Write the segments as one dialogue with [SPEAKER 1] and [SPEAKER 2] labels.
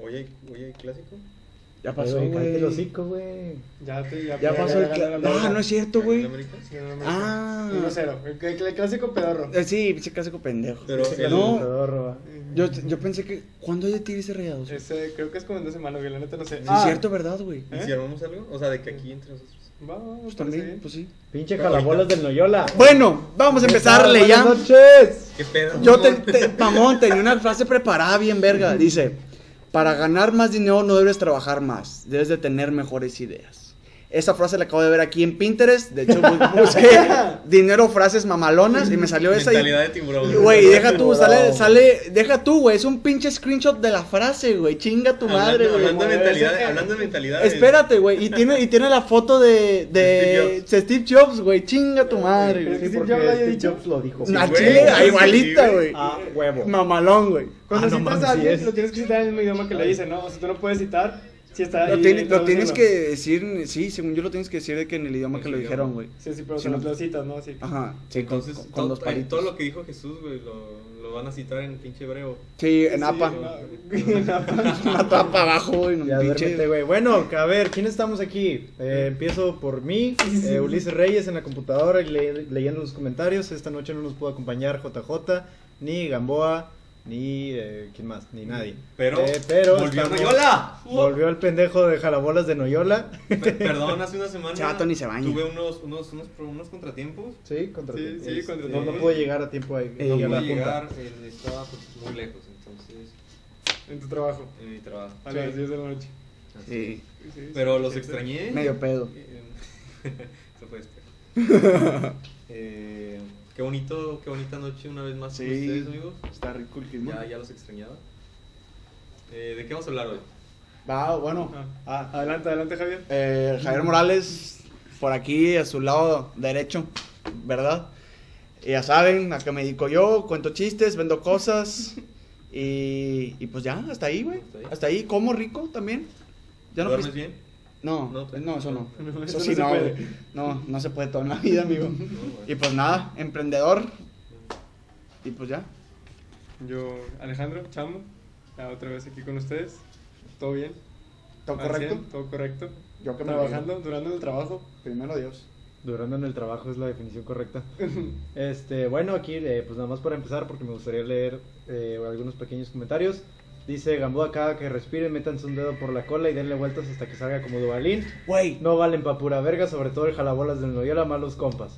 [SPEAKER 1] ¿Hoy hay, hoy hay clásico?
[SPEAKER 2] Ya
[SPEAKER 3] Pasó,
[SPEAKER 2] pasó, güey.
[SPEAKER 3] el hocico, güey.
[SPEAKER 4] Ya, te-
[SPEAKER 2] Ya pasó el
[SPEAKER 4] ganó
[SPEAKER 2] clásico.
[SPEAKER 4] la América.
[SPEAKER 2] Ah, no es cierto,
[SPEAKER 1] ¿En
[SPEAKER 2] güey.
[SPEAKER 1] América?
[SPEAKER 4] Sí, ganó la América.
[SPEAKER 2] Ah.
[SPEAKER 4] 1-0. El, cl- el clásico pedorro.
[SPEAKER 2] Eh, Sí, pinche clásico pendejo.
[SPEAKER 1] Pero el-
[SPEAKER 2] no,
[SPEAKER 3] Pedorro,
[SPEAKER 2] yo, yo pensé que. ¿Cuándo hay de Tigres y Rayados? Sí,
[SPEAKER 4] Ese, creo que es como en dos semanas, güey. La neta no sé.
[SPEAKER 1] Sí,
[SPEAKER 2] es
[SPEAKER 4] Ah,
[SPEAKER 2] cierto, ¿verdad, güey?
[SPEAKER 1] ¿Y si armamos algo? O sea, de que aquí entre nosotros.
[SPEAKER 4] Va, va, va,
[SPEAKER 2] Pues
[SPEAKER 4] parece
[SPEAKER 2] también,
[SPEAKER 4] bien.
[SPEAKER 2] pues sí.
[SPEAKER 3] Pinche jalabolas del Noyola.
[SPEAKER 2] Bueno, vamos a empezarle ya.
[SPEAKER 3] Buenas noches.
[SPEAKER 1] ¿Qué pedo?
[SPEAKER 2] Yo, te,
[SPEAKER 1] mamón?
[SPEAKER 2] te- mamón, tenía una frase preparada bien verga. Dice, para ganar más dinero no debes trabajar más, debes de tener mejores ideas. Esa frase la acabo de ver aquí en Pinterest. De hecho, bu- busqué dinero, frases mamalonas y me salió esa. y-
[SPEAKER 1] Mentalidad de tiburón.
[SPEAKER 2] Güey, deja tú,
[SPEAKER 3] Morado.
[SPEAKER 2] sale, sale, deja tú, güey. Es un pinche screenshot de la frase, güey. Chinga tu madre,
[SPEAKER 1] Hablando-
[SPEAKER 2] güey.
[SPEAKER 1] Hablando de
[SPEAKER 4] Mueve
[SPEAKER 1] mentalidad,
[SPEAKER 4] ese-
[SPEAKER 1] hablando de mentalidad.
[SPEAKER 2] Espérate, güey. Y tiene, y tiene la foto de,
[SPEAKER 1] Steve
[SPEAKER 2] de
[SPEAKER 1] Jobs.
[SPEAKER 2] Steve Jobs, güey. Chinga tu madre,
[SPEAKER 4] Pero
[SPEAKER 2] güey.
[SPEAKER 4] que
[SPEAKER 3] Sí,
[SPEAKER 4] Steve
[SPEAKER 3] porque
[SPEAKER 4] Jobs lo haya
[SPEAKER 3] Steve
[SPEAKER 4] dicho.
[SPEAKER 3] Jobs lo dijo.
[SPEAKER 1] Sí,
[SPEAKER 2] Al
[SPEAKER 1] güey.
[SPEAKER 2] chile,
[SPEAKER 1] Sí,
[SPEAKER 2] igualita,
[SPEAKER 1] sí,
[SPEAKER 2] güey.
[SPEAKER 3] Ah, huevo.
[SPEAKER 2] Mamalón, güey.
[SPEAKER 4] Cuando
[SPEAKER 3] Ah, no
[SPEAKER 4] citas
[SPEAKER 3] mames,
[SPEAKER 4] a
[SPEAKER 3] sí
[SPEAKER 4] alguien,
[SPEAKER 3] es.
[SPEAKER 4] lo tienes que citar en el mismo idioma que le dice, ¿no? O sea, tú no puedes citar si está
[SPEAKER 2] Ah. Lo,
[SPEAKER 4] ahí
[SPEAKER 2] tienes- lo
[SPEAKER 4] traducido.
[SPEAKER 2] tienes que decir, sí, según yo lo tienes que decir de que en el idioma
[SPEAKER 1] En
[SPEAKER 2] que
[SPEAKER 1] su
[SPEAKER 2] lo
[SPEAKER 1] idioma.
[SPEAKER 2] dijeron, güey.
[SPEAKER 4] Sí, sí, pero
[SPEAKER 2] Si
[SPEAKER 4] se
[SPEAKER 2] no-
[SPEAKER 4] lo citas, ¿no? Sí.
[SPEAKER 2] Ajá. Sí, con-
[SPEAKER 1] Entonces,
[SPEAKER 2] con,
[SPEAKER 1] todo,
[SPEAKER 2] con los palitos.
[SPEAKER 1] todo lo que dijo Jesús, güey, lo, lo van a citar en pinche hebreo.
[SPEAKER 2] Sí, en
[SPEAKER 4] Sí,
[SPEAKER 2] APA.
[SPEAKER 4] en APA.
[SPEAKER 2] Una tapa abajo, güey. en un
[SPEAKER 3] Ya
[SPEAKER 2] pinche-
[SPEAKER 3] duérmete, güey. Bueno, a ver, ¿quién estamos aquí? Eh, empiezo por mí, eh, Ulises Reyes en la computadora y le- leyendo los comentarios. Esta noche no nos pudo acompañar JJ, ni Gamboa, ni eh, quién más, ni nadie.
[SPEAKER 1] Pero,
[SPEAKER 3] Eh, pero
[SPEAKER 1] volvió
[SPEAKER 3] estamos-
[SPEAKER 1] Noyola.
[SPEAKER 3] Volvió el pendejo de jalabolas de Noyola.
[SPEAKER 1] Pe- Perdón, hace una semana
[SPEAKER 2] Chato, ni se baña.
[SPEAKER 1] tuve unos, unos, unos, pro- unos contratiempos.
[SPEAKER 3] Sí, contra
[SPEAKER 4] Sí,
[SPEAKER 3] ti.
[SPEAKER 4] sí,
[SPEAKER 3] Este,
[SPEAKER 4] contra
[SPEAKER 3] no,
[SPEAKER 1] ti.
[SPEAKER 3] no pudo llegar a tiempo ahí.
[SPEAKER 2] Eh,
[SPEAKER 3] no
[SPEAKER 1] No
[SPEAKER 2] y
[SPEAKER 3] a
[SPEAKER 1] pude
[SPEAKER 3] la junta.
[SPEAKER 1] llegar, eh, estaba pues, muy lejos, entonces,
[SPEAKER 4] En tu trabajo.
[SPEAKER 1] en mi trabajo.
[SPEAKER 4] A
[SPEAKER 3] Sí.
[SPEAKER 4] las 10 de la noche.
[SPEAKER 2] Sí,
[SPEAKER 4] Sí,
[SPEAKER 1] Pero
[SPEAKER 4] sí,
[SPEAKER 1] los
[SPEAKER 4] sí,
[SPEAKER 1] extrañé.
[SPEAKER 2] medio pedo.
[SPEAKER 1] Se fue este. Eh, qué bonito, qué bonita noche una vez más con ustedes, amigos.
[SPEAKER 2] Está rico el
[SPEAKER 1] Ya, ya los extrañaba. Eh, ¿De qué vamos a hablar hoy?
[SPEAKER 2] Va, bueno.
[SPEAKER 4] Ah.
[SPEAKER 2] Ah,
[SPEAKER 4] Adelante, adelante, Javier.
[SPEAKER 2] eh, Javier Morales, por aquí, a su lado derecho, ¿verdad? Y ya saben, acá me dedico yo, cuento chistes, vendo cosas. Y, y pues ya, hasta ahí, güey.
[SPEAKER 1] Hasta ahí.
[SPEAKER 2] Hasta ahí, como rico también. Ya no
[SPEAKER 1] ¿Duermes
[SPEAKER 2] fuiste-
[SPEAKER 1] bien?
[SPEAKER 2] No,
[SPEAKER 1] No,
[SPEAKER 2] no,
[SPEAKER 1] pues,
[SPEAKER 2] eso no.
[SPEAKER 4] no,
[SPEAKER 2] Eso
[SPEAKER 4] eso
[SPEAKER 2] sí,
[SPEAKER 4] no se
[SPEAKER 2] no.
[SPEAKER 4] puede.
[SPEAKER 2] güey. No, no se puede toda la vida, amigo.
[SPEAKER 1] No, güey.
[SPEAKER 2] Y pues nada, emprendedor. Y pues ya.
[SPEAKER 4] Yo, Alejandro, chamo. Ya otra vez aquí con ustedes. ¿Todo bien?
[SPEAKER 2] ¿Todo
[SPEAKER 4] Al cien,
[SPEAKER 2] correcto?
[SPEAKER 4] Todo correcto.
[SPEAKER 2] Yo que me
[SPEAKER 4] Trabajando, durando el trabajo.
[SPEAKER 2] Primero Dios.
[SPEAKER 3] Durando en el trabajo es la definición correcta. Este, bueno, aquí, eh, pues nada más para empezar, porque me gustaría leer eh, algunos pequeños comentarios. Dice Gamboa acá que respiren, métanse un dedo por la cola y denle vueltas hasta que salga como Dubalín.
[SPEAKER 2] Güey,
[SPEAKER 3] No valen pa' pura verga, sobre todo el jalabolas del Noyola, malos compas.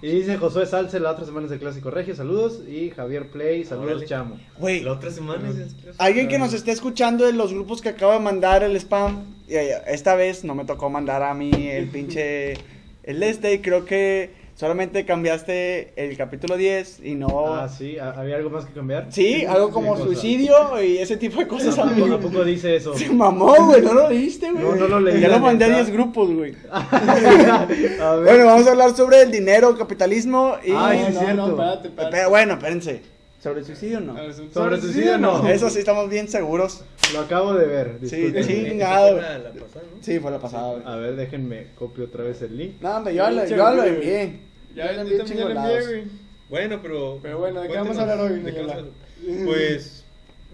[SPEAKER 3] Y dice Josué Salce, la otra semana es de Clásico Regio, saludos. Y Javier Play, saludos,
[SPEAKER 1] Órale.
[SPEAKER 3] chamo.
[SPEAKER 2] güey.
[SPEAKER 1] La otra semana es-
[SPEAKER 2] Alguien que nos esté escuchando de los grupos que acaba de mandar el spam, y, eh, esta vez no me tocó mandar a mí el pinche el este, y creo que solamente cambiaste el capítulo 10 y
[SPEAKER 4] Oh.
[SPEAKER 2] no...
[SPEAKER 3] Ah, sí, ¿ha- ¿había algo más que cambiar?
[SPEAKER 2] sí, algo como
[SPEAKER 3] cosa.
[SPEAKER 2] suicidio y ese tipo de cosas,
[SPEAKER 3] ¿A poco,
[SPEAKER 2] amigo.
[SPEAKER 3] a poco dice eso?
[SPEAKER 2] Se mamó, güey, no lo leíste, güey.
[SPEAKER 3] No, no lo leí,
[SPEAKER 2] Ya
[SPEAKER 3] la
[SPEAKER 2] lo mandé a
[SPEAKER 3] neta.
[SPEAKER 2] 10 grupos, güey.
[SPEAKER 3] A ver.
[SPEAKER 2] Bueno, vamos a hablar sobre el dinero, capitalismo y...
[SPEAKER 3] Ay, sí,
[SPEAKER 4] no,
[SPEAKER 3] es
[SPEAKER 4] no,
[SPEAKER 3] cierto.
[SPEAKER 4] No, espérate,
[SPEAKER 2] Pero
[SPEAKER 4] espérate.
[SPEAKER 2] bueno, espérense. ¿Sobre el suicidio o no?
[SPEAKER 3] ¿Sobre suicidio Ah, no?
[SPEAKER 2] Eso sí estamos bien seguros.
[SPEAKER 3] Lo acabo de ver,
[SPEAKER 2] Sí,
[SPEAKER 3] disculpen.
[SPEAKER 1] Eh, Esa fue
[SPEAKER 2] chingado.
[SPEAKER 1] la- la pasada, ¿no?
[SPEAKER 2] Sí, fue la pasada, güey.
[SPEAKER 3] A ver, déjenme copio otra vez el link.
[SPEAKER 2] No, hombre, yo, lo, yo lo envié.
[SPEAKER 4] Ya,
[SPEAKER 2] Yo también
[SPEAKER 4] yo también ya
[SPEAKER 2] chingo
[SPEAKER 4] le
[SPEAKER 2] lados.
[SPEAKER 4] envié, güey.
[SPEAKER 1] Bueno, pero.
[SPEAKER 4] Pero bueno, ¿de qué
[SPEAKER 1] cuéntenos,
[SPEAKER 4] vamos a hablar hoy,
[SPEAKER 1] ¿de qué
[SPEAKER 4] Miguel?
[SPEAKER 1] vamos a hablar? Pues.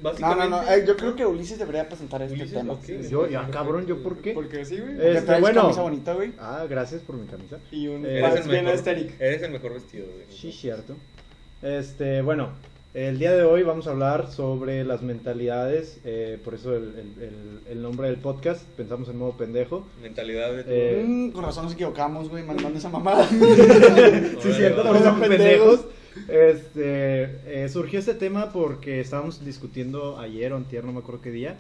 [SPEAKER 2] No,
[SPEAKER 1] Básicamente.
[SPEAKER 2] no, no. eh, yo creo que Ulises debería presentar este
[SPEAKER 1] Ulises,
[SPEAKER 2] tema.
[SPEAKER 1] ok.
[SPEAKER 2] Porque
[SPEAKER 3] Yo, ya, cabrón, ¿yo por qué?
[SPEAKER 4] Porque sí, güey.
[SPEAKER 3] Eh. Este,
[SPEAKER 2] traes
[SPEAKER 3] bueno.
[SPEAKER 2] camisa bonita, güey.
[SPEAKER 3] Ah, gracias por mi camisa.
[SPEAKER 4] Y un
[SPEAKER 3] Eh,
[SPEAKER 4] pants
[SPEAKER 1] Eres el,
[SPEAKER 4] bien
[SPEAKER 1] mejor,
[SPEAKER 2] este
[SPEAKER 4] estéril.
[SPEAKER 1] eres el mejor vestido. güey.
[SPEAKER 3] Sí, cierto. Este, bueno, el día de hoy vamos a hablar sobre las mentalidades, eh, por eso el, el- el- el nombre del podcast, pensamos en modo pendejo.
[SPEAKER 1] Mentalidad de
[SPEAKER 3] Eh,
[SPEAKER 2] Mm, con razón nos equivocamos, güey, mandando esa mamada.
[SPEAKER 1] todo.
[SPEAKER 3] Sí, cierto,
[SPEAKER 1] Órale,
[SPEAKER 3] también
[SPEAKER 1] va.
[SPEAKER 2] pendejos.
[SPEAKER 3] son pendejos. Este, eh, surgió este tema porque estábamos discutiendo ayer o antier, no me acuerdo qué día,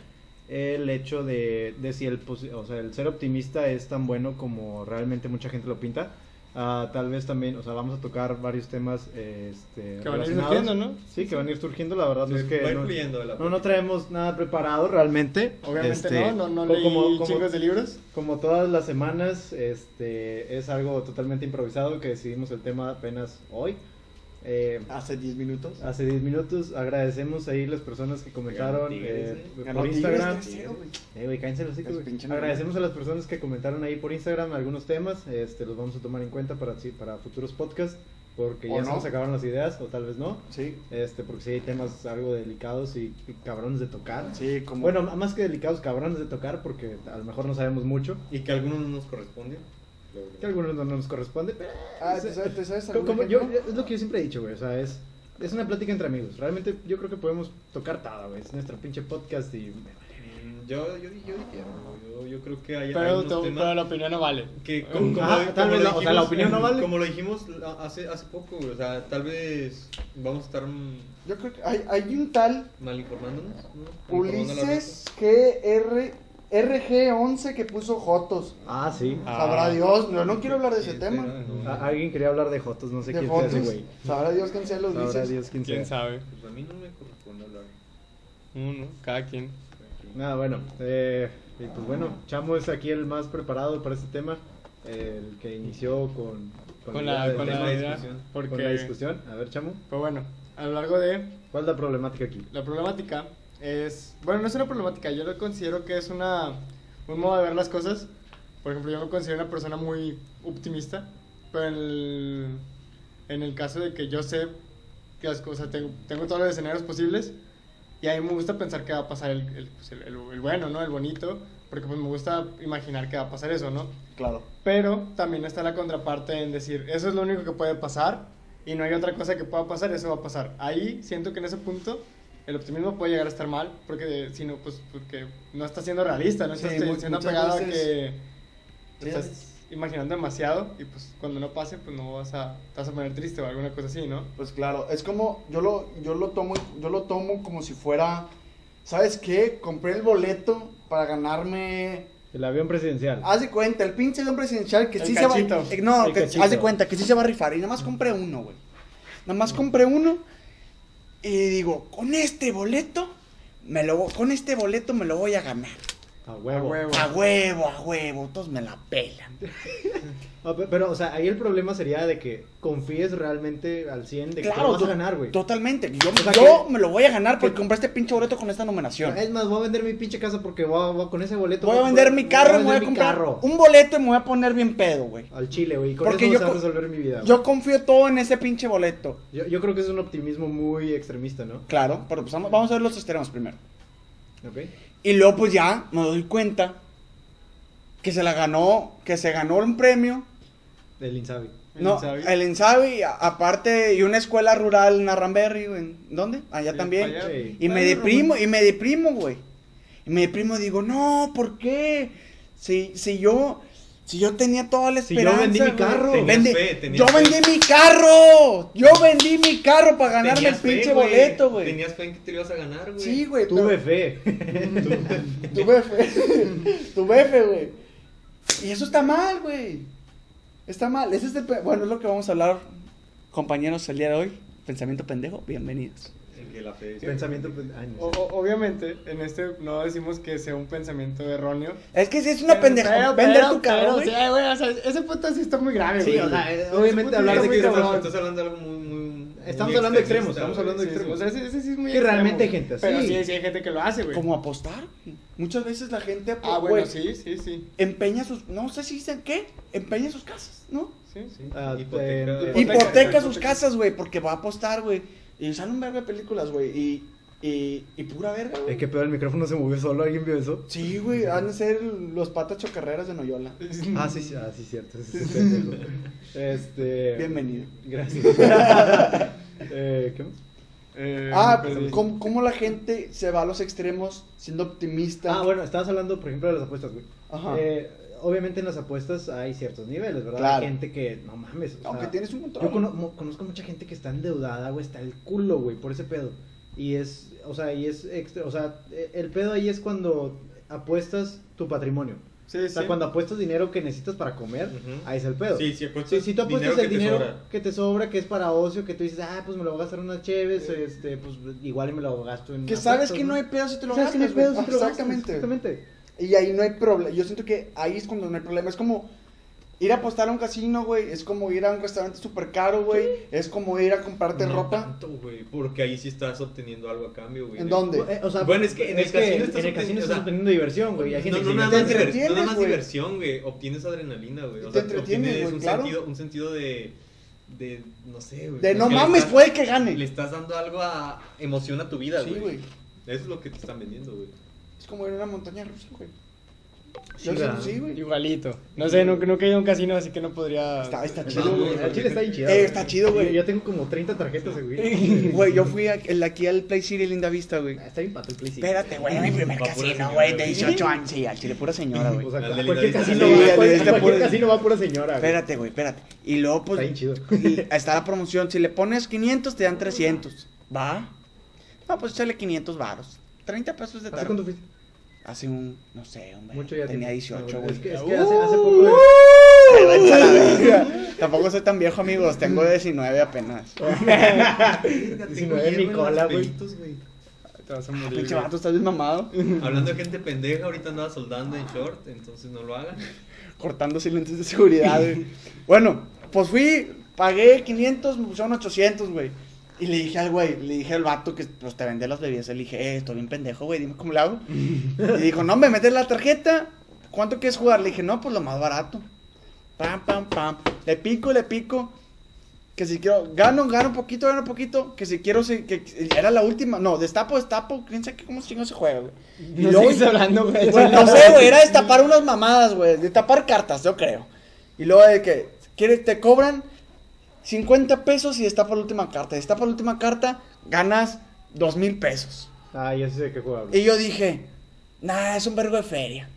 [SPEAKER 3] el hecho de, de si el, posi- o sea, el ser optimista es tan bueno como realmente mucha gente lo pinta. Ah, tal vez también, o sea, vamos a tocar varios temas este,
[SPEAKER 4] Que van a ir
[SPEAKER 3] relacionados.
[SPEAKER 4] surgiendo, ¿no?
[SPEAKER 3] Sí, que van a ir surgiendo, la verdad no es que
[SPEAKER 1] Va
[SPEAKER 3] no,
[SPEAKER 1] influyendo de la
[SPEAKER 3] no, no traemos nada preparado realmente.
[SPEAKER 4] Obviamente
[SPEAKER 3] Este, co-
[SPEAKER 4] no, no, no leí
[SPEAKER 3] como- como-
[SPEAKER 4] chingos de libros.
[SPEAKER 3] como todas las semanas, este es algo totalmente improvisado que decidimos el tema apenas hoy. Eh,
[SPEAKER 2] Hace 10 minutos.
[SPEAKER 3] hace 10 minutos agradecemos ahí las personas que comentaron
[SPEAKER 1] Ganó Tigres,
[SPEAKER 3] eh,
[SPEAKER 1] eh.
[SPEAKER 3] por
[SPEAKER 2] Ganó
[SPEAKER 3] Instagram.
[SPEAKER 2] Tigres 3-0, güey.
[SPEAKER 3] Eh, güey, cállense los hocicos,
[SPEAKER 2] Es
[SPEAKER 3] güey.
[SPEAKER 2] pinche mamá.
[SPEAKER 3] Agradecemos a las personas que comentaron ahí por Instagram algunos temas. Este, los vamos a tomar en cuenta para, sí, para futuros podcasts. porque
[SPEAKER 2] ¿O
[SPEAKER 3] ya se
[SPEAKER 2] no?
[SPEAKER 3] nos acabaron las ideas, o tal vez no.
[SPEAKER 2] Sí,
[SPEAKER 3] Este, porque sí hay temas algo delicados y cabrones de tocar.
[SPEAKER 2] sí, como.
[SPEAKER 3] Bueno, m- más que delicados, cabrones de tocar, porque a lo mejor no sabemos mucho.
[SPEAKER 1] Y que algunos no nos corresponde.
[SPEAKER 3] Que algunos no nos corresponde, pero
[SPEAKER 2] ah, ¿te sabes, te sabes
[SPEAKER 3] Como-
[SPEAKER 2] algún
[SPEAKER 3] como yo-
[SPEAKER 2] ejemplo?
[SPEAKER 3] es lo que yo siempre he dicho, güey. O sea, es, es una plática entre amigos. Realmente yo creo que podemos tocar todo, güey. Es nuestro pinche podcast y...
[SPEAKER 1] Mm, Yo, yo, yo diría, no, yo, yo creo que hay
[SPEAKER 2] Pero,
[SPEAKER 1] algunos
[SPEAKER 2] tu-
[SPEAKER 1] temas
[SPEAKER 2] pero la opinión no vale.
[SPEAKER 1] que como, como-
[SPEAKER 3] Ah, tal
[SPEAKER 1] como
[SPEAKER 3] vez
[SPEAKER 1] lo
[SPEAKER 3] la- o sea, la
[SPEAKER 1] dijimos-
[SPEAKER 3] opinión no vale.
[SPEAKER 1] Como lo dijimos la- hace, hace poco, güey, o sea, tal vez vamos a estar mm,
[SPEAKER 2] Yo creo que hay, hay un tal
[SPEAKER 1] mal informándonos. ¿no? Informando a la
[SPEAKER 2] Ulises GR, RG11 que puso Jotos.
[SPEAKER 3] Ah, sí.
[SPEAKER 2] Sabrá
[SPEAKER 4] Ah.
[SPEAKER 2] Dios, no, no quiero hablar de
[SPEAKER 1] raza.
[SPEAKER 2] ese
[SPEAKER 1] Sí,
[SPEAKER 2] tema.
[SPEAKER 1] no,
[SPEAKER 3] A- alguien quería hablar de Jotos, no sé
[SPEAKER 2] De
[SPEAKER 3] quién sea ese
[SPEAKER 2] Jotos.
[SPEAKER 3] güey.
[SPEAKER 2] Sabrá Dios quién sea el
[SPEAKER 3] Sabrá
[SPEAKER 2] Ulises.
[SPEAKER 3] Dios quién
[SPEAKER 4] ¿Quién
[SPEAKER 3] sea.
[SPEAKER 4] sabe?
[SPEAKER 1] Pues a mí no me corresponde hablar.
[SPEAKER 4] Uno, cada quien.
[SPEAKER 3] Nada, bueno. eh, y pues bueno, Chamo es aquí el más preparado para este tema. eh, el que inició con...
[SPEAKER 4] Con
[SPEAKER 3] idea
[SPEAKER 4] la,
[SPEAKER 3] del
[SPEAKER 4] con
[SPEAKER 3] tema
[SPEAKER 4] la
[SPEAKER 3] de
[SPEAKER 4] idea.
[SPEAKER 1] discusión.
[SPEAKER 3] Porque...
[SPEAKER 4] Porque,
[SPEAKER 3] Con la discusión. A ver, Chamo,
[SPEAKER 4] Pues bueno, a lo largo de
[SPEAKER 3] ¿cuál es la problemática aquí?
[SPEAKER 4] la problemática es, bueno, no es una problemática, yo lo considero que es una, un modo de ver las cosas. Por ejemplo, yo me considero una persona muy optimista, pero en el, en el caso de que yo sé que las cosas, tengo, tengo todos los escenarios posibles y a mí me gusta pensar que va a pasar el, el, pues, el- el- el bueno, ¿no? El bonito, porque pues me gusta imaginar que va a pasar eso, ¿no?
[SPEAKER 2] Claro.
[SPEAKER 4] Pero también está la contraparte en decir, eso es lo único que puede pasar y no hay otra cosa que pueda pasar, eso va a pasar. Ahí siento que en ese punto el optimismo puede llegar a estar mal, porque si no, pues porque no está siendo realista, no está
[SPEAKER 2] Sí, mu-
[SPEAKER 4] siendo
[SPEAKER 2] muchas
[SPEAKER 4] apegado
[SPEAKER 2] veces-
[SPEAKER 4] a que te
[SPEAKER 2] Sí,
[SPEAKER 4] estás
[SPEAKER 2] es-
[SPEAKER 4] imaginando demasiado y pues cuando no pase, pues no vas a, te vas a poner triste o alguna cosa así, ¿no?
[SPEAKER 2] Pues claro, es como, yo lo, yo lo tomo, yo lo tomo como si fuera, ¿sabes qué? Compré el boleto para ganarme
[SPEAKER 3] El avión presidencial.
[SPEAKER 2] Haz de cuenta, el pinche avión presidencial que
[SPEAKER 4] El
[SPEAKER 2] sí se va
[SPEAKER 4] cachito.
[SPEAKER 2] eh, No,
[SPEAKER 3] El
[SPEAKER 2] que,
[SPEAKER 3] cachito.
[SPEAKER 2] haz de cuenta que sí se va a rifar. Y nada más compré uno, güey. Nada más compré uno. Y digo, con este boleto, me lo, vo- con este boleto me lo voy a ganar.
[SPEAKER 3] A huevo.
[SPEAKER 4] A huevo.
[SPEAKER 2] A huevo, a huevo. Todos me la pelan.
[SPEAKER 3] Ah, pe- Pero, o sea, ahí el problema sería de que confíes realmente al 100 de que te
[SPEAKER 2] Claro,
[SPEAKER 3] lo vas a
[SPEAKER 2] to-
[SPEAKER 3] ganar, güey.
[SPEAKER 2] totalmente. Yo,
[SPEAKER 3] O sea
[SPEAKER 2] yo
[SPEAKER 3] que-
[SPEAKER 2] me lo voy a ganar porque
[SPEAKER 3] que-
[SPEAKER 2] compré este pinche boleto con esta nominación.
[SPEAKER 3] Es más, voy a vender mi pinche casa porque voy a- voy a- con ese boleto.
[SPEAKER 2] Voy a vender mi carro y me voy a
[SPEAKER 3] vender mi
[SPEAKER 2] comprar
[SPEAKER 3] carro.
[SPEAKER 2] un boleto y me voy a poner bien pedo, güey.
[SPEAKER 3] Al chile, güey. y Con
[SPEAKER 2] Porque
[SPEAKER 3] eso
[SPEAKER 2] yo
[SPEAKER 3] se va a
[SPEAKER 2] co-
[SPEAKER 3] resolver mi vida. güey.
[SPEAKER 2] Yo confío todo en ese pinche boleto.
[SPEAKER 3] Yo, yo creo que es un optimismo muy extremista, ¿no?
[SPEAKER 2] Claro, pero pues vamos vamos a ver los extremos primero.
[SPEAKER 3] Ok.
[SPEAKER 2] Y luego pues ya me doy cuenta que se la ganó, que se ganó un premio.
[SPEAKER 3] Del Insabi.
[SPEAKER 4] El
[SPEAKER 2] no,
[SPEAKER 4] Insabi.
[SPEAKER 2] el Insabi, a- aparte, y una escuela rural en Arranberry, güey. ¿en ¿Dónde? Allá
[SPEAKER 4] Sí,
[SPEAKER 2] también.
[SPEAKER 4] para allá.
[SPEAKER 3] Sí.
[SPEAKER 2] Y me
[SPEAKER 4] Ay,
[SPEAKER 2] deprimo, y me deprimo, güey. Y me deprimo, digo, no, ¿por qué? Si, si yo, si yo tenía toda la
[SPEAKER 3] Si
[SPEAKER 2] esperanza.
[SPEAKER 3] yo vendí mi
[SPEAKER 2] güey.
[SPEAKER 3] carro.
[SPEAKER 1] Tenías
[SPEAKER 2] Vendí-
[SPEAKER 1] fe, tenías
[SPEAKER 2] yo
[SPEAKER 1] fe.
[SPEAKER 2] vendí mi carro. Yo vendí mi carro para ganarme el
[SPEAKER 1] Tenías fe,
[SPEAKER 2] pinche boleto, güey.
[SPEAKER 1] Tenías fe en que te lo ibas a ganar, güey.
[SPEAKER 2] Sí, güey. pero-
[SPEAKER 3] Tuve fe.
[SPEAKER 2] Tu befe. tu befe, güey. Y eso está mal, güey. Está mal. Ese es el pe- bueno, es lo que vamos a hablar, compañeros, el día de hoy. Pensamiento pendejo, bienvenidos.
[SPEAKER 1] En que la fe.
[SPEAKER 3] Pensamiento. pues, ay, no
[SPEAKER 4] O-
[SPEAKER 2] Oh,
[SPEAKER 3] sé.
[SPEAKER 4] o- obviamente, en este no decimos que sea un pensamiento erróneo.
[SPEAKER 2] Es que si es una
[SPEAKER 4] Pero-
[SPEAKER 2] pendeja,
[SPEAKER 4] pero-
[SPEAKER 2] vender
[SPEAKER 4] pero-
[SPEAKER 2] tu carro,
[SPEAKER 4] pero
[SPEAKER 2] güey.
[SPEAKER 4] sí, ay, güey, o sea, ese punto sí está muy grave,
[SPEAKER 3] Sí,
[SPEAKER 4] güey.
[SPEAKER 3] o sea, eh,
[SPEAKER 4] Ese
[SPEAKER 3] obviamente
[SPEAKER 4] punto
[SPEAKER 3] hablar
[SPEAKER 4] está
[SPEAKER 3] de
[SPEAKER 4] muy
[SPEAKER 3] que
[SPEAKER 4] cabrón.
[SPEAKER 1] Estás, estás hablando de algo muy, muy.
[SPEAKER 3] Estamos
[SPEAKER 1] muy
[SPEAKER 3] hablando de extremos,
[SPEAKER 1] extremista,
[SPEAKER 3] estamos
[SPEAKER 1] güey.
[SPEAKER 3] hablando de
[SPEAKER 4] Sí, sí,
[SPEAKER 3] extremos.
[SPEAKER 4] o sea, ese, ese sí es muy
[SPEAKER 3] Que realmente hay
[SPEAKER 4] extremo,
[SPEAKER 3] gente así.
[SPEAKER 4] Pero sí, sí hay gente que lo hace, güey.
[SPEAKER 2] Como apostar. güey. Muchas veces la gente
[SPEAKER 4] Ah,
[SPEAKER 2] pues,
[SPEAKER 4] bueno,
[SPEAKER 2] güey,
[SPEAKER 4] sí, sí, sí.
[SPEAKER 2] empeña sus, no sé si dicen qué, empeña sus casas, ¿no?
[SPEAKER 4] Sí, sí.
[SPEAKER 3] Ah,
[SPEAKER 1] Hipoteca.
[SPEAKER 3] te-
[SPEAKER 4] Hipoteca.
[SPEAKER 2] Hipoteca sus
[SPEAKER 4] hipoteca.
[SPEAKER 2] casas, güey, porque va a apostar, güey. Y sale un verga de películas, güey, y, y, y pura verga, güey.
[SPEAKER 3] Es que pedo, el micrófono se movió solo. ¿Alguien vio eso?
[SPEAKER 2] Sí, güey, han de ser los patas chocarreras de Noyola.
[SPEAKER 3] Ah, sí, sí, ah, sí, cierto. sí, sí, pendejo. Este.
[SPEAKER 2] Bienvenido.
[SPEAKER 3] Gracias. eh, ¿Qué más?
[SPEAKER 4] Eh,
[SPEAKER 2] Ah,
[SPEAKER 4] me perdí.
[SPEAKER 2] ¿cómo, cómo la gente se va a los extremos siendo optimista?
[SPEAKER 3] Ah, bueno, estabas hablando, por ejemplo, de las apuestas, güey.
[SPEAKER 2] Ajá.
[SPEAKER 3] Eh, obviamente en las apuestas hay ciertos niveles, ¿verdad?
[SPEAKER 2] Claro.
[SPEAKER 3] Hay gente que, no mames. o
[SPEAKER 2] Aunque
[SPEAKER 3] sea,
[SPEAKER 2] tienes un control.
[SPEAKER 3] ah, Yo cono- mo- conozco mucha gente que está endeudada, güey, está el culo, güey, por ese pedo. Y es, o sea, y es extra, o sea, e- el pedo ahí es cuando apuestas tu patrimonio.
[SPEAKER 4] Sí,
[SPEAKER 3] O sea,
[SPEAKER 4] sí.
[SPEAKER 3] cuando apuestas dinero que necesitas para comer,
[SPEAKER 1] Ujú.
[SPEAKER 3] ahí es el pedo.
[SPEAKER 1] Sí, sí, apuestas
[SPEAKER 3] si, si tú apuestas
[SPEAKER 1] dinero que
[SPEAKER 3] el
[SPEAKER 1] te
[SPEAKER 3] dinero
[SPEAKER 1] sobra.
[SPEAKER 3] que te sobra, que es para ocio, que tú dices, ah, pues me lo voy a gastar en unas cheves, este, pues igual y me lo gasto en
[SPEAKER 2] que sabes
[SPEAKER 3] apuestas,
[SPEAKER 2] que no hay pedo si te lo
[SPEAKER 3] Sabes que
[SPEAKER 2] gastas.
[SPEAKER 3] no hay pedo
[SPEAKER 2] güey. Ah,
[SPEAKER 3] si te lo gastas,
[SPEAKER 2] exactamente.
[SPEAKER 3] Exactamente.
[SPEAKER 2] Y ahí no hay problema. Yo siento que ahí es cuando no hay problema. Es como ir a apostar a un casino, güey. Es como ir a un restaurante súper caro, güey. Es como ir a comprarte
[SPEAKER 1] No
[SPEAKER 2] ropa.
[SPEAKER 1] tanto, güey, porque ahí sí estás obteniendo algo a cambio, güey.
[SPEAKER 2] ¿En dónde?
[SPEAKER 3] Eh, o sea,
[SPEAKER 1] Bueno, es que en el casino estás
[SPEAKER 3] en el casino
[SPEAKER 1] obteniendo- o
[SPEAKER 3] estás
[SPEAKER 1] sea,
[SPEAKER 3] obteniendo diversión, güey. Hay
[SPEAKER 1] No,
[SPEAKER 3] gente
[SPEAKER 1] no,
[SPEAKER 3] que se
[SPEAKER 1] nada
[SPEAKER 3] gasta
[SPEAKER 1] más
[SPEAKER 2] te
[SPEAKER 1] diver-
[SPEAKER 2] entretienes,
[SPEAKER 1] nada más
[SPEAKER 2] güey.
[SPEAKER 1] diversión, güey. Obtienes adrenalina, güey.
[SPEAKER 2] Y
[SPEAKER 1] O
[SPEAKER 2] te
[SPEAKER 1] sea,
[SPEAKER 2] entretienes,
[SPEAKER 1] obtienes
[SPEAKER 2] güey,
[SPEAKER 1] un,
[SPEAKER 2] claro.
[SPEAKER 1] sentido, un sentido de, de, no sé, güey.
[SPEAKER 2] De
[SPEAKER 1] como
[SPEAKER 2] no
[SPEAKER 1] que le
[SPEAKER 2] mames,
[SPEAKER 1] estás-
[SPEAKER 2] puede que
[SPEAKER 1] Le
[SPEAKER 2] gane.
[SPEAKER 1] estás dando algo a emoción a tu vida,
[SPEAKER 2] Sí, güey.
[SPEAKER 1] Eso es lo que te están vendiendo, güey.
[SPEAKER 2] Es como ir a una montaña rusa, güey.
[SPEAKER 3] Sí,
[SPEAKER 2] Yo sé-
[SPEAKER 3] ¿verdad?
[SPEAKER 2] Sí, güey.
[SPEAKER 4] Igualito. No sé, nunca, nunca he ido a un casino, así que no podría.
[SPEAKER 2] Está, está
[SPEAKER 1] Vamos,
[SPEAKER 2] chido, güey.
[SPEAKER 1] güey.
[SPEAKER 3] El chile está bien chido.
[SPEAKER 2] Eh, está chido, güey.
[SPEAKER 3] Yo, yo tengo como 30 tarjetas, güey.
[SPEAKER 2] Güey, yo fui a- el- aquí al Play City Linda Vista, güey.
[SPEAKER 3] Ah, Está bien pato el Play City.
[SPEAKER 2] Espérate, güey, mi primer
[SPEAKER 1] Va pura
[SPEAKER 2] casino,
[SPEAKER 1] señora,
[SPEAKER 2] güey, de
[SPEAKER 1] güey.
[SPEAKER 2] 18 años. Sí, al chile, pura señora, güey.
[SPEAKER 3] O sea,
[SPEAKER 1] Dale, dale,
[SPEAKER 3] cualquier casino
[SPEAKER 2] dale.
[SPEAKER 3] va-
[SPEAKER 2] Dale, dale,
[SPEAKER 3] cualquier
[SPEAKER 2] dale.
[SPEAKER 3] casino va pura señora. güey.
[SPEAKER 2] Espérate, güey, espérate. Y luego, pues,
[SPEAKER 3] Está bien chido.
[SPEAKER 2] y está la promoción. Si le pones 500, te dan 300. ¿Va? No, pues échale 500 varos. 30 pesos de
[SPEAKER 3] ¿Hace
[SPEAKER 2] tarjeta.
[SPEAKER 3] cuánto fuiste?
[SPEAKER 2] Hace un, no sé, hombre.
[SPEAKER 3] Mucho ya
[SPEAKER 2] tenía
[SPEAKER 3] tiene.
[SPEAKER 2] 18,
[SPEAKER 3] No,
[SPEAKER 2] güey. Uh,
[SPEAKER 3] Es que, es que hace, hace poco.
[SPEAKER 2] Ay, vete a la verga. Tampoco soy tan viejo, amigos. Tengo 19 apenas.
[SPEAKER 3] Oh, Diecinueve mi cola, güey.
[SPEAKER 4] Te vas a
[SPEAKER 3] Ah,
[SPEAKER 4] morir.
[SPEAKER 2] Pinche
[SPEAKER 4] güey.
[SPEAKER 2] vato, estás bien mamado.
[SPEAKER 1] Hablando de gente pendeja, ahorita andaba soldando en short, entonces no lo hagan.
[SPEAKER 2] Cortando silentes de seguridad, güey. Bueno, pues fui, pagué 500, me pusieron 800, güey. Y le dije al güey, le dije al vato que pues, te vendía las bebidas. Le dije, eh, estoy bien pendejo, güey, dime cómo le hago. Y dijo, no, me metes la tarjeta. ¿Cuánto quieres jugar? Le dije, no, pues lo más barato. Pam, pam, pam. Le pico, le pico. Que si quiero, gano, gano poquito, gano poquito. Que si quiero, si- que que- era la última. No, destapo, destapo. Quién sabe cómo chingo se juega, güey. Y
[SPEAKER 4] No sé
[SPEAKER 2] luego-
[SPEAKER 4] qué está hablando, güey.
[SPEAKER 2] Güey, no sé, güey, era destapar unas mamadas, güey. Destapar cartas, yo creo. Y luego de que, ¿quieres, te cobran 50 pesos y destapa la última carta. Destapa la última carta, ganas 2 mil pesos.
[SPEAKER 3] Ah, ya sé de qué juego hablo.
[SPEAKER 2] Y yo dije, nah, es un vergo de feria.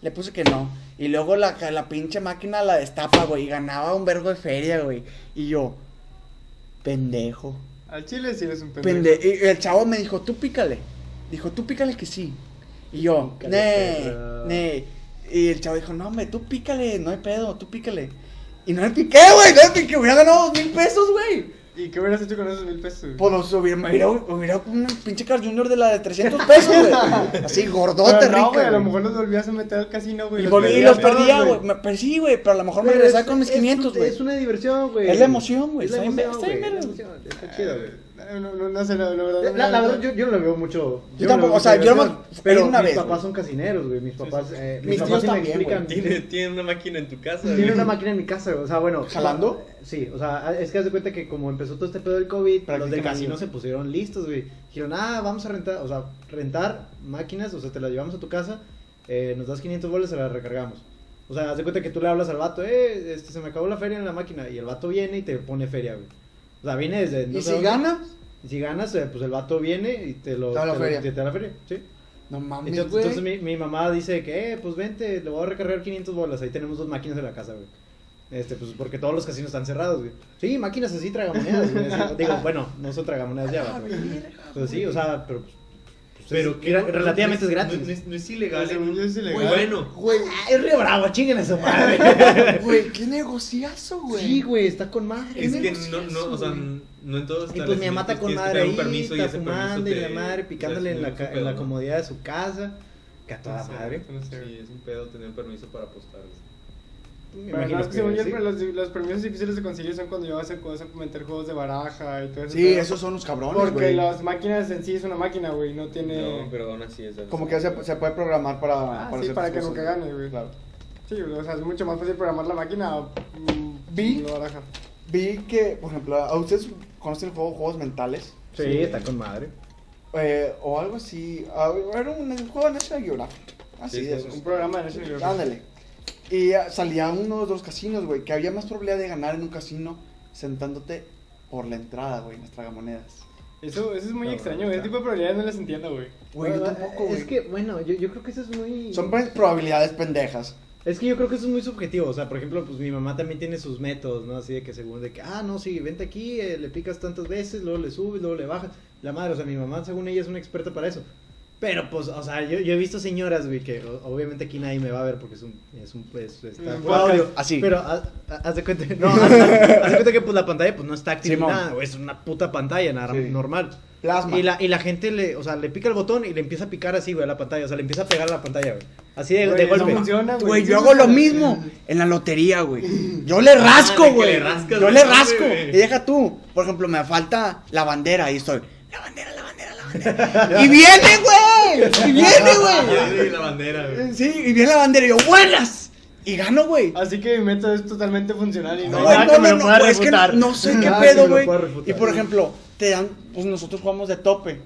[SPEAKER 2] Le puse que no. Y luego la, ca- la pinche máquina la destapa, güey. Y ganaba un vergo de feria, güey. Y yo, pendejo.
[SPEAKER 4] Al chile sí eres un pendejo.
[SPEAKER 2] Pende y el chavo me dijo, tú pícale. Dijo, tú pícale que sí. Y yo,
[SPEAKER 3] Pícale,
[SPEAKER 2] ne,
[SPEAKER 3] perra.
[SPEAKER 2] ne. Y el chavo dijo, no, hombre, tú pícale, no hay pedo, tú pícale. Y no le piqué, güey, no le piqué, hubiera ganado dos mil pesos, güey.
[SPEAKER 4] ¿Y qué hubieras hecho con esos mil pesos?
[SPEAKER 2] Pues los hubiera, me hubiera, hubiera un pinche Carl Junior de la de 300 pesos, güey. Así,
[SPEAKER 4] Pero
[SPEAKER 2] gordote, rico.
[SPEAKER 4] no, güey, a lo mejor los volvías a meter al casino, güey.
[SPEAKER 2] Y, volví- y los
[SPEAKER 4] todos,
[SPEAKER 2] perdía, güey. Me- Pero sí, güey, pero a lo mejor me
[SPEAKER 3] Pero
[SPEAKER 2] regresaba
[SPEAKER 3] es-
[SPEAKER 2] con mis
[SPEAKER 3] es-
[SPEAKER 2] 500, güey.
[SPEAKER 3] Es una diversión, güey.
[SPEAKER 2] Es la emoción, güey.
[SPEAKER 3] Es la
[SPEAKER 2] Está bien-
[SPEAKER 3] emoción,
[SPEAKER 2] está bien
[SPEAKER 3] güey. es la
[SPEAKER 2] verga.
[SPEAKER 3] emoción, Está chido,
[SPEAKER 1] Ah,
[SPEAKER 4] Chido,
[SPEAKER 3] güey.
[SPEAKER 4] güey. Eh, No, no, no sé, la, la verdad.
[SPEAKER 3] La,
[SPEAKER 4] no
[SPEAKER 3] la
[SPEAKER 4] me-
[SPEAKER 3] verdad, yo, yo no lo veo mucho.
[SPEAKER 2] Yo
[SPEAKER 3] no
[SPEAKER 2] tampoco,
[SPEAKER 3] lo veo
[SPEAKER 2] o sea,
[SPEAKER 3] mucho
[SPEAKER 2] yo
[SPEAKER 3] diversión,
[SPEAKER 2] nomás fui
[SPEAKER 3] Pero
[SPEAKER 2] una
[SPEAKER 3] mis
[SPEAKER 2] vez,
[SPEAKER 3] papás
[SPEAKER 2] güey.
[SPEAKER 3] son casineros, güey. Mis papás, eh, mis
[SPEAKER 2] Mis
[SPEAKER 3] papás
[SPEAKER 2] tíos
[SPEAKER 3] sí me
[SPEAKER 2] también, güey.
[SPEAKER 3] explican.
[SPEAKER 1] Tiene, tiene una máquina en tu casa,
[SPEAKER 3] Tiene
[SPEAKER 1] güey.
[SPEAKER 3] una máquina en mi casa, güey. O sea, bueno.
[SPEAKER 2] ¿Jalando?
[SPEAKER 3] Sí, o sea, ah, es que haz de cuenta que como empezó todo este pedo del COVID, los
[SPEAKER 2] Practican
[SPEAKER 3] del casino
[SPEAKER 2] algo.
[SPEAKER 3] se pusieron listos, güey. Dijeron, ah, vamos a rentar, o sea, rentar máquinas, o sea, te las llevamos a tu casa, eh, nos das 500 bolas, se las recargamos. O sea, haz de cuenta que tú le hablas al vato, eh, este, se me acabó la feria en la máquina, y el vato viene y te pone feria, güey. O sea, viene desde. no
[SPEAKER 2] Y
[SPEAKER 3] sé
[SPEAKER 2] si
[SPEAKER 3] dónde.
[SPEAKER 2] gana,
[SPEAKER 3] Y si ganas, eh, pues el vato viene y te lo.
[SPEAKER 2] Te da la
[SPEAKER 3] te lo-
[SPEAKER 2] feria.
[SPEAKER 3] te da la feria, sí.
[SPEAKER 2] no mames,
[SPEAKER 3] Entonces,
[SPEAKER 2] güey.
[SPEAKER 3] entonces mi, mi mamá dice que, eh, pues vente, le voy a recargar 500 bolas. Ahí tenemos dos máquinas en la casa, güey. Este, pues porque todos los casinos están cerrados, güey. Sí, máquinas así, tragamonedas, güey. Así, Digo, bueno, no son tragamonedas ya, vato, güey. Pero sí, o sea, pero. pues, pues, es-
[SPEAKER 1] que
[SPEAKER 3] era-
[SPEAKER 1] no-
[SPEAKER 3] relativamente
[SPEAKER 1] no
[SPEAKER 3] es gratis.
[SPEAKER 1] No, es- no es ilegal.
[SPEAKER 4] Según
[SPEAKER 1] ¿eh?
[SPEAKER 4] yo es ilegal.
[SPEAKER 1] Muy bueno.
[SPEAKER 2] Güey,
[SPEAKER 3] Ah, es re bravo, chinguen a su madre.
[SPEAKER 2] güey, qué negociazo, güey.
[SPEAKER 3] sí, güey, está con madre.
[SPEAKER 1] Es que
[SPEAKER 2] negocio
[SPEAKER 1] no, no, o sea,
[SPEAKER 2] güey?
[SPEAKER 1] no en todos
[SPEAKER 3] Y pues mi mamá está con madre ahí, está fumando y la madre,
[SPEAKER 1] picándole
[SPEAKER 3] picándole en la, ca- en la comodidad de su casa. Que a toda madre.
[SPEAKER 1] Sí, es un pedo tener permiso para apostar. güey.
[SPEAKER 3] Me
[SPEAKER 4] Pero
[SPEAKER 3] imagino
[SPEAKER 4] no,
[SPEAKER 3] que
[SPEAKER 4] según yo,
[SPEAKER 3] sí.
[SPEAKER 4] pero los, los permisos difíciles de conseguir son cuando ya vas a, vas a meter juegos de baraja y todo eso.
[SPEAKER 2] Sí, esos son los cabrones,
[SPEAKER 4] Porque
[SPEAKER 2] güey.
[SPEAKER 4] las máquinas en sí es una máquina, güey, no tiene...
[SPEAKER 1] No, pero aún así es.
[SPEAKER 2] Como que se, se puede programar para.
[SPEAKER 4] Ah, sí,
[SPEAKER 2] hacer
[SPEAKER 4] para
[SPEAKER 2] tus
[SPEAKER 4] que nunca
[SPEAKER 2] cosas.
[SPEAKER 4] gane, güey.
[SPEAKER 2] Claro.
[SPEAKER 4] Sí, o sea, es mucho más fácil programar la máquina o mm,
[SPEAKER 2] Vi.
[SPEAKER 4] la baraja.
[SPEAKER 2] Vi que, por ejemplo, ¿a ustedes conocen el juego Juegos Mentales?
[SPEAKER 3] Sí, está con madre.
[SPEAKER 2] Eh, o algo así. ah, Era un juego de National Geographic. Así
[SPEAKER 1] Sí, sí,
[SPEAKER 2] de esos.
[SPEAKER 4] Un programa de National Geographic.
[SPEAKER 2] Ándale. Y ah, salía uno de los casinos, güey, que había más probabilidad de ganar en un casino sentándote por la entrada, güey, en las tragamonedas.
[SPEAKER 4] Eso, eso es muy
[SPEAKER 3] Cabrón,
[SPEAKER 4] extraño, güey. Ese
[SPEAKER 3] claro.
[SPEAKER 4] tipo de probabilidades no las entiendo, güey.
[SPEAKER 2] Güey, yo
[SPEAKER 3] Bueno,
[SPEAKER 2] tampoco,
[SPEAKER 3] Es
[SPEAKER 2] güey.
[SPEAKER 3] que, bueno, yo, yo creo que eso es muy...
[SPEAKER 2] Son pre- probabilidades pendejas.
[SPEAKER 3] Es que yo creo que eso es muy subjetivo, o sea, por ejemplo, pues mi mamá también tiene sus métodos, ¿no? Así de que según de que, ah, no, sí, vente aquí, eh, le picas tantas veces, luego le subes, luego le bajas. La madre, o sea, mi mamá según ella es una experta para eso. Pero pues, o sea, yo, yo he visto señoras, güey, que o- obviamente aquí nadie me va a ver porque es un, es un, pues, está
[SPEAKER 4] Mm,
[SPEAKER 3] por audio.
[SPEAKER 2] así.
[SPEAKER 3] Pero haz, haz de cuenta, no, haz, haz- haz de cuenta que pues la pantalla pues no está activa ni
[SPEAKER 2] Simón.
[SPEAKER 3] nada, güey, es una puta pantalla, nada,
[SPEAKER 2] Sí.
[SPEAKER 3] normal.
[SPEAKER 2] Plasma.
[SPEAKER 3] Y la, y la gente le, o sea, le pica el botón y le empieza a picar así, güey, a la pantalla. O sea, le empieza a pegar a la pantalla, güey. Así de,
[SPEAKER 4] Güey,
[SPEAKER 3] de
[SPEAKER 4] eso
[SPEAKER 3] golpe.
[SPEAKER 4] funciona, güey.
[SPEAKER 2] Güey,
[SPEAKER 4] Sí,
[SPEAKER 2] yo
[SPEAKER 4] sí,
[SPEAKER 2] hago lo
[SPEAKER 4] sí.
[SPEAKER 2] mismo en la lotería, güey. Yo le rasco,
[SPEAKER 1] de que
[SPEAKER 2] güey.
[SPEAKER 1] le rascas,
[SPEAKER 2] Yo
[SPEAKER 1] güey,
[SPEAKER 2] le
[SPEAKER 1] no,
[SPEAKER 2] rasco.
[SPEAKER 1] güey.
[SPEAKER 2] Y deja tú. Por ejemplo, me falta la bandera y estoy. La bandera, la bandera, la bandera. Y viene, güey. Y viene,
[SPEAKER 1] Ah,
[SPEAKER 2] güey.
[SPEAKER 1] ya, y la bandera, güey.
[SPEAKER 2] Sí, y viene la bandera y yo, buenas. Y gano, güey.
[SPEAKER 4] Así que mi método es totalmente funcional y no,
[SPEAKER 2] No,
[SPEAKER 4] hay nada
[SPEAKER 2] no,
[SPEAKER 4] que me
[SPEAKER 2] no,
[SPEAKER 4] lo
[SPEAKER 2] no,
[SPEAKER 4] pueda
[SPEAKER 2] es que
[SPEAKER 4] refutar.
[SPEAKER 2] no sé qué
[SPEAKER 3] Nada que
[SPEAKER 2] pedo,
[SPEAKER 3] me lo
[SPEAKER 2] güey.
[SPEAKER 3] pueda refutar.
[SPEAKER 2] Y por ejemplo, te dan, pues nosotros jugamos de tope.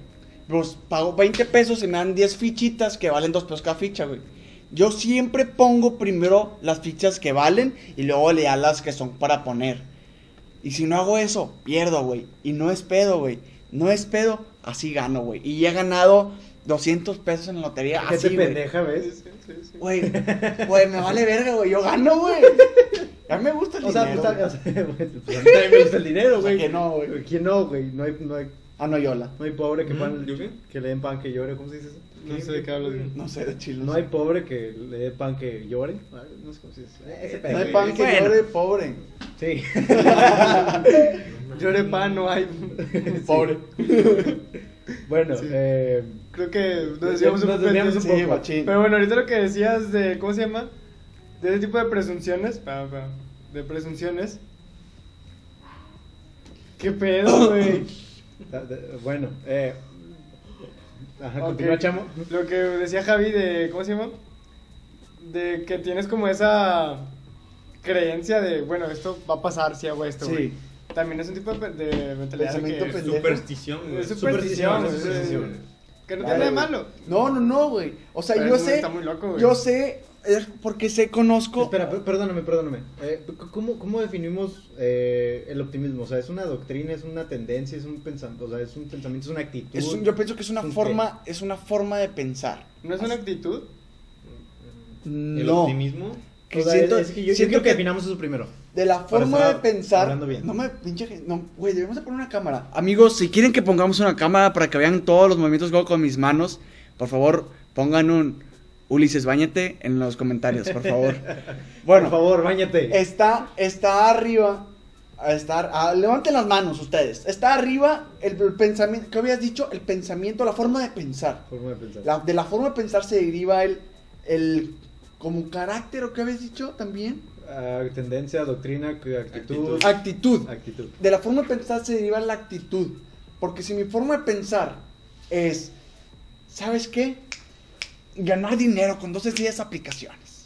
[SPEAKER 2] Pues pago 20 pesos y me dan 10 fichitas que valen 2 pesos cada ficha, güey. Yo siempre pongo primero las fichas que valen y luego le a las que son para poner. Y si no hago eso, pierdo, güey. Y no es pedo, güey. No es pedo, así gano, güey. Y he ganado 200 pesos en la lotería.
[SPEAKER 3] Gente
[SPEAKER 2] Así, güey.
[SPEAKER 3] pendeja,
[SPEAKER 4] Sí,
[SPEAKER 3] ¿ves?
[SPEAKER 4] sí, sí, sí.
[SPEAKER 2] Güey, güey, me vale verga, güey. Yo gano, güey. A mí me gusta el
[SPEAKER 3] O sea,
[SPEAKER 2] dinero,
[SPEAKER 3] pues,
[SPEAKER 2] güey.
[SPEAKER 3] tal- o sea, güey, pues, a mí también me gusta el dinero,
[SPEAKER 2] O sea,
[SPEAKER 3] güey.
[SPEAKER 2] que no, güey.
[SPEAKER 3] ¿Quién no, güey? No hay, no hay,
[SPEAKER 2] Ah, no, Yola.
[SPEAKER 3] no hay pobre que, pan-
[SPEAKER 1] ¿Yo qué?
[SPEAKER 3] que le den pan que llore, ¿cómo se dice eso?
[SPEAKER 4] No sé de qué hablas. güey.
[SPEAKER 2] No sé, de chile.
[SPEAKER 3] No hay pobre que le dé pan que llore. Ah, No sé cómo se dice. Eh, Ese
[SPEAKER 2] No
[SPEAKER 3] pedo.
[SPEAKER 2] hay pan que
[SPEAKER 5] Bueno.
[SPEAKER 2] llore, pobre.
[SPEAKER 3] Sí.
[SPEAKER 4] Llore pan, no hay.
[SPEAKER 2] Pobre.
[SPEAKER 3] Bueno,
[SPEAKER 4] Sí.
[SPEAKER 3] eh,
[SPEAKER 4] Creo que nos
[SPEAKER 3] Nos
[SPEAKER 4] desviamos un
[SPEAKER 3] desviamos
[SPEAKER 4] poco.
[SPEAKER 3] un
[SPEAKER 2] Sí,
[SPEAKER 3] poco.
[SPEAKER 2] machín.
[SPEAKER 4] Pero bueno, ahorita lo que decías de. ¿Cómo se llama? De ese tipo de presunciones. pa, pa, De presunciones. ¿Qué pedo, güey?
[SPEAKER 3] ta- ta- bueno, eh. Ajá,
[SPEAKER 2] Ah,
[SPEAKER 4] Ok.
[SPEAKER 3] continúa, chamo.
[SPEAKER 4] Lo que decía Javi de. ¿Cómo se llama? De que tienes como esa creencia de, bueno, esto va a pasar si hago esto,
[SPEAKER 2] Sí.
[SPEAKER 4] güey. También es un tipo de, de mentalidad de
[SPEAKER 2] Pensamiento
[SPEAKER 4] que,
[SPEAKER 2] pendejo.
[SPEAKER 1] Superstición, güey.
[SPEAKER 4] Es superstición,
[SPEAKER 1] es
[SPEAKER 4] es
[SPEAKER 1] superstición.
[SPEAKER 4] que no
[SPEAKER 2] Dale,
[SPEAKER 4] tiene nada de
[SPEAKER 2] güey.
[SPEAKER 4] malo.
[SPEAKER 2] No, no, no, güey. O sea,
[SPEAKER 4] Pero
[SPEAKER 2] yo
[SPEAKER 4] eso
[SPEAKER 2] sé.
[SPEAKER 4] está muy loco, güey.
[SPEAKER 2] yo sé. Es porque sé, conozco.
[SPEAKER 3] Espera, per- perdóname, perdóname. Eh, c- ¿cómo, ¿Cómo definimos eh, el optimismo? O sea, ¿es una doctrina, es una tendencia, es un pensamiento, o sea, es un pensamiento, es una actitud?
[SPEAKER 2] Es un- yo pienso que es una
[SPEAKER 3] ¿Un qué?
[SPEAKER 2] forma. Es una forma de pensar.
[SPEAKER 4] ¿No es una actitud?
[SPEAKER 1] El
[SPEAKER 2] No.
[SPEAKER 1] optimismo.
[SPEAKER 2] Que
[SPEAKER 3] O sea,
[SPEAKER 2] siento,
[SPEAKER 3] es que yo- yo,
[SPEAKER 2] siento
[SPEAKER 3] creo que
[SPEAKER 2] que
[SPEAKER 3] definamos eso primero.
[SPEAKER 2] de la forma de
[SPEAKER 3] estar
[SPEAKER 2] pensar.
[SPEAKER 3] hablando bien.
[SPEAKER 2] No me pinche. gen- No, güey, debemos de poner una cámara. Amigos, si quieren que pongamos una cámara para que vean todos los movimientos que hago con mis manos, por favor, pongan un Ulises, bañete en los comentarios, por favor.
[SPEAKER 3] Por favor, bañate.
[SPEAKER 2] Está, está arriba. Está, ah, levanten las manos ustedes. Está arriba el, el pensamiento. ¿Qué habías dicho? El pensamiento, la forma de pensar.
[SPEAKER 3] Forma de pensar.
[SPEAKER 2] La- de la forma de pensar se deriva el, el como carácter, ¿o qué habías dicho también?
[SPEAKER 3] Ah, tendencia, doctrina, que- actitud.
[SPEAKER 1] Actitud.
[SPEAKER 2] Actitud.
[SPEAKER 3] Actitud.
[SPEAKER 2] De la forma de pensar se deriva la actitud. Porque si mi forma de pensar es, ¿sabes qué? Ganar dinero con 12 días aplicaciones.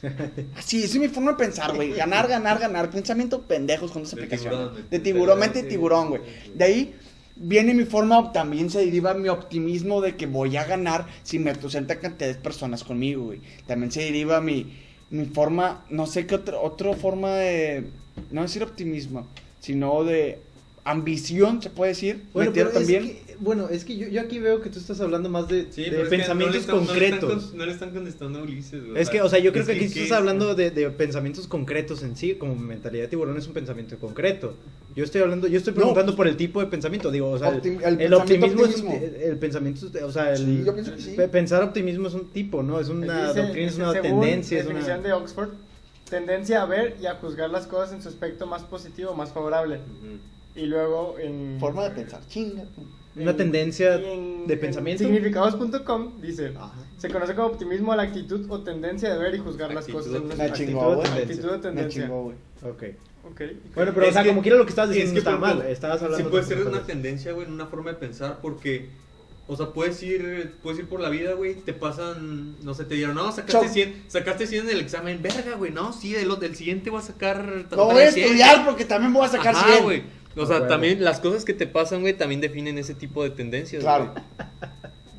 [SPEAKER 2] Así, esa es mi forma de pensar, güey. Ganar, ganar, ganar. Pensamiento pendejos con 12
[SPEAKER 1] De
[SPEAKER 2] aplicaciones.
[SPEAKER 1] tiburón,
[SPEAKER 2] de
[SPEAKER 1] de-
[SPEAKER 2] tiburón,
[SPEAKER 1] de-
[SPEAKER 2] mente de
[SPEAKER 1] sí.
[SPEAKER 2] tiburón, güey. De ahí viene mi forma, también se deriva mi optimismo de que voy a ganar si me meto cierta cantidad de personas conmigo, güey. También se deriva mi, mi forma, no sé qué otra, otra forma de, no decir optimismo, sino de ambición, se puede decir.
[SPEAKER 3] Bueno,
[SPEAKER 2] Metido
[SPEAKER 3] pero
[SPEAKER 2] también.
[SPEAKER 3] Es que, bueno, es que yo, yo aquí veo que tú estás hablando más de,
[SPEAKER 1] Sí,
[SPEAKER 3] de
[SPEAKER 1] pero es que
[SPEAKER 3] pensamientos
[SPEAKER 1] no le están- no le están
[SPEAKER 3] concretos.
[SPEAKER 1] con- No le están contestando a Ulises, güey.
[SPEAKER 3] Es que, o sea, yo creo
[SPEAKER 1] es
[SPEAKER 3] que aquí estás
[SPEAKER 1] ¿qué?
[SPEAKER 3] hablando de, de pensamientos concretos en sí, como mentalidad de tiburón es un pensamiento concreto. Yo estoy hablando, yo estoy preguntando por el tipo de pensamiento, digo, o sea, el-
[SPEAKER 2] Optim- el
[SPEAKER 3] el,
[SPEAKER 2] pensamiento
[SPEAKER 3] optimismo es un
[SPEAKER 2] optimismo.
[SPEAKER 3] ti- el pensamiento, es- o sea, el
[SPEAKER 2] Sí, yo pienso que sí.
[SPEAKER 3] pe- pensar optimismo es un tipo, ¿no? Es una
[SPEAKER 4] Pues Dice,
[SPEAKER 3] doctrina, es una
[SPEAKER 4] según
[SPEAKER 3] tendencia, es
[SPEAKER 4] definición
[SPEAKER 3] una
[SPEAKER 4] de Oxford, tendencia a ver y a juzgar las cosas en su aspecto más positivo, más favorable.
[SPEAKER 1] Ujú.
[SPEAKER 4] Y luego en...
[SPEAKER 2] Forma de pensar, chinga.
[SPEAKER 3] una
[SPEAKER 4] en-
[SPEAKER 3] tendencia
[SPEAKER 4] y en-
[SPEAKER 3] de
[SPEAKER 4] en
[SPEAKER 3] pensamiento.
[SPEAKER 4] Significados.com dice,
[SPEAKER 2] Ah.
[SPEAKER 3] Ajá.
[SPEAKER 4] se conoce como optimismo a la actitud o tendencia de ver y juzgar
[SPEAKER 1] Actitud
[SPEAKER 4] las cosas. en
[SPEAKER 1] o
[SPEAKER 4] un
[SPEAKER 2] Me
[SPEAKER 4] aspecto.
[SPEAKER 2] chingó, güey.
[SPEAKER 3] tendencia.
[SPEAKER 4] Actitud o
[SPEAKER 2] Me
[SPEAKER 4] tendencia.
[SPEAKER 2] chingó, güey.
[SPEAKER 3] Ok.
[SPEAKER 4] Ok, ok.
[SPEAKER 3] Bueno, pero o
[SPEAKER 1] Es
[SPEAKER 3] sea,
[SPEAKER 1] que-
[SPEAKER 3] como quiera lo que estabas
[SPEAKER 1] es
[SPEAKER 3] diciendo
[SPEAKER 1] que, por
[SPEAKER 3] está
[SPEAKER 1] ejemplo,
[SPEAKER 3] mal, estabas hablando
[SPEAKER 1] Sí
[SPEAKER 3] de
[SPEAKER 1] puede
[SPEAKER 3] otras
[SPEAKER 1] ser una
[SPEAKER 3] cosas.
[SPEAKER 1] tendencia, güey, en una forma de pensar porque o sea, puedes ir, puedes ir por la vida, güey, te pasan, no sé, te dieron, no, sacaste
[SPEAKER 2] Choc.
[SPEAKER 1] 100, sacaste 100 en el examen, verga, güey, no, sí, del, del siguiente voy a sacar
[SPEAKER 2] No voy a estudiar porque también voy a sacar 100.
[SPEAKER 1] güey. O sea,
[SPEAKER 3] Ah, bueno.
[SPEAKER 1] también las cosas que te pasan, güey, también definen ese tipo de tendencias,
[SPEAKER 2] Claro.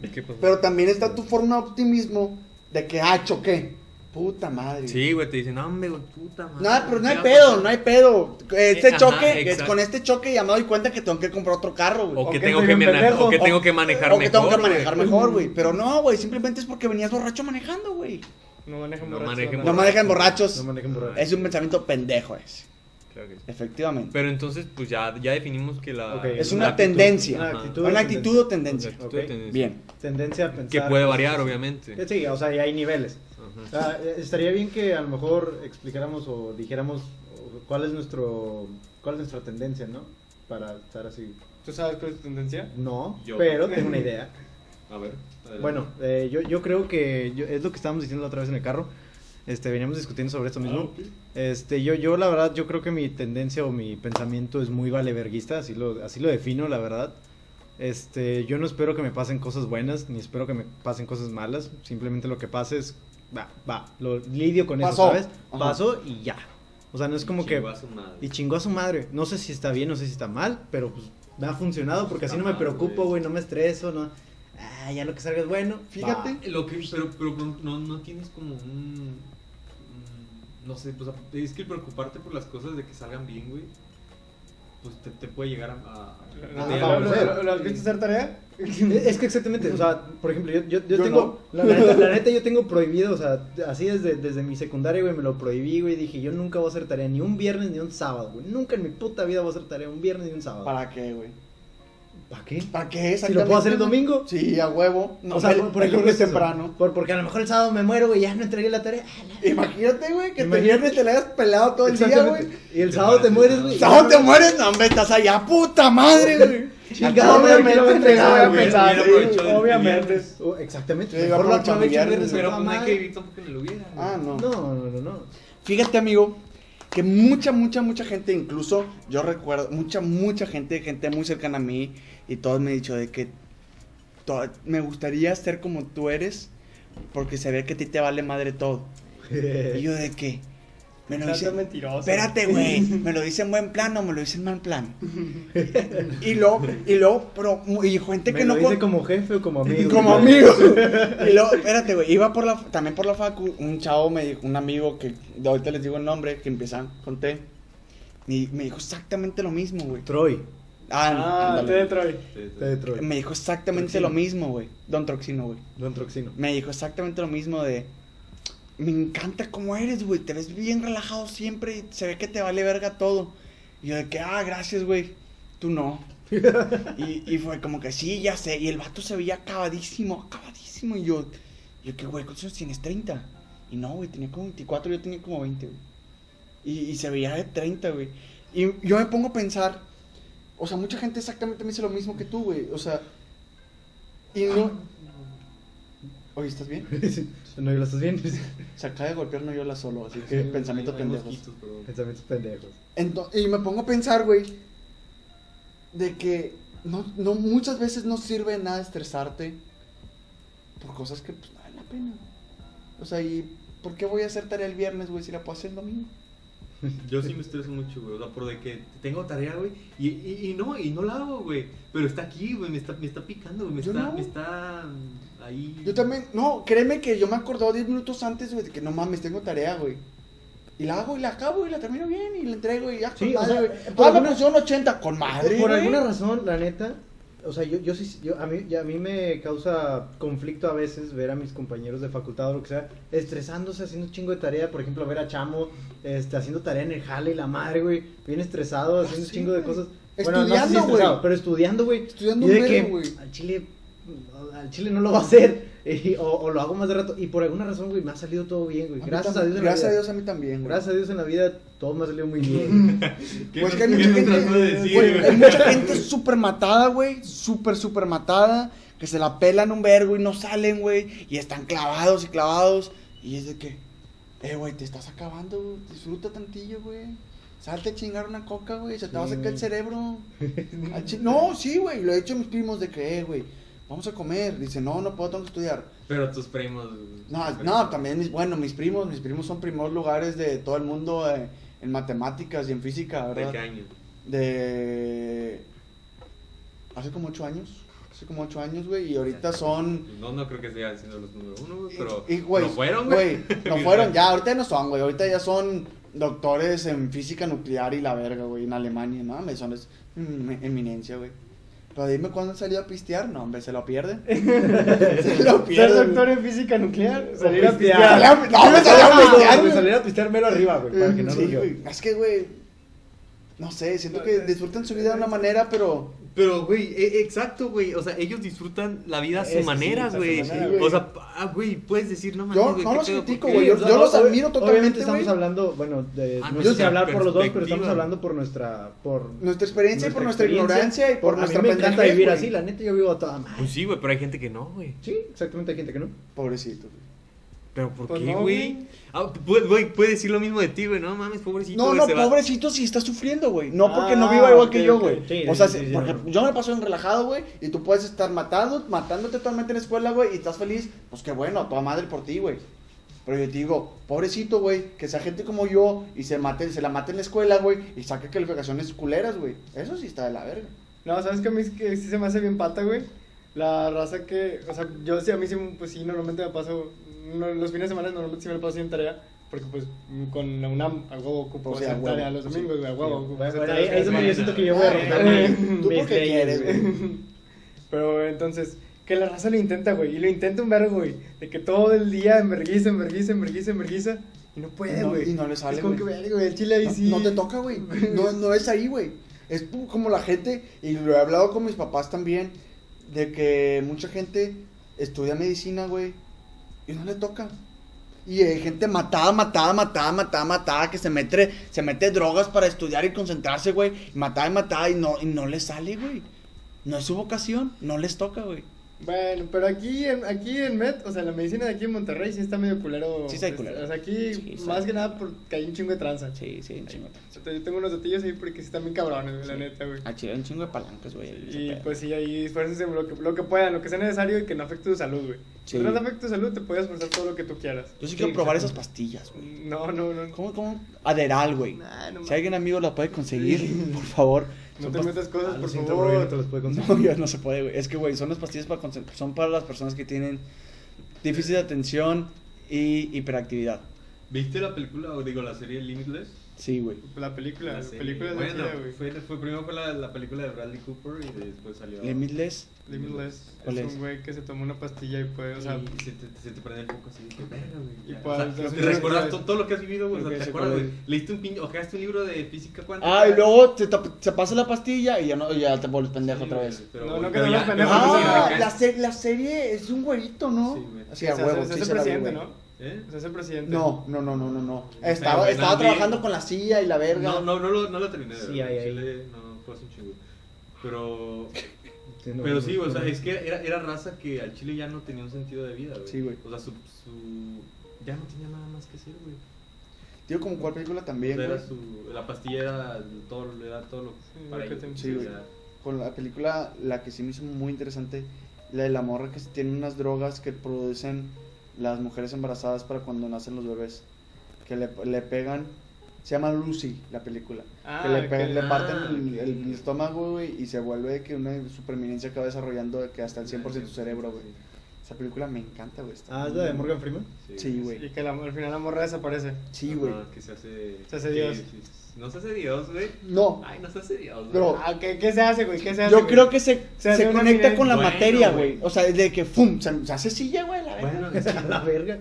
[SPEAKER 1] güey. ¿Qué pasó?
[SPEAKER 2] Pero también está tu forma de optimismo de que, ah, choqué. Puta madre.
[SPEAKER 1] Sí, güey, te dicen, no, hombre, güey, puta madre.
[SPEAKER 2] No, pero
[SPEAKER 1] ¿qué
[SPEAKER 2] no hay
[SPEAKER 1] va a
[SPEAKER 2] pedo,
[SPEAKER 1] pasar?"
[SPEAKER 2] no hay pedo. Este
[SPEAKER 1] Eh, ajá,
[SPEAKER 2] choque, es-
[SPEAKER 1] exacto.
[SPEAKER 2] con este choque ya me doy cuenta que tengo que comprar otro carro, güey.
[SPEAKER 1] O que
[SPEAKER 4] Ok,
[SPEAKER 1] tengo
[SPEAKER 4] estoy
[SPEAKER 1] que,
[SPEAKER 4] bien
[SPEAKER 1] manejar,
[SPEAKER 4] pendejo.
[SPEAKER 1] o que
[SPEAKER 4] O-
[SPEAKER 1] tengo que manejar
[SPEAKER 2] O
[SPEAKER 1] mejor.
[SPEAKER 2] que tengo que
[SPEAKER 1] güey.
[SPEAKER 2] manejar mejor, güey. Pero no, güey, simplemente es porque venías borracho manejando, güey.
[SPEAKER 4] No manejen
[SPEAKER 1] No
[SPEAKER 4] borrachos,
[SPEAKER 1] manejen
[SPEAKER 2] No manejan borrachos.
[SPEAKER 3] No manejen borrachos.
[SPEAKER 2] Es un pensamiento pendejo ese,
[SPEAKER 1] Claro que sí.
[SPEAKER 2] efectivamente.
[SPEAKER 1] Pero entonces, pues ya, ya definimos que la.
[SPEAKER 3] Ok.
[SPEAKER 2] Es
[SPEAKER 1] la
[SPEAKER 2] una
[SPEAKER 1] actitud-
[SPEAKER 2] tendencia.
[SPEAKER 1] Ajá.
[SPEAKER 3] Una actitud.
[SPEAKER 2] Una actitud o
[SPEAKER 1] Una
[SPEAKER 2] tendencia.
[SPEAKER 1] actitud
[SPEAKER 3] Ok.
[SPEAKER 1] de tendencia.
[SPEAKER 2] Bien.
[SPEAKER 3] Tendencia a pensar.
[SPEAKER 1] Que puede variar,
[SPEAKER 3] cosas.
[SPEAKER 1] obviamente.
[SPEAKER 3] Sí, o sea, y hay niveles. O
[SPEAKER 1] Ajá.
[SPEAKER 3] sea, eh, estaría bien que a lo mejor explicáramos o dijéramos o, cuál es nuestro cuál es nuestra tendencia, ¿no? Para estar así.
[SPEAKER 4] ¿Tú sabes cuál es tu tendencia?
[SPEAKER 3] No,
[SPEAKER 1] Yo.
[SPEAKER 3] pero tengo una idea.
[SPEAKER 1] A ver. adelante.
[SPEAKER 3] Bueno, eh, yo, yo creo que yo- es lo que estábamos diciendo la otra vez en el carro. Este, veníamos discutiendo sobre esto
[SPEAKER 1] Ah,
[SPEAKER 3] mismo. Este, yo, yo la verdad, yo creo que mi tendencia o mi pensamiento es muy valeverguista, así lo, así lo defino, la verdad. Este, yo no espero que me pasen cosas buenas, ni espero que me pasen cosas malas. Simplemente lo que pase es va, va, lo lidio con
[SPEAKER 2] Pasó.
[SPEAKER 3] eso, ¿sabes?
[SPEAKER 2] Ajá.
[SPEAKER 3] Pasó y ya. O sea, no es como que
[SPEAKER 1] Chingó a su madre.
[SPEAKER 3] y chingó a su madre. No sé si está bien, no sé si está mal, pero pues me ha funcionado porque así no me
[SPEAKER 1] Está mal,
[SPEAKER 3] preocupo,
[SPEAKER 1] güey.
[SPEAKER 3] güey, no me estreso, no. Ah, ya lo que salga es bueno.
[SPEAKER 2] Fíjate.
[SPEAKER 3] va.
[SPEAKER 1] Lo que, pero, pero no, no tienes como un... un- No sé, pues es que preocuparte por las cosas de que salgan bien, güey, pues te, te puede llegar a... a-
[SPEAKER 4] Ah,
[SPEAKER 1] te-
[SPEAKER 4] ¿Lo lo- lo has visto hacer tarea?
[SPEAKER 3] Es es que exactamente, o sea, por ejemplo, yo, yo, yo
[SPEAKER 4] Yo
[SPEAKER 3] tengo, la, la neta, la neta, yo tengo prohibido, o sea, así desde, desde mi secundaria, güey, me lo prohibí, güey, dije, yo nunca voy a hacer tarea, ni un viernes ni un sábado, güey, nunca en mi puta vida voy a hacer tarea, un viernes ni un sábado.
[SPEAKER 2] ¿Para qué, güey?
[SPEAKER 3] ¿Para qué?
[SPEAKER 2] ¿Para qué?
[SPEAKER 3] Si lo puedo hacer el
[SPEAKER 2] exactamente, güey?
[SPEAKER 3] domingo.
[SPEAKER 2] Sí, a huevo. No,
[SPEAKER 3] o sea,
[SPEAKER 2] el-
[SPEAKER 3] por, por
[SPEAKER 2] el
[SPEAKER 3] ejemplo,
[SPEAKER 2] lunes
[SPEAKER 3] es eso.
[SPEAKER 2] temprano.
[SPEAKER 3] Por- porque a lo mejor el sábado me muero, güey, ya no entregué la tarea. Ah, la-
[SPEAKER 2] Imagínate, güey, que te
[SPEAKER 3] Imagínate.
[SPEAKER 2] viernes te la hayas pelado todo el día, güey.
[SPEAKER 3] Exactamente. Y el
[SPEAKER 1] Te
[SPEAKER 3] sábado te
[SPEAKER 1] mueres,
[SPEAKER 3] mueres,
[SPEAKER 1] ¿no?
[SPEAKER 3] güey.
[SPEAKER 1] El
[SPEAKER 2] ¿Sábado te mueres? No, hombre, estás allá, puta madre, güey.
[SPEAKER 3] Chingado,
[SPEAKER 2] Obviamente,
[SPEAKER 3] güey, que lo voy a entregar,
[SPEAKER 2] voy a
[SPEAKER 1] güey,
[SPEAKER 2] pensar,
[SPEAKER 1] hubiera
[SPEAKER 2] sí,
[SPEAKER 1] aprovechado el
[SPEAKER 2] Obviamente.
[SPEAKER 1] viernes.
[SPEAKER 3] Oh, exactamente.
[SPEAKER 2] Sí,
[SPEAKER 3] mejor lo
[SPEAKER 2] aprovecha
[SPEAKER 3] aprovecho el
[SPEAKER 2] mañana,
[SPEAKER 3] viernes,
[SPEAKER 1] Pero
[SPEAKER 3] güey,
[SPEAKER 1] pues, no hay
[SPEAKER 3] madre.
[SPEAKER 1] que vivir tampoco que lo hubiera. güey.
[SPEAKER 2] Ah, no.
[SPEAKER 3] No, no, no, no.
[SPEAKER 2] Fíjate, amigo, que mucha, mucha, mucha gente, incluso yo recuerdo, mucha, mucha gente, gente muy cercana a mí, y todos me han dicho de que to- me gustaría ser como tú eres, porque se ve que a ti te vale madre todo. Y yo de que, me lo
[SPEAKER 4] Tanto
[SPEAKER 2] dice,
[SPEAKER 4] mentiroso.
[SPEAKER 2] espérate, güey, me lo dicen buen plan o me lo dicen mal plan. y luego, y luego, pero, y gente
[SPEAKER 3] Me
[SPEAKER 2] que
[SPEAKER 3] lo
[SPEAKER 2] no...
[SPEAKER 3] dice
[SPEAKER 2] con-
[SPEAKER 3] como jefe o como amigo.
[SPEAKER 2] como
[SPEAKER 3] güey.
[SPEAKER 2] amigo. Y luego, espérate, güey, iba por la, también por la facu, un chavo me dijo, un amigo que, de ahorita les digo el nombre, que empiezan con T, y me dijo exactamente lo mismo, güey.
[SPEAKER 3] Troy.
[SPEAKER 2] Ah,
[SPEAKER 4] Ah,
[SPEAKER 2] ándale.
[SPEAKER 4] te de Troy.
[SPEAKER 1] Sí, sí.
[SPEAKER 3] Te de Eh, Troy.
[SPEAKER 2] Me dijo exactamente
[SPEAKER 3] Troxino.
[SPEAKER 2] lo mismo, güey. Don Troxino, güey.
[SPEAKER 3] Don Troxino.
[SPEAKER 2] Me dijo exactamente lo mismo de, me encanta cómo eres, güey, te ves bien relajado siempre y se ve que te vale verga todo. Y yo de que, ah, gracias, güey, tú no. y, y fue como que sí, ya sé. Y el vato se veía acabadísimo, acabadísimo. Y yo, yo que, güey, ¿cuántos años tienes? 30. Y no, güey, tenía como 24, yo tenía como 20, güey. Y, y se veía de 30, güey. Y yo me pongo a pensar, o sea, mucha gente exactamente me dice lo mismo que tú, güey. O sea, y no... Oye, ¿estás bien?
[SPEAKER 3] no, ¿y lo estás bien?
[SPEAKER 2] Se acaba de golpear no yo la solo, así que
[SPEAKER 1] Sí,
[SPEAKER 2] pensamiento
[SPEAKER 1] hay- hay
[SPEAKER 2] pendejos.
[SPEAKER 1] mosquitos, perdón.
[SPEAKER 3] Pensamientos pendejos.
[SPEAKER 2] Ento- y me pongo a pensar, güey, de que no, no, muchas veces no sirve de nada estresarte por cosas que pues, no valen la pena. O sea, ¿y por qué voy a hacer tarea el viernes, güey, si la puedo hacer el domingo?
[SPEAKER 1] Yo sí me estreso mucho, güey. O sea, por de que tengo tarea, güey. Y, y, y no, y no la hago, güey. Pero está aquí, güey. Me está, me está picando, güey. Me
[SPEAKER 2] Yo
[SPEAKER 1] está,
[SPEAKER 2] no.
[SPEAKER 1] me está mm, ahí.
[SPEAKER 2] Yo también, no, créeme que yo me acordaba 10 minutos antes, güey, de que no mames, tengo tarea, güey. Y la hago y la acabo y la termino bien y la entrego y ya, con
[SPEAKER 3] Sí, o
[SPEAKER 2] madre,
[SPEAKER 3] sea,
[SPEAKER 2] güey.
[SPEAKER 3] por
[SPEAKER 2] Ah, me
[SPEAKER 3] alguna-
[SPEAKER 2] pusieron 80, con madre,
[SPEAKER 3] Ah, Por
[SPEAKER 2] güey.
[SPEAKER 3] alguna razón, la neta, o sea, yo, yo sí, yo, a, mí, y a mí me causa conflicto a veces ver a mis compañeros de facultad o lo que sea, estresándose, haciendo un chingo de tarea, por ejemplo, ver a Chamo, este, haciendo tarea en el jale y la madre, güey, bien estresado, haciendo un
[SPEAKER 2] Ah, sí,
[SPEAKER 3] chingo de
[SPEAKER 2] güey.
[SPEAKER 3] cosas.
[SPEAKER 2] Estudiando,
[SPEAKER 3] estresado,
[SPEAKER 2] güey.
[SPEAKER 3] Pero estudiando, güey.
[SPEAKER 2] Estudiando
[SPEAKER 3] y de
[SPEAKER 2] un vergo,
[SPEAKER 3] que,
[SPEAKER 2] güey.
[SPEAKER 3] al chile, al chile no lo va a hacer, y- o, o lo hago más de rato, y por alguna razón, güey, me ha salido todo bien, güey,
[SPEAKER 2] mí
[SPEAKER 3] gracias a
[SPEAKER 2] también-
[SPEAKER 3] Dios. en la
[SPEAKER 2] Gracias a
[SPEAKER 3] vida.
[SPEAKER 2] Dios a mí también, güey.
[SPEAKER 3] Gracias a Dios en la vida todo me ha salido muy bien.
[SPEAKER 1] ¿Qué
[SPEAKER 2] Pues
[SPEAKER 1] me-
[SPEAKER 2] que hay
[SPEAKER 1] qué
[SPEAKER 2] mucha
[SPEAKER 1] me
[SPEAKER 2] gente,
[SPEAKER 1] trató de decir,
[SPEAKER 2] güey,
[SPEAKER 1] güey?
[SPEAKER 2] hay mucha gente súper matada, güey, súper, súper matada, que se la pelan un vergo y no salen, güey, y están clavados y clavados, y es de que, eh, güey, te estás acabando, güey, disfruta tantillo, güey, salte a chingar una coca, güey, se te va a sacar el
[SPEAKER 3] Sí.
[SPEAKER 2] cerebro. Al chi- No, sí, güey, lo he dicho a mis primos de que, eh, güey, vamos a comer, dice, no, no puedo, tengo que estudiar.
[SPEAKER 1] Pero tus primos. güey.
[SPEAKER 2] No, no, también mis, bueno, mis primos, mis primos son primeros lugares de todo el mundo eh, en matemáticas y en física,
[SPEAKER 1] ¿De
[SPEAKER 2] ¿verdad?
[SPEAKER 1] qué año?
[SPEAKER 2] de hace como ocho años hace como ocho años güey y ahorita son
[SPEAKER 1] No, no creo que sigan siendo los número uno, güey. Pero.
[SPEAKER 2] y, güey,
[SPEAKER 1] no fueron, güey.
[SPEAKER 2] no fueron ya ahorita no son güey ahorita ya son doctores en física nuclear y la verga güey en Alemania no me son es mm, eminencia güey pero dime cuándo han salido a pistear no hombre se lo pierden se lo
[SPEAKER 4] Ser
[SPEAKER 2] pierden
[SPEAKER 4] doctor
[SPEAKER 2] güey.
[SPEAKER 4] en física nuclear, salir a
[SPEAKER 2] Se
[SPEAKER 4] pistear.
[SPEAKER 2] salió a- no me salió a pistear
[SPEAKER 3] Me
[SPEAKER 2] güey.
[SPEAKER 3] salieron a pistear mero arriba, güey, para que no
[SPEAKER 2] sí,
[SPEAKER 3] nos vio.
[SPEAKER 2] güey. es que güey no sé siento que disfrutan su vida de una manera pero
[SPEAKER 1] Pero, güey, e- exacto, güey. O sea, ellos disfrutan la vida a
[SPEAKER 3] Es que
[SPEAKER 1] su
[SPEAKER 3] sí,
[SPEAKER 1] manera,
[SPEAKER 3] a su
[SPEAKER 1] güey.
[SPEAKER 3] manera,
[SPEAKER 2] güey.
[SPEAKER 1] o sea, ah, güey, puedes decir, no mames,
[SPEAKER 2] Yo
[SPEAKER 1] güey,
[SPEAKER 2] no
[SPEAKER 1] qué
[SPEAKER 2] los
[SPEAKER 1] pedo, ¿por
[SPEAKER 2] critico,
[SPEAKER 1] qué?
[SPEAKER 2] güey, yo-
[SPEAKER 3] o sea,
[SPEAKER 2] los
[SPEAKER 3] ob-
[SPEAKER 2] admiro totalmente,
[SPEAKER 3] Obviamente estamos
[SPEAKER 2] güey.
[SPEAKER 3] hablando, bueno, de,
[SPEAKER 1] Ah,
[SPEAKER 3] no
[SPEAKER 1] nuestra
[SPEAKER 3] sé si hablar por los dos, pero
[SPEAKER 1] perspectiva.
[SPEAKER 3] estamos hablando por nuestra, por
[SPEAKER 2] nuestra experiencia y por nuestra
[SPEAKER 3] experiencia.
[SPEAKER 2] ignorancia y por
[SPEAKER 3] A mí
[SPEAKER 2] nuestra
[SPEAKER 3] me encanta
[SPEAKER 2] pendejez,
[SPEAKER 3] vivir
[SPEAKER 2] güey.
[SPEAKER 3] así, la neta yo vivo a toda madre.
[SPEAKER 1] Pues sí, güey, pero hay gente que no, güey.
[SPEAKER 3] Sí, exactamente hay gente que no.
[SPEAKER 2] Pobrecito. güey.
[SPEAKER 1] ¿Pero por
[SPEAKER 4] Pues
[SPEAKER 1] qué,
[SPEAKER 4] no,
[SPEAKER 1] güey?
[SPEAKER 4] güey.
[SPEAKER 1] Ah, pues, güey, puede decir lo mismo de ti, güey. No mames, pobrecito.
[SPEAKER 2] No,
[SPEAKER 1] güey,
[SPEAKER 2] no,
[SPEAKER 1] se va.
[SPEAKER 2] pobrecito si está sufriendo, güey. No porque no
[SPEAKER 4] Ah,
[SPEAKER 2] viva igual
[SPEAKER 4] ok,
[SPEAKER 2] que yo,
[SPEAKER 4] ok.
[SPEAKER 2] güey.
[SPEAKER 3] Sí,
[SPEAKER 2] o
[SPEAKER 3] sí,
[SPEAKER 2] sea,
[SPEAKER 3] sí,
[SPEAKER 2] si-
[SPEAKER 3] sí,
[SPEAKER 2] porque
[SPEAKER 3] no.
[SPEAKER 2] yo me paso en relajado, güey, y tú puedes estar matado, matándote totalmente en la escuela, güey, y estás feliz, pues qué bueno, a toda madre por ti, güey. Pero yo te digo, pobrecito, güey, que sea gente como yo y se mate, se la mate en la escuela, güey, y saque calificaciones culeras, güey. Eso sí está de la verga.
[SPEAKER 4] No, ¿sabes que a mí es que sí se me hace bien pata, güey? La raza que, o sea, yo sí, a mí sí, pues sí, normalmente me paso, no, los fines de semana normalmente sí me la paso sin tarea, porque pues mm, con la UNAM a huevo ocupo
[SPEAKER 2] O sea,
[SPEAKER 4] hacer
[SPEAKER 2] a huevo,
[SPEAKER 4] tarea los domingos, güey, a huevo ocupo hacer
[SPEAKER 3] Bueno, ahí,
[SPEAKER 4] tarea.
[SPEAKER 3] ahí es donde yo siento que yo voy a romper
[SPEAKER 4] Eh,
[SPEAKER 3] mis-
[SPEAKER 2] ¿Tú
[SPEAKER 3] mis
[SPEAKER 2] por qué
[SPEAKER 3] leyes,
[SPEAKER 2] quieres,
[SPEAKER 3] güey.
[SPEAKER 2] güey?
[SPEAKER 4] Pero entonces, que la raza lo intenta, güey. Y lo intenta un vergo, güey. De que todo el día enverguiza, enverguiza, enverguiza, enverguza. Y no
[SPEAKER 3] Pues,
[SPEAKER 4] puede,
[SPEAKER 2] No,
[SPEAKER 4] güey.
[SPEAKER 2] y no le sale,
[SPEAKER 4] Es como
[SPEAKER 2] güey.
[SPEAKER 4] que verga, güey. El chile ahí
[SPEAKER 2] No-
[SPEAKER 4] sí.
[SPEAKER 2] No te toca, güey. No, no es ahí, güey. Es pu- como la gente, y lo he hablado con mis papás también, de que mucha gente estudia medicina, güey, y no le toca. Y hay gente matada, matada, matada, matada, matada, que se mete, se mete drogas para estudiar y concentrarse, güey. y Matada y matada, y no, y no le sale, güey. No es su vocación, no les toca, güey.
[SPEAKER 4] Bueno, pero aquí en, aquí en Med, o sea, la medicina de aquí en Monterrey sí está medio culero.
[SPEAKER 2] Sí está
[SPEAKER 4] Este,
[SPEAKER 2] culero.
[SPEAKER 4] O sea, aquí
[SPEAKER 2] Sí, está.
[SPEAKER 4] más que nada porque hay un chingo de tranza.
[SPEAKER 2] Sí, sí, un chingo.
[SPEAKER 4] O sea, Yo tengo unos datillos ahí porque sí están bien cabrones, güey, la
[SPEAKER 2] Sí. Ah,
[SPEAKER 4] neta, güey.
[SPEAKER 2] A un chingo de palancas, güey.
[SPEAKER 4] Y pues sí, ahí esfuércense lo que, lo que puedan, lo que sea necesario y que no afecte tu salud, güey.
[SPEAKER 2] Sí.
[SPEAKER 4] Si no te afecta tu salud, te puedes esforzar todo lo que tú quieras.
[SPEAKER 2] Yo sí quiero
[SPEAKER 4] Sí,
[SPEAKER 2] probar esas
[SPEAKER 4] exacto.
[SPEAKER 2] pastillas, güey.
[SPEAKER 4] No, no, no.
[SPEAKER 2] ¿Cómo, cómo? Aderal, güey.
[SPEAKER 4] Nah, no
[SPEAKER 2] Si
[SPEAKER 4] mames.
[SPEAKER 2] alguien amigo la puede conseguir, por favor.
[SPEAKER 4] No
[SPEAKER 2] Son
[SPEAKER 4] te
[SPEAKER 2] pas-
[SPEAKER 4] metas
[SPEAKER 3] Ah,
[SPEAKER 4] cosas,
[SPEAKER 3] lo
[SPEAKER 4] por
[SPEAKER 3] siento, bro, ya no te
[SPEAKER 4] favor.
[SPEAKER 3] los puedo
[SPEAKER 2] No,
[SPEAKER 3] conseguir.
[SPEAKER 2] ya no se puede, güey. Es que, güey, son las pastillas para conce- son para las personas que tienen déficit de atención y hiperactividad.
[SPEAKER 1] ¿Viste la película, o digo, la serie Limitless?
[SPEAKER 2] Sí, güey.
[SPEAKER 4] La película,
[SPEAKER 2] Ah,
[SPEAKER 4] la
[SPEAKER 1] serie.
[SPEAKER 4] película es
[SPEAKER 1] bueno,
[SPEAKER 4] la chida, güey.
[SPEAKER 1] fue, fue- primero fue la, la película de Bradley Cooper y después salió...
[SPEAKER 2] Limitless.
[SPEAKER 4] Limitless
[SPEAKER 2] ¿Cuál
[SPEAKER 4] es
[SPEAKER 2] es?
[SPEAKER 4] un güey que se tomó una pastilla y puede, o sea,
[SPEAKER 1] y se te, se te prende el foco así de que verga, güey.
[SPEAKER 4] Y
[SPEAKER 1] ya".
[SPEAKER 4] pues,
[SPEAKER 1] O sea,
[SPEAKER 4] los
[SPEAKER 1] te
[SPEAKER 4] libros,
[SPEAKER 1] recuerdas
[SPEAKER 4] ¿sabes?
[SPEAKER 1] to- todo lo que has vivido, güey. O
[SPEAKER 3] Ok,
[SPEAKER 1] sea, te
[SPEAKER 3] sé
[SPEAKER 1] acuerdas,
[SPEAKER 3] cuál
[SPEAKER 1] güey. Leíste un pinche, ojeaste un libro de física cuántica.
[SPEAKER 2] Ah, y luego te, tap- se pasa la pastilla y ya, no, ya te vuelves pendejo
[SPEAKER 1] Sí,
[SPEAKER 2] otra
[SPEAKER 1] güey,
[SPEAKER 2] vez.
[SPEAKER 1] pero-
[SPEAKER 4] No, no,
[SPEAKER 1] pero
[SPEAKER 4] que no
[SPEAKER 1] ya-
[SPEAKER 4] los
[SPEAKER 1] pero
[SPEAKER 4] pendejos
[SPEAKER 1] sí,
[SPEAKER 4] Ah,
[SPEAKER 1] acá
[SPEAKER 4] la
[SPEAKER 1] es-
[SPEAKER 2] serie es un güerito, ¿no?
[SPEAKER 1] Sí,
[SPEAKER 2] Sí,
[SPEAKER 1] güey.
[SPEAKER 2] a
[SPEAKER 4] se hace-
[SPEAKER 2] huevo.
[SPEAKER 4] se
[SPEAKER 2] sí
[SPEAKER 4] hace
[SPEAKER 2] se la vi,
[SPEAKER 4] presidente,
[SPEAKER 2] güey.
[SPEAKER 4] ¿no?
[SPEAKER 1] ¿Eh?
[SPEAKER 4] Se hace presidente.
[SPEAKER 2] No, no, no, no, no, no.
[SPEAKER 1] Pero,
[SPEAKER 2] Estaba,
[SPEAKER 1] güey,
[SPEAKER 2] estaba
[SPEAKER 1] también-
[SPEAKER 2] trabajando con la silla y la verga.
[SPEAKER 1] No, no, no lo, no lo terminé de ver.
[SPEAKER 3] Sí, ahí, ahí.
[SPEAKER 1] Chile, no, fue hace un chingo. Pero.
[SPEAKER 3] no,
[SPEAKER 1] pero
[SPEAKER 3] no,
[SPEAKER 1] sí, o
[SPEAKER 3] no.
[SPEAKER 1] sea, es que era, era raza que al Chile ya no tenía un sentido de vida, güey.
[SPEAKER 2] Sí, güey.
[SPEAKER 1] O sea, su, su. Ya no tenía nada más que hacer, güey.
[SPEAKER 2] Tío, como cuál película
[SPEAKER 1] O
[SPEAKER 2] también,
[SPEAKER 1] sea,
[SPEAKER 2] güey.
[SPEAKER 1] era su, la pastilla era todo, era todo lo
[SPEAKER 4] Sí,
[SPEAKER 1] para
[SPEAKER 4] lo que
[SPEAKER 1] ellos,
[SPEAKER 4] te-
[SPEAKER 1] güey,
[SPEAKER 2] Sí,
[SPEAKER 1] o
[SPEAKER 2] güey.
[SPEAKER 1] sea,
[SPEAKER 2] con la película, la que sí me hizo muy interesante, la de la morra que tiene unas drogas que producen las mujeres embarazadas para cuando nacen los bebés, que le, le pegan, se llama Lucy la película,
[SPEAKER 4] Ah,
[SPEAKER 2] que le,
[SPEAKER 4] que-
[SPEAKER 2] pegan- le
[SPEAKER 1] ah,
[SPEAKER 2] parten el,
[SPEAKER 1] ok.
[SPEAKER 2] el- el estómago güey, y se vuelve de que una supereminencia que va desarrollando de que hasta el 100% su cerebro, güey. Esa película me encanta, güey. está
[SPEAKER 3] Ah, es
[SPEAKER 2] muy
[SPEAKER 3] la de
[SPEAKER 2] buena.
[SPEAKER 3] Morgan Freeman.
[SPEAKER 2] Sí, güey.
[SPEAKER 4] Y que la- al final la morra desaparece.
[SPEAKER 2] Sí, güey.
[SPEAKER 1] Ajá, Que se hace.
[SPEAKER 4] Se hace
[SPEAKER 1] que-
[SPEAKER 4] Dios.
[SPEAKER 1] que- No se hace Dios, güey.
[SPEAKER 2] No,
[SPEAKER 1] Ay, no se hace Dios, güey.
[SPEAKER 2] Pero-
[SPEAKER 4] Ah, ¿qué, qué se hace, güey? ¿Qué se hace?
[SPEAKER 2] yo
[SPEAKER 4] Ah, güey?
[SPEAKER 2] creo que se,
[SPEAKER 4] Se
[SPEAKER 2] se,
[SPEAKER 4] hace una
[SPEAKER 2] conecta
[SPEAKER 4] eminente-
[SPEAKER 2] con la
[SPEAKER 1] Bueno,
[SPEAKER 2] materia,
[SPEAKER 1] güey.
[SPEAKER 2] güey. O sea, de que, ¡fum! Se, se hace silla, güey, la verga.
[SPEAKER 1] Bueno, es que,
[SPEAKER 3] La verga.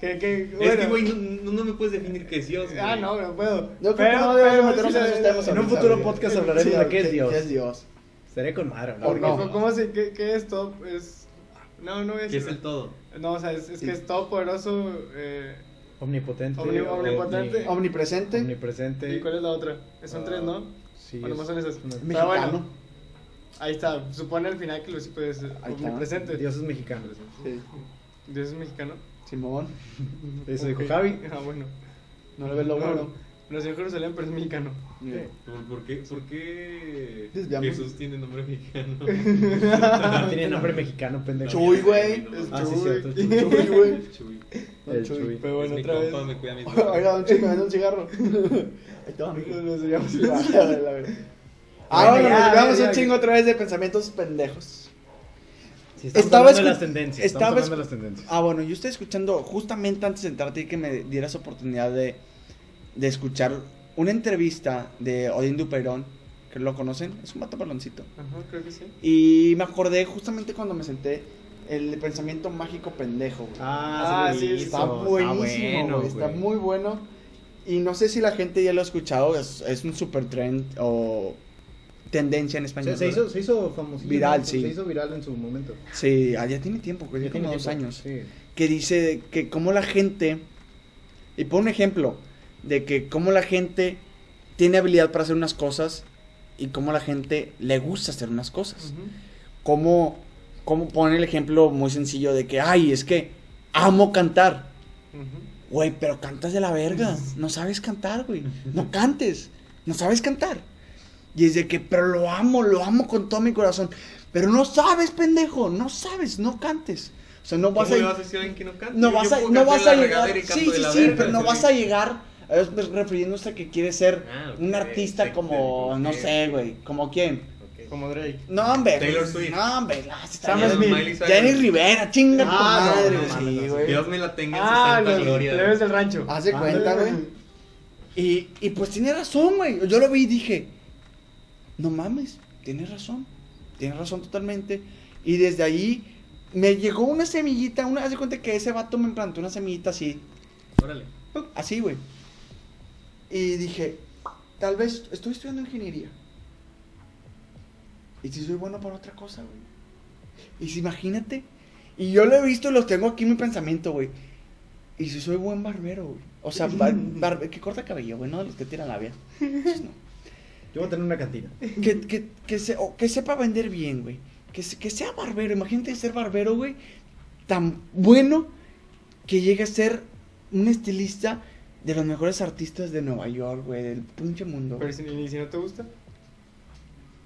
[SPEAKER 4] Que, que,
[SPEAKER 1] es que,
[SPEAKER 4] bueno.
[SPEAKER 1] güey, no, no- no me puedes definir que es Dios, güey.
[SPEAKER 4] Ah, no, no puedo.
[SPEAKER 2] Yo creo que no deberíamos meternos en esos temas
[SPEAKER 3] En un
[SPEAKER 2] ahorita,
[SPEAKER 3] futuro
[SPEAKER 2] güey.
[SPEAKER 3] podcast hablaremos de qué es Dios.
[SPEAKER 2] ¿Qué es Dios?
[SPEAKER 3] Estaré con madre. ¿no?
[SPEAKER 2] Por
[SPEAKER 4] Porque,
[SPEAKER 2] no.
[SPEAKER 4] ¿cómo- ¿Cómo se, qué, qué es top? Es... No, no voy a
[SPEAKER 1] Que es
[SPEAKER 4] decirlo.
[SPEAKER 1] el todo.
[SPEAKER 4] No, o sea, es, es que es todo poderoso. Eh,
[SPEAKER 3] Omnipotente.
[SPEAKER 4] Omni-
[SPEAKER 3] o-
[SPEAKER 4] omnipotente.
[SPEAKER 3] omni-
[SPEAKER 2] Omnipresente.
[SPEAKER 3] Omnipresente.
[SPEAKER 4] ¿Y cuál es la otra? Son
[SPEAKER 3] Ah,
[SPEAKER 4] tres, ¿no?
[SPEAKER 3] Sí.
[SPEAKER 4] Bueno,
[SPEAKER 3] es-
[SPEAKER 4] más son esas.
[SPEAKER 3] una-
[SPEAKER 4] Pero bueno.
[SPEAKER 2] Mexicano.
[SPEAKER 4] Ahí está. Supone al final que lo sí puedes
[SPEAKER 2] está.
[SPEAKER 4] omnipresente.
[SPEAKER 3] Dios es mexicano.
[SPEAKER 2] Sí.
[SPEAKER 4] Dios es mexicano.
[SPEAKER 2] Simón.
[SPEAKER 3] Eso dijo
[SPEAKER 4] Ok.
[SPEAKER 3] Javi.
[SPEAKER 4] Ah, bueno.
[SPEAKER 2] No le ves lo
[SPEAKER 4] No,
[SPEAKER 2] bueno.
[SPEAKER 4] Nació en Jerusalén, pero es mexicano.
[SPEAKER 2] Mira.
[SPEAKER 1] ¿Por, por qué, por qué
[SPEAKER 2] Desviamos.
[SPEAKER 1] Jesús tiene nombre mexicano?
[SPEAKER 3] No tiene nombre mexicano, pendejo.
[SPEAKER 2] Chuy, güey.
[SPEAKER 1] Es
[SPEAKER 3] Ah, sí,
[SPEAKER 4] Chuy.
[SPEAKER 3] cierto. Chuy.
[SPEAKER 2] Chuy, güey.
[SPEAKER 1] Chuy.
[SPEAKER 2] Don
[SPEAKER 3] El
[SPEAKER 2] Chuy.
[SPEAKER 3] Chuy.
[SPEAKER 4] Pero
[SPEAKER 1] es
[SPEAKER 4] bueno,
[SPEAKER 1] mi
[SPEAKER 4] otra
[SPEAKER 1] compa,
[SPEAKER 4] vez.
[SPEAKER 1] me cuida mis
[SPEAKER 2] Oiga,
[SPEAKER 1] drogas.
[SPEAKER 2] don Chico, me vende un cigarro. Ahí está, amigo.
[SPEAKER 4] Nos desviamos.
[SPEAKER 2] Ah, bueno,
[SPEAKER 3] ya,
[SPEAKER 2] nos llevamos
[SPEAKER 3] ya,
[SPEAKER 2] un
[SPEAKER 3] ya.
[SPEAKER 2] chingo otra vez de pensamientos pendejos.
[SPEAKER 3] Sí, estamos
[SPEAKER 2] Estaba
[SPEAKER 3] hablando de
[SPEAKER 2] escu-
[SPEAKER 3] las tendencias. Estamos
[SPEAKER 2] estaba
[SPEAKER 3] hablando
[SPEAKER 2] escu-
[SPEAKER 3] de las tendencias.
[SPEAKER 2] Ah, bueno, yo estoy escuchando justamente antes de entrarte y que me dieras oportunidad de, de escuchar una entrevista de Odín Duperón, que lo conocen, es un vato paloncito.
[SPEAKER 4] Ajá, creo que sí.
[SPEAKER 2] Y me acordé justamente cuando me senté el pensamiento mágico pendejo, güey.
[SPEAKER 3] Ah,
[SPEAKER 4] Ah, sí,
[SPEAKER 3] sí,
[SPEAKER 2] Está buenísimo, güey, está muy bueno. Y no sé si la gente ya lo ha escuchado, es, es un super trend o tendencia en español.
[SPEAKER 3] Se, se
[SPEAKER 2] ¿verdad?
[SPEAKER 3] hizo, se hizo famoso.
[SPEAKER 2] Viral, sí.
[SPEAKER 3] Se hizo viral en su momento.
[SPEAKER 2] Sí, ah, ya tiene tiempo, güey, ya como
[SPEAKER 3] tiene
[SPEAKER 2] dos
[SPEAKER 3] tiempo,
[SPEAKER 2] años.
[SPEAKER 3] Sí.
[SPEAKER 2] Que dice que como la gente, y pone un ejemplo, de que cómo la gente tiene habilidad para hacer unas cosas y cómo la gente le gusta hacer unas
[SPEAKER 4] pues.
[SPEAKER 2] cosas.
[SPEAKER 4] Ujú.
[SPEAKER 2] Como, como pone el ejemplo muy sencillo de que, ay, es que amo cantar.
[SPEAKER 4] Ujú.
[SPEAKER 2] Güey, pero cantas de la verga. No sabes cantar, güey. No cantes. No sabes cantar. Y es de que, pero lo amo, lo amo con todo mi corazón. Pero no sabes, pendejo. No sabes, no cantes. O sea, no vas
[SPEAKER 1] ¿Cómo
[SPEAKER 2] a...
[SPEAKER 1] le vas a decir a alguien que no canta?
[SPEAKER 2] No
[SPEAKER 1] Yo-
[SPEAKER 2] vas
[SPEAKER 1] yo
[SPEAKER 2] a,
[SPEAKER 1] puedo
[SPEAKER 2] no
[SPEAKER 1] cantar
[SPEAKER 2] vas
[SPEAKER 1] la
[SPEAKER 2] a
[SPEAKER 1] regadera
[SPEAKER 2] llegar.
[SPEAKER 1] y canto
[SPEAKER 2] Sí,
[SPEAKER 1] de
[SPEAKER 2] sí,
[SPEAKER 1] la
[SPEAKER 2] sí,
[SPEAKER 1] verga,
[SPEAKER 2] pero no
[SPEAKER 1] sí.
[SPEAKER 2] vas a llegar. eh, pues, refiriéndose a que quieres ser
[SPEAKER 1] Ah, ok,
[SPEAKER 2] un artista
[SPEAKER 1] te- te-
[SPEAKER 2] como,
[SPEAKER 1] ok.
[SPEAKER 2] no sé, güey, como quién.
[SPEAKER 1] Ok.
[SPEAKER 4] Como Drake.
[SPEAKER 2] No, hombre.
[SPEAKER 1] Taylor
[SPEAKER 2] pues,
[SPEAKER 1] Swift.
[SPEAKER 2] No, hombre. ah, sí,
[SPEAKER 4] Sam
[SPEAKER 2] también.
[SPEAKER 4] Smith.
[SPEAKER 1] Miley Cyrus.
[SPEAKER 2] Jenny Rivera, chinga
[SPEAKER 4] Ah,
[SPEAKER 2] tu madre.
[SPEAKER 4] no, no mames,
[SPEAKER 2] sí,
[SPEAKER 4] no,
[SPEAKER 2] güey.
[SPEAKER 1] Dios me la tenga en su
[SPEAKER 4] Ah,
[SPEAKER 1] santa
[SPEAKER 4] los
[SPEAKER 1] gloria.
[SPEAKER 4] plebes del rancho. Ah,
[SPEAKER 2] Haz de cuenta,
[SPEAKER 4] Ándale,
[SPEAKER 2] güey. Y, y pues tiene razón, güey. Yo lo vi y dije, no mames, tienes razón. Tienes razón totalmente. Y desde ahí me llegó una semillita, una, haz de cuenta que ese vato me plantó una semillita así,
[SPEAKER 1] Órale.
[SPEAKER 2] ¡pup! así, güey. Y dije, tal vez estoy estudiando ingeniería. ¿Y si soy bueno para otra cosa, güey? Y si imagínate, y yo lo he visto y los tengo aquí en mi pensamiento, güey. Y si soy buen barbero, güey. O sea, bar- barbe- que corta cabello, güey, no de los que tiran labia. Esos no.
[SPEAKER 3] Yo voy a tener una cantina.
[SPEAKER 2] Que, que, que, se- o que sepa vender bien, güey. Que, se- que sea barbero. Imagínate ser barbero, güey. Tan bueno que llegue a ser un estilista de los mejores artistas de Nueva York, güey. Del pinche mundo. güey.
[SPEAKER 4] Pero si, y si no te gusta.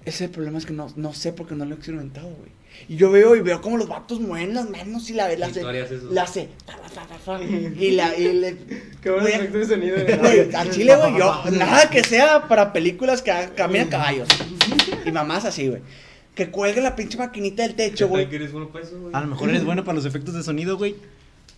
[SPEAKER 2] Ese problema es que no, no sé porque no lo he experimentado, güey. Y yo veo y veo cómo los vatos mueven las manos y la la
[SPEAKER 1] Y
[SPEAKER 2] hace.
[SPEAKER 1] tú harías eso.
[SPEAKER 2] La hace. fa, fa, fa, fa, fa, Y la. Y le,
[SPEAKER 4] Qué bueno
[SPEAKER 2] Güey,
[SPEAKER 4] efecto de sonido.
[SPEAKER 2] Güey, al chile, güey, yo, nada que sea para películas que hagan- caminan caballos. Y mamás así, güey. Que cuelgue la pinche maquinita del
[SPEAKER 1] ¿Qué
[SPEAKER 2] techo,
[SPEAKER 1] tal que
[SPEAKER 2] güey. Ah.
[SPEAKER 1] eres bueno para eso, güey?
[SPEAKER 3] A lo mejor eres bueno para los efectos de sonido, güey.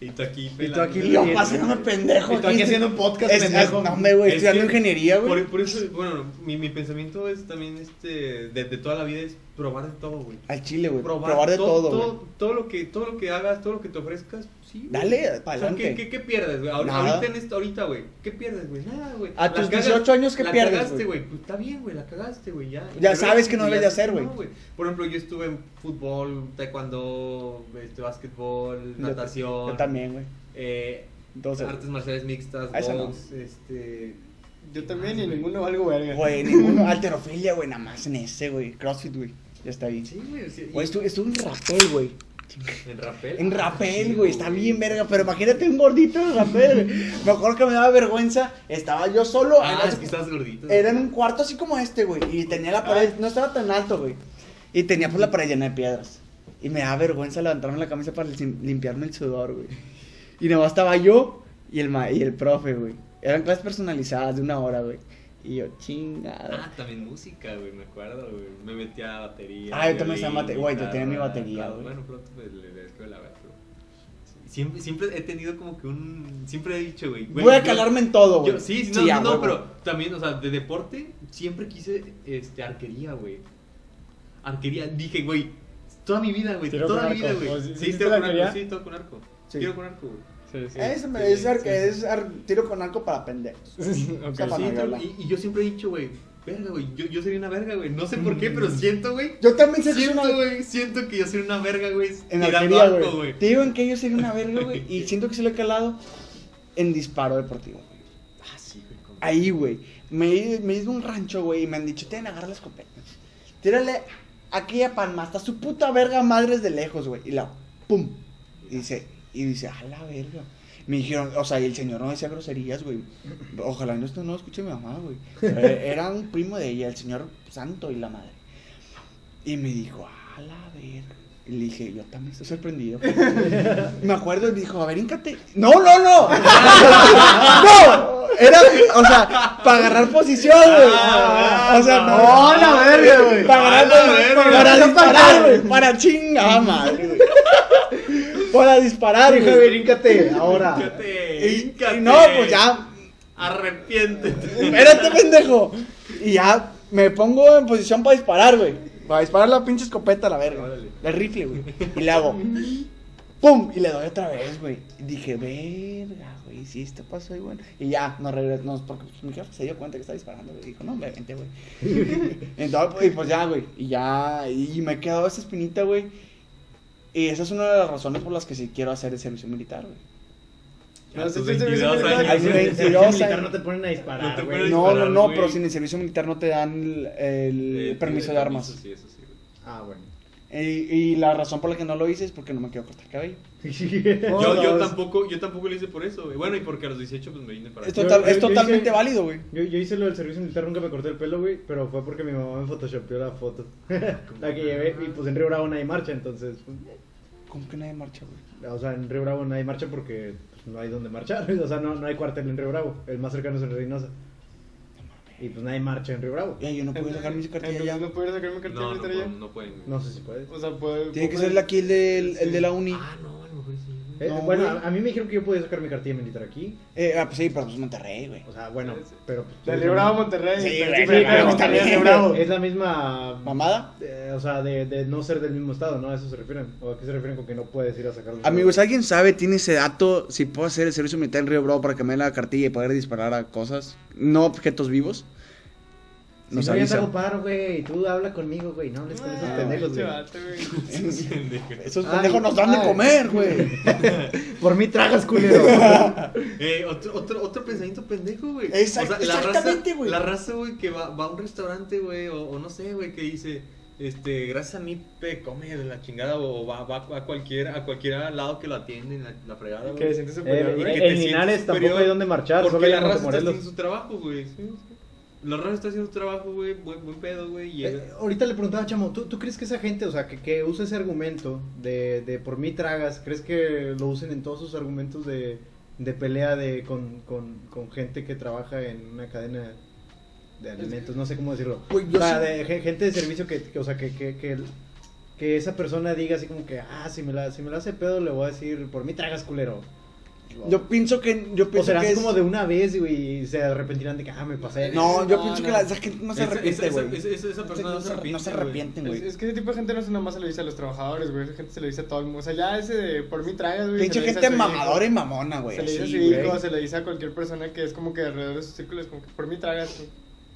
[SPEAKER 1] Y tú aquí
[SPEAKER 3] Y tú aquí
[SPEAKER 2] Y
[SPEAKER 1] pelando.
[SPEAKER 2] yo pasándome pendejo.
[SPEAKER 3] Y tú aquí haciendo un podcast,
[SPEAKER 2] Es- es-
[SPEAKER 3] pendejo.
[SPEAKER 2] No, me, güey,
[SPEAKER 1] Es
[SPEAKER 2] estudiando
[SPEAKER 1] que-
[SPEAKER 2] ingeniería, güey.
[SPEAKER 1] Por, por eso, bueno, mi, mi pensamiento es también este, de, de toda la vida es probar de todo, güey.
[SPEAKER 2] Al chile, güey. Probar de
[SPEAKER 1] to-
[SPEAKER 2] todo,
[SPEAKER 1] todo,
[SPEAKER 2] güey.
[SPEAKER 1] todo lo que todo lo que hagas, todo lo que te ofrezcas, sí. güey.
[SPEAKER 2] Dale,
[SPEAKER 1] O
[SPEAKER 2] para
[SPEAKER 1] sea, ¿qué, qué,
[SPEAKER 2] adelante.
[SPEAKER 1] qué pierdes, güey? Ahor-
[SPEAKER 2] Nada.
[SPEAKER 1] Ahorita en esto, ahorita, güey. ¿Qué pierdes, güey? Nada, güey.
[SPEAKER 2] A
[SPEAKER 1] La
[SPEAKER 2] tus
[SPEAKER 1] cagas-
[SPEAKER 2] 18 años, ¿qué
[SPEAKER 1] la
[SPEAKER 2] pierdes,
[SPEAKER 1] cagaste,
[SPEAKER 2] güey?
[SPEAKER 1] güey. Pues está bien, güey, la cagaste, güey, ya.
[SPEAKER 2] Ya
[SPEAKER 1] Pero
[SPEAKER 2] sabes que no
[SPEAKER 1] ya
[SPEAKER 2] debes de
[SPEAKER 1] sabes
[SPEAKER 2] hacer,
[SPEAKER 1] que no,
[SPEAKER 2] güey.
[SPEAKER 1] Por ejemplo, yo estuve en fútbol, taekwondo, este básquetbol,
[SPEAKER 2] Yo-
[SPEAKER 1] natación.
[SPEAKER 2] Yo también, güey.
[SPEAKER 1] Eh,
[SPEAKER 2] Entonces,
[SPEAKER 1] artes marciales mixtas,
[SPEAKER 2] Ah, esa no.
[SPEAKER 1] box, este
[SPEAKER 4] Yo también y ninguno algo verga.
[SPEAKER 2] güey, ninguno. Alterofilia, güey, nada más en ese, güey. Crossfit, güey. Ya está bien.
[SPEAKER 1] Sí, güey, sí, y-
[SPEAKER 2] Güey, estuve estuve en rapel, güey.
[SPEAKER 1] en rapel.
[SPEAKER 2] En rapel, güey, está bien verga, pero imagínate un gordito en rapel, güey. Me acuerdo que me daba vergüenza, estaba yo solo,
[SPEAKER 1] Ah,
[SPEAKER 2] era-
[SPEAKER 1] es que estás Ah. gordito.
[SPEAKER 2] era en un cuarto así como este, güey, y tenía la pared, no estaba tan alto, güey, y tenía pues la pared llena de piedras, y me daba vergüenza levantarme la camisa para lim- limpiarme el sudor, güey, y nada más estaba yo y el, ma- y el profe, güey, eran clases personalizadas de una hora, güey, y yo, chingada.
[SPEAKER 1] Ah, también música, güey, me acuerdo, güey. Me metía a batería.
[SPEAKER 2] Ah, yo también estaba
[SPEAKER 1] violín,
[SPEAKER 2] bate- güey, yo tenía mi
[SPEAKER 1] guitarra,
[SPEAKER 2] batería,
[SPEAKER 1] todo.
[SPEAKER 2] güey.
[SPEAKER 1] Bueno, pronto pues, le le escribo la verdad, pero sí, Siempre, siempre he tenido como que un. Siempre he dicho, güey. güey,
[SPEAKER 2] Voy a
[SPEAKER 1] yo-
[SPEAKER 2] calarme en todo,
[SPEAKER 1] yo-
[SPEAKER 2] güey.
[SPEAKER 1] sí, sí, no,
[SPEAKER 2] a
[SPEAKER 1] no,
[SPEAKER 2] huevo.
[SPEAKER 1] pero también, o sea, de deporte siempre quise este, arquería, güey. Arquería, dije, güey, toda mi vida, güey.
[SPEAKER 4] Tiro
[SPEAKER 1] Toda
[SPEAKER 4] con
[SPEAKER 1] mi vida,
[SPEAKER 4] arco.
[SPEAKER 1] güey.
[SPEAKER 4] ¿Sí- sí
[SPEAKER 1] Sí,
[SPEAKER 4] hiciste
[SPEAKER 1] tiro con
[SPEAKER 4] arquería?
[SPEAKER 1] arco, sí, todo con arco.
[SPEAKER 2] Sí.
[SPEAKER 1] Tiro con arco, güey.
[SPEAKER 4] Sí, sí.
[SPEAKER 2] Es,
[SPEAKER 1] este, Sí,
[SPEAKER 2] es ar-
[SPEAKER 1] sí.
[SPEAKER 2] es ar- tiro con arco para pendejos. Está
[SPEAKER 4] Ok.
[SPEAKER 1] Sí,
[SPEAKER 2] Para
[SPEAKER 1] tiro-
[SPEAKER 2] verla.
[SPEAKER 1] y, y yo siempre he dicho, güey, verga, güey. Yo, yo sería una verga, güey. No sé
[SPEAKER 2] Mm.
[SPEAKER 1] por qué, pero siento, güey.
[SPEAKER 2] Yo también sé que es
[SPEAKER 1] Siento,
[SPEAKER 2] una...
[SPEAKER 1] güey, siento que yo soy una verga, güey.
[SPEAKER 2] En
[SPEAKER 1] tirando
[SPEAKER 2] arquería,
[SPEAKER 1] arco,
[SPEAKER 2] güey. Te digo en que yo sería una verga, güey. Y siento que se lo he calado en disparo deportivo, güey.
[SPEAKER 1] Ah, sí, güey. con-
[SPEAKER 2] Ahí, güey. Me, he- me he ido a un rancho, güey, y me han dicho, tienen agarrar la escopeta. Tírale aquí a Palma, hasta su puta verga madre es de lejos, güey. Y la, pum. Y dice, y dice, a la verga. Me dijeron, o sea, y el señor no decía groserías, güey. Ojalá no, esto no lo escuche mi mamá, güey. Pero Era un primo de ella, el señor santo y la madre. Y me dijo, a la verga. Y le dije, yo también estoy sorprendido. Me acuerdo y me dijo, a ver, íncate. No, no, no. no. Era, o sea, para agarrar posición, güey.
[SPEAKER 1] Ah,
[SPEAKER 2] o sea,
[SPEAKER 1] ah,
[SPEAKER 2] no,
[SPEAKER 1] ah,
[SPEAKER 2] la verga, güey. Para
[SPEAKER 1] A la
[SPEAKER 2] agarrar,
[SPEAKER 1] verga.
[SPEAKER 2] para disparar, güey. Para chingada madre, güey. Para disparar,
[SPEAKER 3] Hijo
[SPEAKER 2] güey.
[SPEAKER 3] de ríncate, ahora.
[SPEAKER 1] Híncate,
[SPEAKER 2] Y,
[SPEAKER 1] híncate.
[SPEAKER 2] y no, pues ya
[SPEAKER 1] Arrepiéntete.
[SPEAKER 2] Espérate, pendejo. Y ya me pongo en posición para disparar, güey. Para disparar la pinche escopeta a la verga.
[SPEAKER 1] Órale.
[SPEAKER 2] El rifle, güey. Y le hago. ¡Pum! Y le doy otra vez, güey. Y dije, verga, güey. Sí, este paso ahí, bueno. Y ya, nos regresamos. Porque pues, mi jefe se dio cuenta que estaba disparando. Y dijo, no, me vente, güey. Entonces, pues, y pues ya, güey. Y ya. Y me he quedado esa espinita, güey. Y esa es una de las razones por las que sí quiero hacer el servicio militar, güey.
[SPEAKER 1] A
[SPEAKER 4] No,
[SPEAKER 1] tus
[SPEAKER 4] sí, sí, sí,
[SPEAKER 1] 22
[SPEAKER 4] sí, sí,
[SPEAKER 1] años.
[SPEAKER 2] sí, sí, sí, sí,
[SPEAKER 3] El
[SPEAKER 2] Yo sé.
[SPEAKER 3] militar no te ponen a
[SPEAKER 1] No te
[SPEAKER 3] disparar,
[SPEAKER 1] ponen-
[SPEAKER 2] No,
[SPEAKER 3] güey.
[SPEAKER 2] no,
[SPEAKER 1] disparar,
[SPEAKER 2] no,
[SPEAKER 1] güey.
[SPEAKER 2] pero sin el servicio militar no te dan el, el
[SPEAKER 1] Eh,
[SPEAKER 2] permiso
[SPEAKER 1] sí,
[SPEAKER 2] de armas.
[SPEAKER 1] permiso, Sí, eso sí, güey.
[SPEAKER 3] Ah, bueno.
[SPEAKER 2] Y, y la razón por la que no lo hice es porque no me quiero cortar el cabello.
[SPEAKER 1] Yo, yo
[SPEAKER 3] Todos.
[SPEAKER 1] tampoco, yo tampoco lo hice por eso, güey. Bueno, y porque a los 18 pues me vine para
[SPEAKER 2] Es,
[SPEAKER 1] acá.
[SPEAKER 3] Esto-
[SPEAKER 2] total-
[SPEAKER 3] yo-
[SPEAKER 2] es
[SPEAKER 3] yo
[SPEAKER 2] totalmente
[SPEAKER 3] hice-
[SPEAKER 2] válido, güey.
[SPEAKER 3] Yo, yo hice lo del servicio militar, nunca me corté el pelo, güey, pero fue porque mi mamá me photoshopeó la foto. la que llevé, y pues en Río Bravo nadie marcha, entonces. pues,
[SPEAKER 2] ¿Cómo que nadie marcha, güey?
[SPEAKER 3] O sea, en Río Bravo nadie marcha porque pues, no hay donde marchar. O sea, no, no hay cuartel en Río Bravo. El más cercano es en Reynosa. Y pues nadie marcha en Río Bravo.
[SPEAKER 2] Ya, Eh, yo no puedo sacar mi cartilla
[SPEAKER 4] Entonces,
[SPEAKER 2] ya.
[SPEAKER 4] ¿No pudiera sacar mi cartilla
[SPEAKER 1] No, no,
[SPEAKER 4] ahorita
[SPEAKER 1] puedo-
[SPEAKER 4] ya?
[SPEAKER 1] no pueden, güey.
[SPEAKER 3] No sé si puedes.
[SPEAKER 4] O sea, puede.
[SPEAKER 2] Tiene que
[SPEAKER 4] puede-
[SPEAKER 2] ser aquí el, del, el
[SPEAKER 4] Sí.
[SPEAKER 2] de la uni.
[SPEAKER 1] Ah, no, a lo mejor sí, güey.
[SPEAKER 3] Eh,
[SPEAKER 2] No,
[SPEAKER 3] bueno,
[SPEAKER 2] güey.
[SPEAKER 3] a, a mí me dijeron que yo podía sacar mi cartilla militar aquí.
[SPEAKER 2] Eh, ah, pues sí, pero pues Monterrey, güey.
[SPEAKER 3] O sea, bueno,
[SPEAKER 1] Sí.
[SPEAKER 3] pero. Pues,
[SPEAKER 4] De
[SPEAKER 3] es
[SPEAKER 4] Río Bravo a
[SPEAKER 3] la-
[SPEAKER 4] Monterrey.
[SPEAKER 2] Sí,
[SPEAKER 4] pero
[SPEAKER 2] güey,
[SPEAKER 4] siempre
[SPEAKER 2] sí,
[SPEAKER 4] hay
[SPEAKER 2] pero
[SPEAKER 4] que
[SPEAKER 2] está
[SPEAKER 4] Monterrey,
[SPEAKER 2] bien,
[SPEAKER 4] Río Bravo.
[SPEAKER 3] Es la misma.
[SPEAKER 2] ¿Mamada?
[SPEAKER 3] eh, o sea, de, de no ser del mismo estado, ¿no? A eso se refieren. ¿O a qué se refieren con que no puedes ir a sacar mi
[SPEAKER 6] Amigos, ¿alguien sabe, tiene ese dato, si puedo hacer el servicio militar en Río Bravo para que me den la cartilla y poder disparar a cosas? No objetos vivos.
[SPEAKER 3] Si
[SPEAKER 6] Nos
[SPEAKER 3] no, ya te
[SPEAKER 6] avisa.
[SPEAKER 3] hago paro, güey. Tú habla conmigo, güey. No hables con esos
[SPEAKER 4] Ah,
[SPEAKER 3] pendejos,
[SPEAKER 4] pinche
[SPEAKER 3] güey.
[SPEAKER 4] vato, güey.
[SPEAKER 2] Esos
[SPEAKER 3] Ay,
[SPEAKER 2] pendejos nos dan de
[SPEAKER 3] ay.
[SPEAKER 2] comer, güey.
[SPEAKER 3] Por mí tragas, culero.
[SPEAKER 1] Eh, otro, otro, otro pensamiento pendejo, güey.
[SPEAKER 2] Exact-
[SPEAKER 1] la
[SPEAKER 2] exactamente,
[SPEAKER 1] raza-
[SPEAKER 2] güey.
[SPEAKER 1] La raza, güey, que va, va a un restaurante, güey, o, o no sé, güey, que dice, este, gracias a mí te come de la chingada, o va, va a cualquier, a cualquier lado que lo atienden, la, la fregada,
[SPEAKER 4] Que
[SPEAKER 1] güey.
[SPEAKER 4] se siente
[SPEAKER 3] Eh,
[SPEAKER 4] superior, güey.
[SPEAKER 1] que te
[SPEAKER 3] en Linares
[SPEAKER 1] sientes
[SPEAKER 3] tampoco
[SPEAKER 1] superior
[SPEAKER 3] hay donde marchar, solo
[SPEAKER 1] Porque
[SPEAKER 3] hay
[SPEAKER 1] la
[SPEAKER 3] en
[SPEAKER 1] raza está
[SPEAKER 3] Morelos.
[SPEAKER 1] haciendo su trabajo, güey. sí, sí. La raza está haciendo su trabajo, güey, buen, buen pedo, güey, y llega.
[SPEAKER 3] Eh, ahorita le preguntaba, chamo, ¿tú, tú crees que esa gente, o sea, que, que usa ese argumento de, de por mí tragas, crees que lo usen en todos sus argumentos de, de pelea de, con, con, con gente que trabaja en una cadena de alimentos? No sé cómo decirlo.
[SPEAKER 6] Güey, yo
[SPEAKER 3] o sea,
[SPEAKER 6] sí-
[SPEAKER 3] de ge- gente de servicio que, que, o sea, que, que, que, que esa persona diga así como que, ah, si me la, si me la hace pedo, le voy a decir, por mí tragas, culero.
[SPEAKER 2] Yo pienso que. Yo
[SPEAKER 3] O
[SPEAKER 2] pienso
[SPEAKER 3] será
[SPEAKER 2] que
[SPEAKER 3] así
[SPEAKER 2] es...
[SPEAKER 3] como de una vez, güey, y se arrepentirán de que, ah, me pasé.
[SPEAKER 2] No, yo
[SPEAKER 4] No,
[SPEAKER 2] pienso
[SPEAKER 4] no.
[SPEAKER 2] que la, esa gente no se
[SPEAKER 1] Esa-
[SPEAKER 2] arrepiente,
[SPEAKER 1] esa-
[SPEAKER 2] güey.
[SPEAKER 1] esa- esa- esa persona no se
[SPEAKER 2] No
[SPEAKER 1] arrepiente,
[SPEAKER 2] se
[SPEAKER 1] güey.
[SPEAKER 2] arrepienten,
[SPEAKER 4] Es,
[SPEAKER 2] güey.
[SPEAKER 4] es que ese tipo de gente no es nada más se lo dice a los trabajadores, güey. Esa gente se lo dice a todo el mundo. O sea, ya ese de por mí tragas, güey.
[SPEAKER 2] Pinche
[SPEAKER 4] se lo dice a
[SPEAKER 2] gente
[SPEAKER 4] su hijo.
[SPEAKER 2] mamadora y mamona, güey.
[SPEAKER 4] Se le dice a
[SPEAKER 2] así,
[SPEAKER 4] su
[SPEAKER 2] güey.
[SPEAKER 4] hijo, se le dice a cualquier persona que es como que alrededor de sus círculos, como que por mí tragas,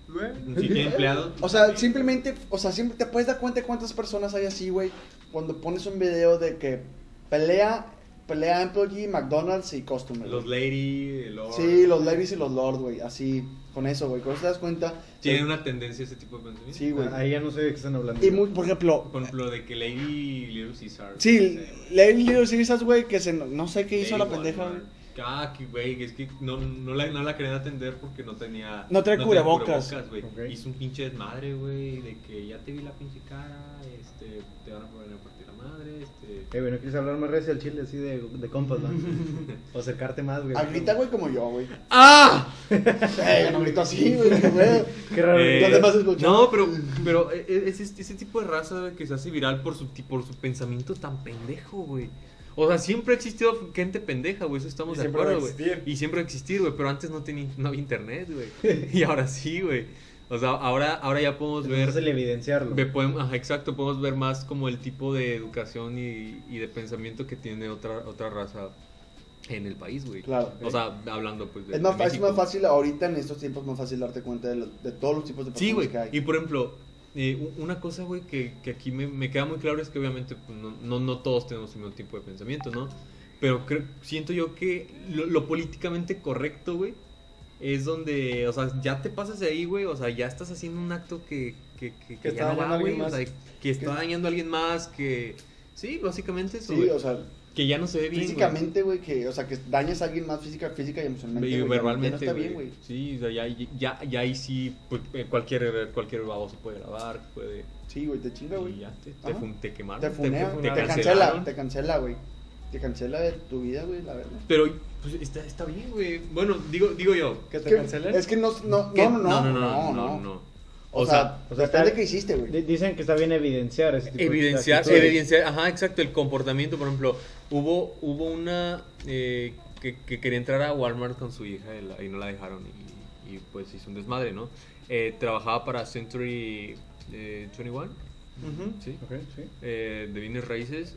[SPEAKER 4] güey.
[SPEAKER 1] Si tiene pues, empleado.
[SPEAKER 2] O sea, simplemente, o sea, siempre te puedes dar cuenta de cuántas personas hay así, güey, cuando pones un video de que pelea, pelea employee, McDonald's y customer.
[SPEAKER 1] Los lady, el lord.
[SPEAKER 2] sí, los Levis y los Lord, güey, así, con eso, güey, cuando te das cuenta.
[SPEAKER 1] Tienen
[SPEAKER 2] eh,
[SPEAKER 1] una tendencia a ese tipo de pensamiento.
[SPEAKER 2] Sí, güey.
[SPEAKER 3] Ahí ya no sé de qué están hablando.
[SPEAKER 2] Y muy, por ejemplo,
[SPEAKER 1] Por ejemplo, de que Lady Little Caesar.
[SPEAKER 2] sí,
[SPEAKER 1] no sé, güey.
[SPEAKER 2] Lady Little Caesars, güey, que se, no sé qué hizo
[SPEAKER 1] Lady
[SPEAKER 2] la pendeja, güey.
[SPEAKER 1] Voldemort. Ah, que güey, es que no, no, la, no la querían atender porque no tenía.
[SPEAKER 2] No trae cubrebocas.
[SPEAKER 1] güey.
[SPEAKER 3] Ok.
[SPEAKER 1] Hizo un pinche desmadre, güey, de que ya te vi la pinche cara, este, te van a poner a partir la madre, este.
[SPEAKER 3] Eh, güey, ¿no quieres hablar más recio al chile así de, de compas, ¿no? o acercarte más, güey.
[SPEAKER 2] A grita, güey, como yo, güey.
[SPEAKER 1] ¡Ah!
[SPEAKER 2] Eh, no grito así, güey, qué güey.
[SPEAKER 3] Qué raro.
[SPEAKER 1] Eh,
[SPEAKER 2] ¿Dónde más escuchado?
[SPEAKER 1] No, pero, pero eh, eh, es este- ese tipo de raza güey, que se hace viral por su, ti- por su pensamiento tan pendejo, güey. O sea, siempre ha existido gente pendeja, güey, eso estamos
[SPEAKER 4] Y
[SPEAKER 1] de
[SPEAKER 4] siempre
[SPEAKER 1] acuerdo,
[SPEAKER 4] va a
[SPEAKER 1] güey.
[SPEAKER 4] existir.
[SPEAKER 1] Y siempre va a existir, güey, pero antes no, tenía, no había internet, güey. Y ahora sí, güey. O sea, ahora, ahora ya podemos ver...
[SPEAKER 3] Entonces, el evidenciarlo.
[SPEAKER 1] ve- podemos- ajá, exacto, podemos ver más como el tipo de educación y, y de pensamiento que tiene otra, otra raza en el país, güey.
[SPEAKER 2] Claro.
[SPEAKER 1] O sea, hablando pues de
[SPEAKER 2] Es más,
[SPEAKER 1] de
[SPEAKER 2] fácil,
[SPEAKER 1] México.
[SPEAKER 2] más fácil ahorita en estos tiempos, más fácil darte cuenta de, los- de todos los tipos de personas
[SPEAKER 1] Sí, güey.
[SPEAKER 2] que hay.
[SPEAKER 1] Y por ejemplo, eh, u- una cosa, güey, que, que aquí me, me queda muy claro es que obviamente pues, no, no, no todos tenemos el mismo tipo de pensamiento, ¿no? Pero creo- siento yo que lo, lo políticamente correcto, güey, es donde, o sea, ya te pasas de ahí, güey, o sea, ya estás haciendo un acto que, que, que,
[SPEAKER 4] Que
[SPEAKER 1] que
[SPEAKER 4] está
[SPEAKER 1] ya no
[SPEAKER 4] dañando
[SPEAKER 1] va,
[SPEAKER 4] a alguien
[SPEAKER 1] güey, o sea,
[SPEAKER 4] más.
[SPEAKER 1] que está dañando a alguien más, que... Sí, básicamente eso,
[SPEAKER 2] Sí,
[SPEAKER 1] güey,
[SPEAKER 2] o sea,
[SPEAKER 1] que ya no se ve bien, güey.
[SPEAKER 2] físicamente, güey, que, o sea, que dañas a alguien más física, física y emocionalmente.
[SPEAKER 1] Y
[SPEAKER 2] güey, que
[SPEAKER 1] verbalmente,
[SPEAKER 2] no está
[SPEAKER 1] güey.
[SPEAKER 2] bien, güey.
[SPEAKER 1] Sí, o sea, ya, ya, ya ahí sí, pues, eh, cualquier, cualquier baboso puede grabar, puede...
[SPEAKER 2] Sí, güey, te chinga,
[SPEAKER 1] Y
[SPEAKER 2] güey.
[SPEAKER 1] ya te, te,
[SPEAKER 2] Ajá.
[SPEAKER 1] fun- te quemaron.
[SPEAKER 2] Te funea,
[SPEAKER 1] fu-
[SPEAKER 2] te, cancela,
[SPEAKER 1] cancelaron.
[SPEAKER 2] te cancela, güey. Te cancela de tu vida, güey, la verdad.
[SPEAKER 1] Pero pues, está, está bien, güey. Bueno, digo, digo yo.
[SPEAKER 4] Que te
[SPEAKER 2] Que-
[SPEAKER 4] cancelen.
[SPEAKER 2] Es que no, no,
[SPEAKER 1] que-
[SPEAKER 2] no, no, no, no, no,
[SPEAKER 1] no.
[SPEAKER 2] O, sea,
[SPEAKER 3] o sea,
[SPEAKER 2] depende
[SPEAKER 3] está-
[SPEAKER 2] qué hiciste, güey.
[SPEAKER 3] Di- Dicen que está bien evidenciar ese tipo de
[SPEAKER 1] evidenciar,
[SPEAKER 3] actitudes.
[SPEAKER 1] evidenciar, ajá, exacto, el comportamiento, por ejemplo, hubo, hubo una eh, que, que quería entrar a Walmart con su hija y, la- y no la dejaron y, y, pues hizo un desmadre, ¿no? Eh, trabajaba para Century eh, 21,
[SPEAKER 4] Ujú.
[SPEAKER 1] ¿sí?
[SPEAKER 3] Ok, sí.
[SPEAKER 1] eh, de bienes raíces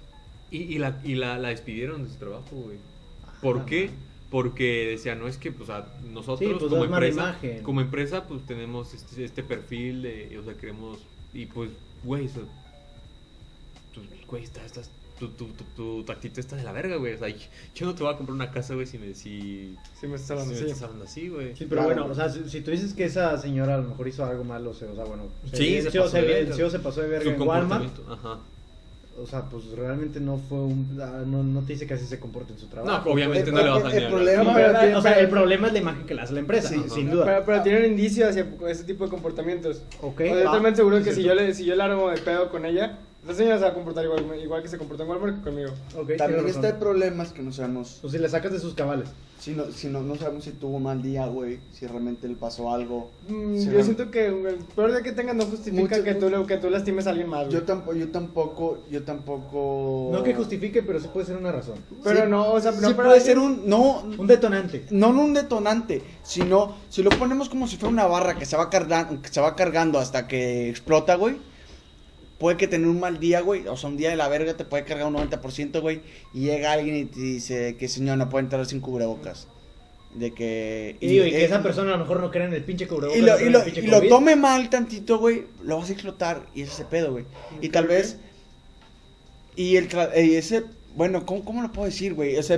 [SPEAKER 1] y, y la, y la, la despidieron de su trabajo, güey. ¿Por qué? Porque decía, no es que, pues, a nosotros
[SPEAKER 3] Sí, pues,
[SPEAKER 1] como
[SPEAKER 3] das mala
[SPEAKER 1] empresa,
[SPEAKER 3] imagen.
[SPEAKER 1] como empresa, pues tenemos este, este perfil de, o sea, queremos, y pues, güey, o sea, tú, güey, estás, estás- tu, tu, tu, tu- tu actitud está de la verga, güey. O sea, yo no te voy a comprar una casa, güey, si me, si,
[SPEAKER 4] Sí, me estás
[SPEAKER 1] si
[SPEAKER 4] hablando
[SPEAKER 1] me
[SPEAKER 4] así.
[SPEAKER 1] estás hablando así, güey.
[SPEAKER 3] Sí, pero
[SPEAKER 2] Claro,
[SPEAKER 3] bueno,
[SPEAKER 2] güey.
[SPEAKER 3] o sea, si, si tú dices que esa señora a lo mejor hizo algo malo, o sea, o sea, bueno,
[SPEAKER 1] Sí, se
[SPEAKER 3] evidenció,
[SPEAKER 1] pasó de verga.
[SPEAKER 3] evidenció, se pasó de verga
[SPEAKER 1] Su
[SPEAKER 3] en Walmart,
[SPEAKER 1] comportamiento, ajá.
[SPEAKER 3] o sea, pues realmente no fue un, ah, no, no te dice que así se comporte en su
[SPEAKER 1] No,
[SPEAKER 3] trabajo.
[SPEAKER 1] obviamente
[SPEAKER 2] el-
[SPEAKER 1] no le vas
[SPEAKER 2] el-
[SPEAKER 1] a
[SPEAKER 2] el
[SPEAKER 1] negar.
[SPEAKER 2] problema-
[SPEAKER 3] Sí,
[SPEAKER 2] No,
[SPEAKER 3] pero,
[SPEAKER 2] pero-
[SPEAKER 3] o sea,
[SPEAKER 2] pero-
[SPEAKER 3] el problema es la imagen que le hace la empresa,
[SPEAKER 2] Sí,
[SPEAKER 3] ajá. sin duda.
[SPEAKER 4] Pero, pero tienen indicios hacia ese tipo de comportamientos.
[SPEAKER 3] ok,
[SPEAKER 4] O sea, yo
[SPEAKER 2] Ah,
[SPEAKER 3] va.
[SPEAKER 4] también seguro que
[SPEAKER 3] Sí, sí.
[SPEAKER 4] si yo, le, si yo le armo de pedo con ella, Esa señora se va a comportar igual, igual que se comportó en Walmart que conmigo.
[SPEAKER 2] También
[SPEAKER 3] Ok, tienes
[SPEAKER 2] está el
[SPEAKER 3] razón.
[SPEAKER 2] problema es que no sabemos.
[SPEAKER 3] O si le sacas de sus cabales.
[SPEAKER 2] Si no, si no, no sabemos si tuvo mal día, güey. Si realmente le pasó algo.
[SPEAKER 4] Mm,
[SPEAKER 2] Sí,
[SPEAKER 4] yo
[SPEAKER 2] güey.
[SPEAKER 4] siento que el peor día que tengas no justifica
[SPEAKER 2] Mucho-
[SPEAKER 4] que, tú, le- que tú lastimes a alguien más, güey.
[SPEAKER 2] Yo tampoco, yo tampoco, yo tampoco.
[SPEAKER 3] No que justifique, pero sí puede ser una razón.
[SPEAKER 4] Pero
[SPEAKER 2] Sí,
[SPEAKER 4] no, o sea, no
[SPEAKER 2] sí
[SPEAKER 4] para
[SPEAKER 2] puede ser un. No,
[SPEAKER 3] Un detonante.
[SPEAKER 2] no no un detonante, sino si lo ponemos como si fuera una barra que se va cargando, se va cargando hasta que explota, güey. Puede que tener un mal día, güey. O sea, un día de la verga te puede cargar un 90%, güey. Y llega alguien y te dice que señor no puede entrar sin cubrebocas. De que.
[SPEAKER 3] Y, digo, y que
[SPEAKER 2] eh,
[SPEAKER 3] esa persona a lo mejor no cree en el pinche cubrebocas.
[SPEAKER 2] y
[SPEAKER 3] no
[SPEAKER 2] lo,
[SPEAKER 3] cree
[SPEAKER 2] y
[SPEAKER 3] en
[SPEAKER 2] lo-
[SPEAKER 3] el pinche
[SPEAKER 2] y lo
[SPEAKER 3] COVID.
[SPEAKER 2] tome mal tantito, güey, lo vas a explotar y es ese pedo, güey. Y tal vez. Y el tra- eh, ese. Bueno, ¿cómo, cómo lo puedo decir, güey? Ese.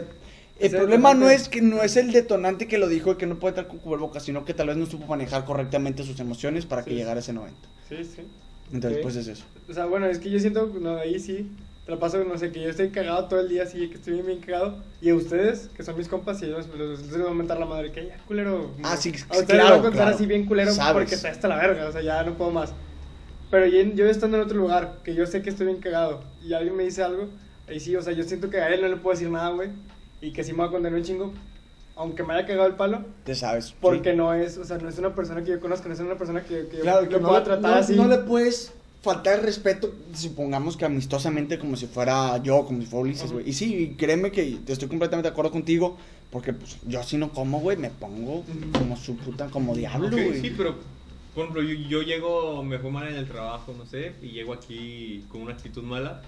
[SPEAKER 2] El
[SPEAKER 3] Ese
[SPEAKER 2] problema no
[SPEAKER 3] detonante.
[SPEAKER 2] es que no es el detonante que lo dijo que no puede estar con cubrebocas, sino que tal vez no supo manejar correctamente sus emociones para que
[SPEAKER 4] Sí.
[SPEAKER 2] llegara a ese 90.
[SPEAKER 4] Sí, sí.
[SPEAKER 2] Entonces,
[SPEAKER 4] Ok.
[SPEAKER 2] pues es eso.
[SPEAKER 4] O sea, bueno, es que yo siento, no, ahí sí, te la paso, no sé, que yo estoy cagado todo el día, sí, que estoy bien, bien cagado. Y a ustedes, que son mis compas, y ellos les, les, les voy a aumentar la madre, que ya, culero.
[SPEAKER 2] Ah,
[SPEAKER 4] no.
[SPEAKER 2] sí, sí,
[SPEAKER 4] A ustedes
[SPEAKER 2] claro,
[SPEAKER 4] les voy a contar
[SPEAKER 2] claro.
[SPEAKER 4] así bien culero
[SPEAKER 2] Sabes.
[SPEAKER 4] porque está hasta la verga, o sea, ya no puedo más. Pero yo, yo estando en otro lugar, que yo sé que estoy bien cagado, y alguien me dice algo, ahí sí, o sea, yo siento que a él no le puedo decir nada, güey, y que sí me va a condenar un chingo, aunque me haya cagado el palo.
[SPEAKER 2] Te sabes.
[SPEAKER 4] Porque no es, o sea, no es una persona que yo conozco, no es una persona que, que
[SPEAKER 2] Claro,
[SPEAKER 4] yo
[SPEAKER 2] que
[SPEAKER 4] que
[SPEAKER 2] no,
[SPEAKER 4] pueda
[SPEAKER 2] le-
[SPEAKER 4] tratar
[SPEAKER 2] no-
[SPEAKER 4] así.
[SPEAKER 2] no le puedes faltar el respeto, supongamos que amistosamente, como si fuera yo, como si fuera Ulises,
[SPEAKER 4] Ajá.
[SPEAKER 2] güey. Y sí, y créeme que te estoy completamente de acuerdo contigo, porque pues yo si no como, güey, me pongo como su puta, como diablo,
[SPEAKER 1] Ok,
[SPEAKER 2] güey.
[SPEAKER 1] sí, pero por ejemplo, yo, yo llego, me fue mal en el trabajo, no sé, y llego aquí con una actitud mala.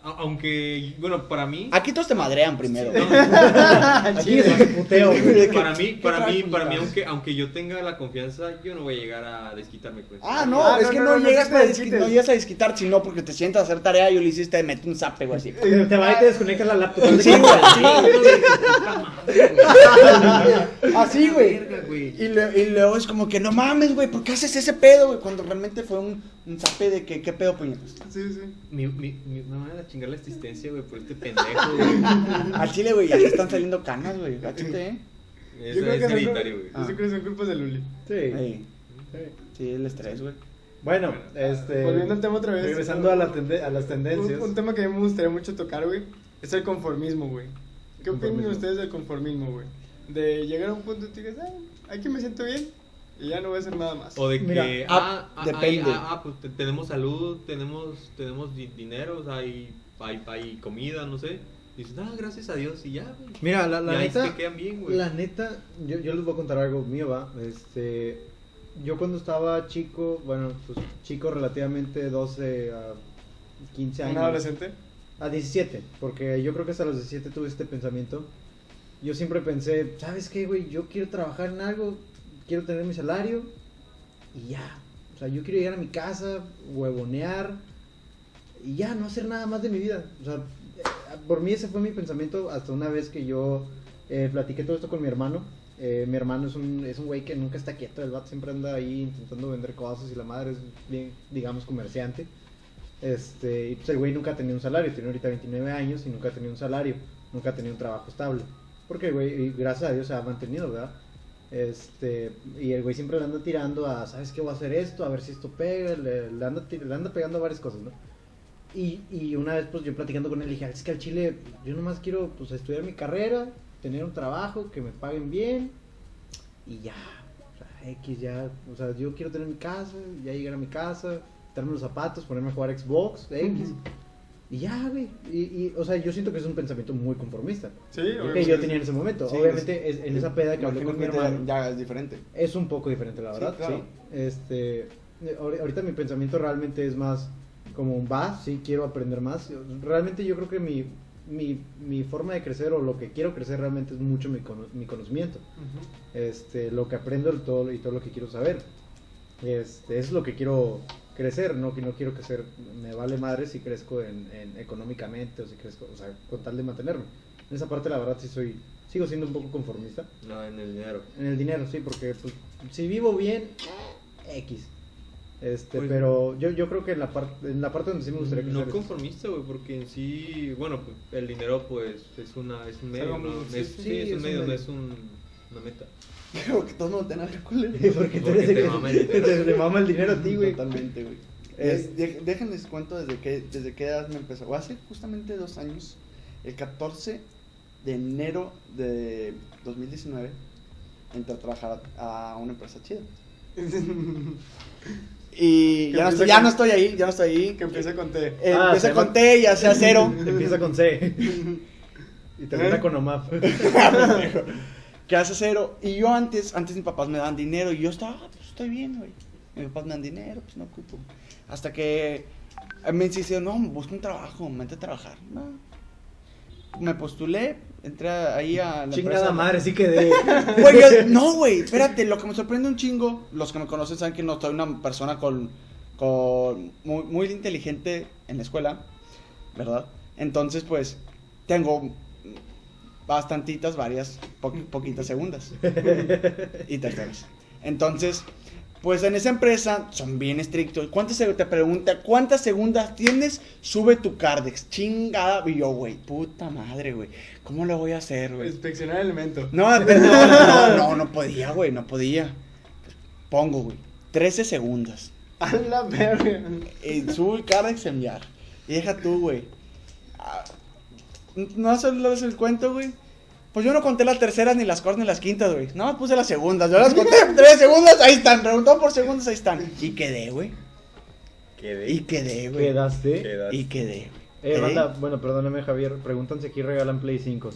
[SPEAKER 1] A- aunque, bueno, para mí.
[SPEAKER 2] Aquí todos te madrean primero.
[SPEAKER 1] No,
[SPEAKER 3] Aquí es más puteo, güey.
[SPEAKER 1] para mí, para
[SPEAKER 2] ¿Qué
[SPEAKER 1] mí,
[SPEAKER 2] tal,
[SPEAKER 1] para mí,
[SPEAKER 2] putas?
[SPEAKER 1] aunque, aunque yo tenga la confianza, yo no voy a llegar a desquitarme pues. con eso.
[SPEAKER 2] Ah, no,
[SPEAKER 4] Ah,
[SPEAKER 2] es
[SPEAKER 4] no,
[SPEAKER 2] que
[SPEAKER 4] no,
[SPEAKER 2] no,
[SPEAKER 4] no, no
[SPEAKER 2] llegas
[SPEAKER 4] te
[SPEAKER 2] a
[SPEAKER 4] desquites.
[SPEAKER 2] desqui- no llegas a desquitar, sino porque te sientas a hacer tarea y Ulises te mete un zape, güey, así.
[SPEAKER 3] Te te va y te desconectas la laptop.
[SPEAKER 2] Sí, güey.
[SPEAKER 1] Sí, no, güey,
[SPEAKER 2] Así, güey.
[SPEAKER 1] verga, güey.
[SPEAKER 2] Y, lue- y luego es como que no mames, güey, ¿por qué haces ese pedo, güey? Cuando realmente fue un, un zape de que, ¿qué pedo, puñetas?
[SPEAKER 4] Sí, sí.
[SPEAKER 1] Mi, mi, mi, me van a chingar la existencia, güey, por este pendejo, güey.
[SPEAKER 2] Al chile, güey, ya te están saliendo canas, güey. Gachete, ¿eh?
[SPEAKER 1] Es,
[SPEAKER 4] yo creo
[SPEAKER 1] es
[SPEAKER 4] que son-
[SPEAKER 1] hereditario, güey.
[SPEAKER 4] Yo sí creo que son culpas de Luli.
[SPEAKER 3] Sí.
[SPEAKER 2] Ey,
[SPEAKER 3] sí.
[SPEAKER 2] Sí, el estrés, güey.
[SPEAKER 3] Bueno, este.
[SPEAKER 4] Volviendo al tema otra vez.
[SPEAKER 3] Regresando a, la tende- a las tendencias.
[SPEAKER 4] Un, un tema que a mí me gustaría mucho tocar, güey, es el conformismo, güey. ¿Qué opinan
[SPEAKER 3] Conformismo.
[SPEAKER 4] ustedes del conformismo, güey? De llegar a un punto y te digas, ah, aquí me siento bien y ya no voy a hacer nada más.
[SPEAKER 1] O de que,
[SPEAKER 3] Mira,
[SPEAKER 1] ah, ah,
[SPEAKER 2] depende.
[SPEAKER 1] ay, ah, ah, pues te- tenemos salud, tenemos, tenemos di- dinero, o sea, hay, hay, hay comida, no sé. Y dices, ah, gracias a Dios, y ya, güey.
[SPEAKER 3] Mira, la, la
[SPEAKER 1] Y ahí
[SPEAKER 3] neta.
[SPEAKER 1] se quedan bien, güey.
[SPEAKER 3] La neta, yo, yo les voy a contar algo mío, va. Este, yo cuando estaba chico, bueno, pues chico relativamente 12 a 15
[SPEAKER 4] ¿Un
[SPEAKER 3] años.
[SPEAKER 4] adolescente?
[SPEAKER 3] A 17, porque yo creo que hasta los 17 tuve este pensamiento. Yo siempre pensé, ¿sabes qué, güey? Yo quiero trabajar en algo, quiero tener mi salario y ya. O sea, yo quiero llegar a mi casa, huevonear y ya, no hacer nada más de mi vida. O sea, eh, por mí ese fue mi pensamiento hasta una vez que yo eh, platiqué todo esto con mi hermano. Eh, mi hermano es un, es un güey que nunca está quieto, el vato siempre anda ahí intentando vender cosas y la madre es bien, digamos, comerciante. Este, y pues el güey nunca ha tenido un salario, tiene ahorita 29 años y nunca ha tenido un salario, nunca ha tenido un trabajo estable. Porque el güey, y gracias a Dios, se ha mantenido, ¿verdad? Este, y el güey siempre le anda tirando a, ¿sabes qué? Voy a hacer esto, a ver si esto pega, le, le anda, tir- le anda pegando a varias cosas, ¿no? Y, y una vez, pues yo platicando con él, le dije, es que al chile, yo nomás quiero, pues, estudiar mi carrera, tener un trabajo, que me paguen bien, y ya, o sea, X, ya, o sea, yo quiero tener mi casa, ya llegar a mi casa, quitarme los zapatos, ponerme a jugar Xbox, X, y ya, güey. Y, y, o sea, yo siento que es un pensamiento muy conformista.
[SPEAKER 4] Sí,
[SPEAKER 3] Que yo tenía en ese momento.
[SPEAKER 2] Sí, pues, eh,
[SPEAKER 3] Obviamente, es- en esa peda que hablé con mi hermano.
[SPEAKER 2] Ya es diferente.
[SPEAKER 3] Es un poco diferente, la verdad. Sí,
[SPEAKER 2] claro.
[SPEAKER 3] Este, eh, ahori- ahorita mi pensamiento realmente es más como un va, sí, quiero aprender más. Realmente yo creo que mi, mi, mi forma de crecer o lo que quiero crecer realmente es mucho mi, cono- mi conocimiento. Este, lo que aprendo y todo, y todo lo que quiero saber. Este, es lo que quiero crecer, no que no quiero crecer, me vale madre si crezco en, en- económicamente o si crezco, o sea, con tal de mantenerme. En esa parte la verdad sí soy, sigo siendo un poco conformista.
[SPEAKER 1] No, en el dinero.
[SPEAKER 3] En el dinero, sí, porque pues, si vivo bien, X. Este,
[SPEAKER 1] Pues-
[SPEAKER 3] pero yo, yo creo que en la, parte en la parte donde sí me gustaría que
[SPEAKER 1] No conformista, güey, porque en sí, bueno, pues, el dinero, pues, es una, es un medio,
[SPEAKER 4] algo
[SPEAKER 1] ¿no?
[SPEAKER 4] muy- sí,
[SPEAKER 1] Es,
[SPEAKER 3] sí,
[SPEAKER 1] sí, es,
[SPEAKER 3] es
[SPEAKER 1] un
[SPEAKER 3] un
[SPEAKER 1] medio, no
[SPEAKER 3] medio.
[SPEAKER 1] es un, una meta.
[SPEAKER 2] Creo que todos no te ver culero.
[SPEAKER 3] Porque tú
[SPEAKER 1] Porque
[SPEAKER 3] eres de
[SPEAKER 1] te
[SPEAKER 3] que-
[SPEAKER 1] mama el dinero.
[SPEAKER 3] te- te mama el dinero a ti, güey. Eh,
[SPEAKER 2] Totalmente, güey. Es- de- déjenles cuento desde qué, desde qué edad me empezó. Hace justamente dos años, el 14 de enero de 2019, entré a trabajar a, a una empresa chida. Y
[SPEAKER 4] Que
[SPEAKER 2] ya no,
[SPEAKER 4] empieza
[SPEAKER 2] estoy, ya
[SPEAKER 4] con-
[SPEAKER 2] no estoy ahí, ya no estoy ahí.
[SPEAKER 4] Que empieza con T.
[SPEAKER 2] Eh,
[SPEAKER 3] Ah,
[SPEAKER 2] empieza
[SPEAKER 3] se
[SPEAKER 2] con
[SPEAKER 3] llama-
[SPEAKER 2] T, ya sea cero.
[SPEAKER 3] Empieza con C. y termina
[SPEAKER 2] ¿Eh?
[SPEAKER 3] con OMAP.
[SPEAKER 2] que hace cero. Y yo antes, antes mis papás me daban dinero y yo estaba, ah, pues estoy bien, güey. Mis papás me dan dinero, pues no ocupo. Hasta que eh, me insistió, no, busca un trabajo, mete a trabajar. No. Me postulé, entré ahí a la
[SPEAKER 3] Chingada
[SPEAKER 2] empresa.
[SPEAKER 3] madre, sí quedé.
[SPEAKER 2] Güey, yo- no, güey, espérate, lo que me sorprende un chingo, los que me conocen saben que no soy una persona con, con muy, muy inteligente en la escuela, ¿verdad? Entonces, pues, tengo bastantitas, varias, po- poquitas segundas y terceras. Entonces, pues en esa empresa son bien estrictos. ¿Cuántas se- te pregunta cuántas segundas tienes? Sube tu cardex, chingada. Y yo, güey, puta madre, güey. ¿Cómo lo voy a hacer, güey?
[SPEAKER 4] Inspeccionar elemento.
[SPEAKER 2] No, pero no, no, no, no podía, güey, no podía. Pongo, güey, 13 segundos.
[SPEAKER 4] A la verga.
[SPEAKER 2] Y subo el cardex a enviar. Y deja tú, güey. Ah, No solo es el cuento, güey. Pues yo no conté las terceras, ni las cuartas, ni las quintas, güey. No, puse las segundas. Yo las conté tres segundas, ahí están. Preguntó por segundas, ahí están. Y quedé, güey. Y quedé, güey.
[SPEAKER 3] Quedaste.
[SPEAKER 2] Y quedé, güey.
[SPEAKER 3] Eh,
[SPEAKER 2] ¿Eh?
[SPEAKER 3] banda, bueno, perdóname, Javier. Preguntan si aquí regalan Play 5.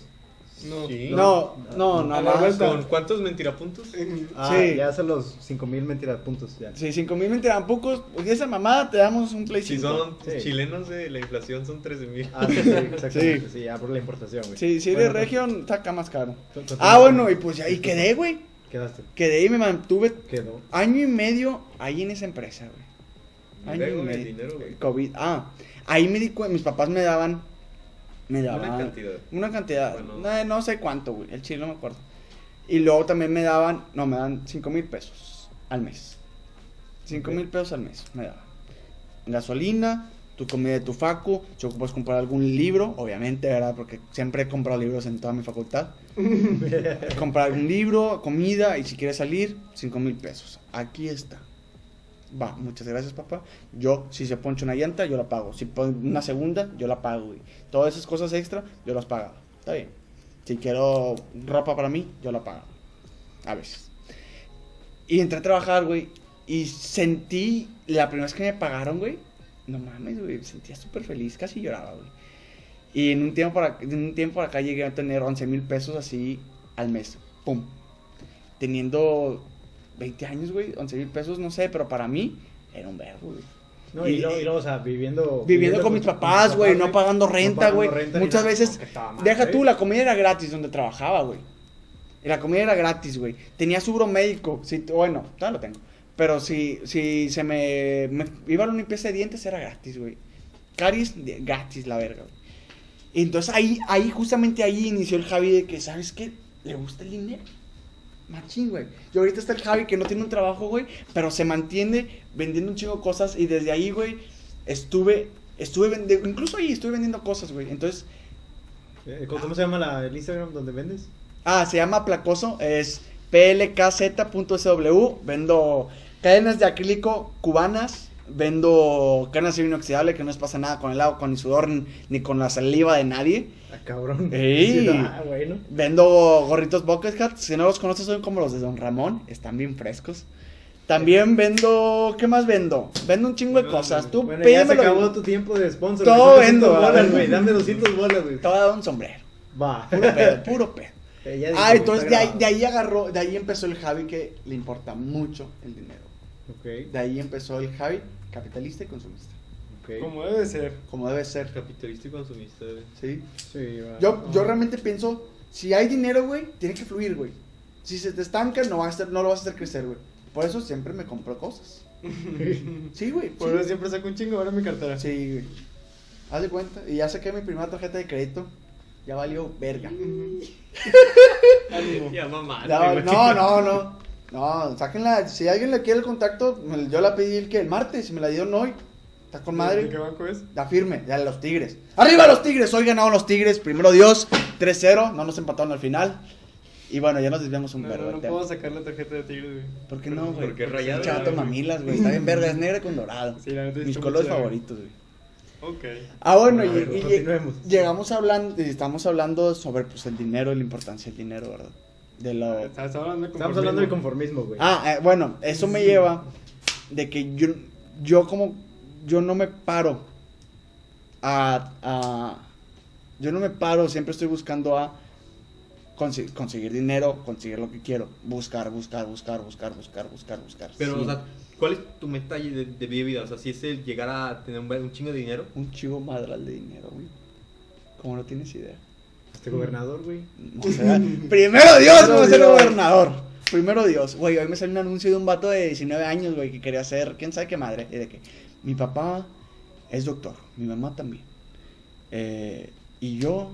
[SPEAKER 4] No.
[SPEAKER 1] Sí.
[SPEAKER 2] No, no, no.
[SPEAKER 4] A la
[SPEAKER 2] no.
[SPEAKER 4] vuelta.
[SPEAKER 1] ¿Con cuántos mentirapuntos?
[SPEAKER 4] Eh,
[SPEAKER 3] Ah,
[SPEAKER 2] Sí.
[SPEAKER 3] ya son los 5000 mentiras puntos. Ya.
[SPEAKER 2] Sí, cinco mil mentira, pocos. Porque esa mamada te damos un play
[SPEAKER 1] Si
[SPEAKER 2] cinco.
[SPEAKER 1] son
[SPEAKER 3] Sí.
[SPEAKER 1] chilenos de la inflación son 13 mil.
[SPEAKER 3] Ah, sí, sí, exactamente.
[SPEAKER 2] Sí.
[SPEAKER 3] Sí. ya por la importación, güey.
[SPEAKER 2] Sí, si
[SPEAKER 3] Bueno,
[SPEAKER 2] eres
[SPEAKER 3] pues,
[SPEAKER 2] región, saca más caro.
[SPEAKER 3] to- to-
[SPEAKER 2] Ah, bueno, y pues ahí quedé, güey.
[SPEAKER 3] Quedaste.
[SPEAKER 2] Quedé y me mantuve
[SPEAKER 3] Quedó.
[SPEAKER 2] año y medio ahí en esa empresa, güey. Año
[SPEAKER 1] Luego
[SPEAKER 2] y
[SPEAKER 1] el
[SPEAKER 2] medio.
[SPEAKER 1] dinero, güey.
[SPEAKER 2] COVID. Ah, ahí me di cuenta, mis papás me daban. Me daban.
[SPEAKER 1] Una cantidad.
[SPEAKER 2] Una cantidad. Eh,
[SPEAKER 1] Bueno.
[SPEAKER 2] No, no sé cuánto, güey. El chile no me acuerdo. Y luego también me daban, no, me dan cinco mil pesos al mes. Cinco
[SPEAKER 3] Ok.
[SPEAKER 2] mil pesos al mes me daban. Gasolina, tu comida de tu facu, si ocupas comprar algún libro, obviamente, ¿verdad? Porque siempre he comprado libros en toda mi facultad. comprar algún libro, comida y si quieres salir, cinco mil pesos. Aquí está. Va, muchas gracias, papá. Yo, si se poncha una llanta, yo la pago. Si pon una segunda, yo la pago, güey. Todas esas cosas extra, yo las pagaba. Está bien. Si quiero ropa para mí, yo la pago. A veces. Y entré a trabajar, güey. Y sentí, la primera vez que me pagaron, güey. No mames, güey. me Sentía súper feliz, casi lloraba, güey. Y en un tiempo para, en un tiempo para acá llegué a tener 11 mil pesos así al mes. Pum. Teniendo 20 años, güey. 11 mil pesos, no sé, pero para mí era un verbo, güey.
[SPEAKER 3] No, y,
[SPEAKER 2] Y-
[SPEAKER 3] luego, y luego, o sea, viviendo.
[SPEAKER 2] Viviendo con mis papás, güey, no pagando renta,
[SPEAKER 3] pagando
[SPEAKER 2] güey.
[SPEAKER 3] renta ni
[SPEAKER 2] Muchas
[SPEAKER 3] nada.
[SPEAKER 2] veces,
[SPEAKER 3] No, que estaba mal, ¿eh?
[SPEAKER 2] deja
[SPEAKER 3] güey.
[SPEAKER 2] tú, la comida era gratis donde trabajaba, güey. Y La comida era gratis, güey. Tenía seguro médico, si, bueno, todavía lo tengo. Pero si, si se me, me iba a la limpieza de dientes, era gratis, güey. Caries, de- gratis, la verga, güey. Y entonces ahí, ahí, justamente ahí inició el Javi de que, ¿sabes qué? Le gusta el dinero. Machín, güey. Y ahorita está el Javi que no tiene un trabajo, güey, pero se mantiene vendiendo un chingo de cosas y desde ahí, güey, estuve, estuve vendiendo, incluso ahí estuve vendiendo cosas, güey. Entonces,
[SPEAKER 3] Eh, ¿Cómo cómo se llama la, el Instagram donde vendes?
[SPEAKER 2] ah, se llama Placoso, es plkz.sw, vendo cadenas de acrílico cubanas, vendo cadenas de acero inoxidable que no les pasa nada con el agua, con el sudor, ni- ni con la saliva de nadie.
[SPEAKER 3] Ah, cabrón.
[SPEAKER 2] Ey.
[SPEAKER 3] Ah, bueno.
[SPEAKER 2] Vendo gorritos Bucket Hat. Si no los conoces, son como los de Don Ramón. Están bien frescos. También vendo. ¿Qué más vendo? Vendo un chingo de
[SPEAKER 1] Bueno,
[SPEAKER 2] cosas. Tú
[SPEAKER 3] Bueno, ya se
[SPEAKER 2] pídemelo.
[SPEAKER 3] acabó tu tiempo de sponsor.
[SPEAKER 2] Todo
[SPEAKER 3] güey.
[SPEAKER 2] vendo,
[SPEAKER 3] 200
[SPEAKER 2] ¿verdad?
[SPEAKER 3] bolas, güey. Dame 200 bolas, güey.
[SPEAKER 2] Te voy a dar un sombrero.
[SPEAKER 3] Va.
[SPEAKER 2] Puro pedo, puro pedo.
[SPEAKER 3] Eh, ya dijo,
[SPEAKER 2] Ah, entonces de
[SPEAKER 3] está
[SPEAKER 2] ahí,
[SPEAKER 3] grabado.
[SPEAKER 2] de ahí agarró. De ahí empezó el Javi que le importa mucho el dinero.
[SPEAKER 3] Ok,
[SPEAKER 2] De ahí empezó el Javi capitalista y consumista.
[SPEAKER 3] ok.
[SPEAKER 4] Como debe ser.
[SPEAKER 2] Como debe ser.
[SPEAKER 1] Capitalista y consumista, güey.
[SPEAKER 2] ¿Sí?
[SPEAKER 3] Sí, va.
[SPEAKER 2] Yo, yo
[SPEAKER 4] Ah.
[SPEAKER 2] realmente pienso: si hay dinero, güey, tiene que fluir, güey. Si se te estanca, no, va a hacer- no lo vas a hacer crecer, güey. Por eso siempre me compro cosas. Sí, güey.
[SPEAKER 4] Por
[SPEAKER 2] sí.
[SPEAKER 4] eso siempre saco un chingo ahora en mi cartera.
[SPEAKER 2] Sí, güey. Haz de cuenta. Y ya saqué mi primera tarjeta de crédito. Ya valió verga.
[SPEAKER 4] Ánimo.
[SPEAKER 1] Ya
[SPEAKER 4] Ah,
[SPEAKER 1] mamá.
[SPEAKER 2] Ya- no, no, no. No, sáquenla. Si alguien le quiere el contacto, me- yo la pedí el que el martes y me la dieron hoy. Está con
[SPEAKER 4] ¿De qué
[SPEAKER 2] madre.
[SPEAKER 4] banco es?
[SPEAKER 2] La firme, ya los Tigres. ¡Arriba los Tigres! Hoy ganaron los Tigres. Primero Dios, 3-0. No nos empataron al final. Y bueno, ya nos desviamos un
[SPEAKER 4] No,
[SPEAKER 2] verbo
[SPEAKER 4] no,
[SPEAKER 2] del
[SPEAKER 4] no
[SPEAKER 2] tema.
[SPEAKER 4] puedo sacar la tarjeta de Tigres, güey.
[SPEAKER 2] ¿Por qué no, güey?
[SPEAKER 1] Porque es
[SPEAKER 2] es
[SPEAKER 1] rayado,
[SPEAKER 2] Chato
[SPEAKER 1] güey.
[SPEAKER 2] mamilas, güey. Está bien verga, es negra con dorado.
[SPEAKER 4] Sí, la neta sí
[SPEAKER 2] Mis
[SPEAKER 4] está muy
[SPEAKER 2] colores
[SPEAKER 4] chida, güey.
[SPEAKER 2] favoritos, güey.
[SPEAKER 4] Ok.
[SPEAKER 2] Ah, bueno, y,
[SPEAKER 3] A ver,
[SPEAKER 2] y-
[SPEAKER 3] continuemos.
[SPEAKER 2] llegamos hablando, estamos hablando sobre pues el dinero, la importancia del dinero, ¿verdad? De lo...
[SPEAKER 4] Estamos hablando de
[SPEAKER 3] Estamos hablando del
[SPEAKER 4] conformismo.
[SPEAKER 3] conformismo, güey.
[SPEAKER 2] Ah, eh, bueno, eso me lleva de que yo, yo como, yo no me paro a, a- yo no me paro, siempre estoy buscando a consi- conseguir dinero, conseguir lo que quiero, buscar, buscar, buscar, buscar, buscar, buscar, buscar.
[SPEAKER 1] Pero,
[SPEAKER 2] Sí.
[SPEAKER 1] o sea, ¿cuál es tu meta de, de vida? O sea, si es el llegar a tener un, buen- un chingo de dinero.
[SPEAKER 2] un chivo madral de dinero, güey. Como no tienes idea.
[SPEAKER 3] Este gobernador, güey.
[SPEAKER 2] O sea, primero Dios,
[SPEAKER 7] Primero
[SPEAKER 2] vamos a ser
[SPEAKER 7] Dios.
[SPEAKER 2] gobernador. Primero Dios. Güey, hoy me salió un anuncio de un vato de 19 años, güey, que quería ser, quién sabe qué madre. Y de que mi papá es doctor, mi mamá también. Eh, y yo,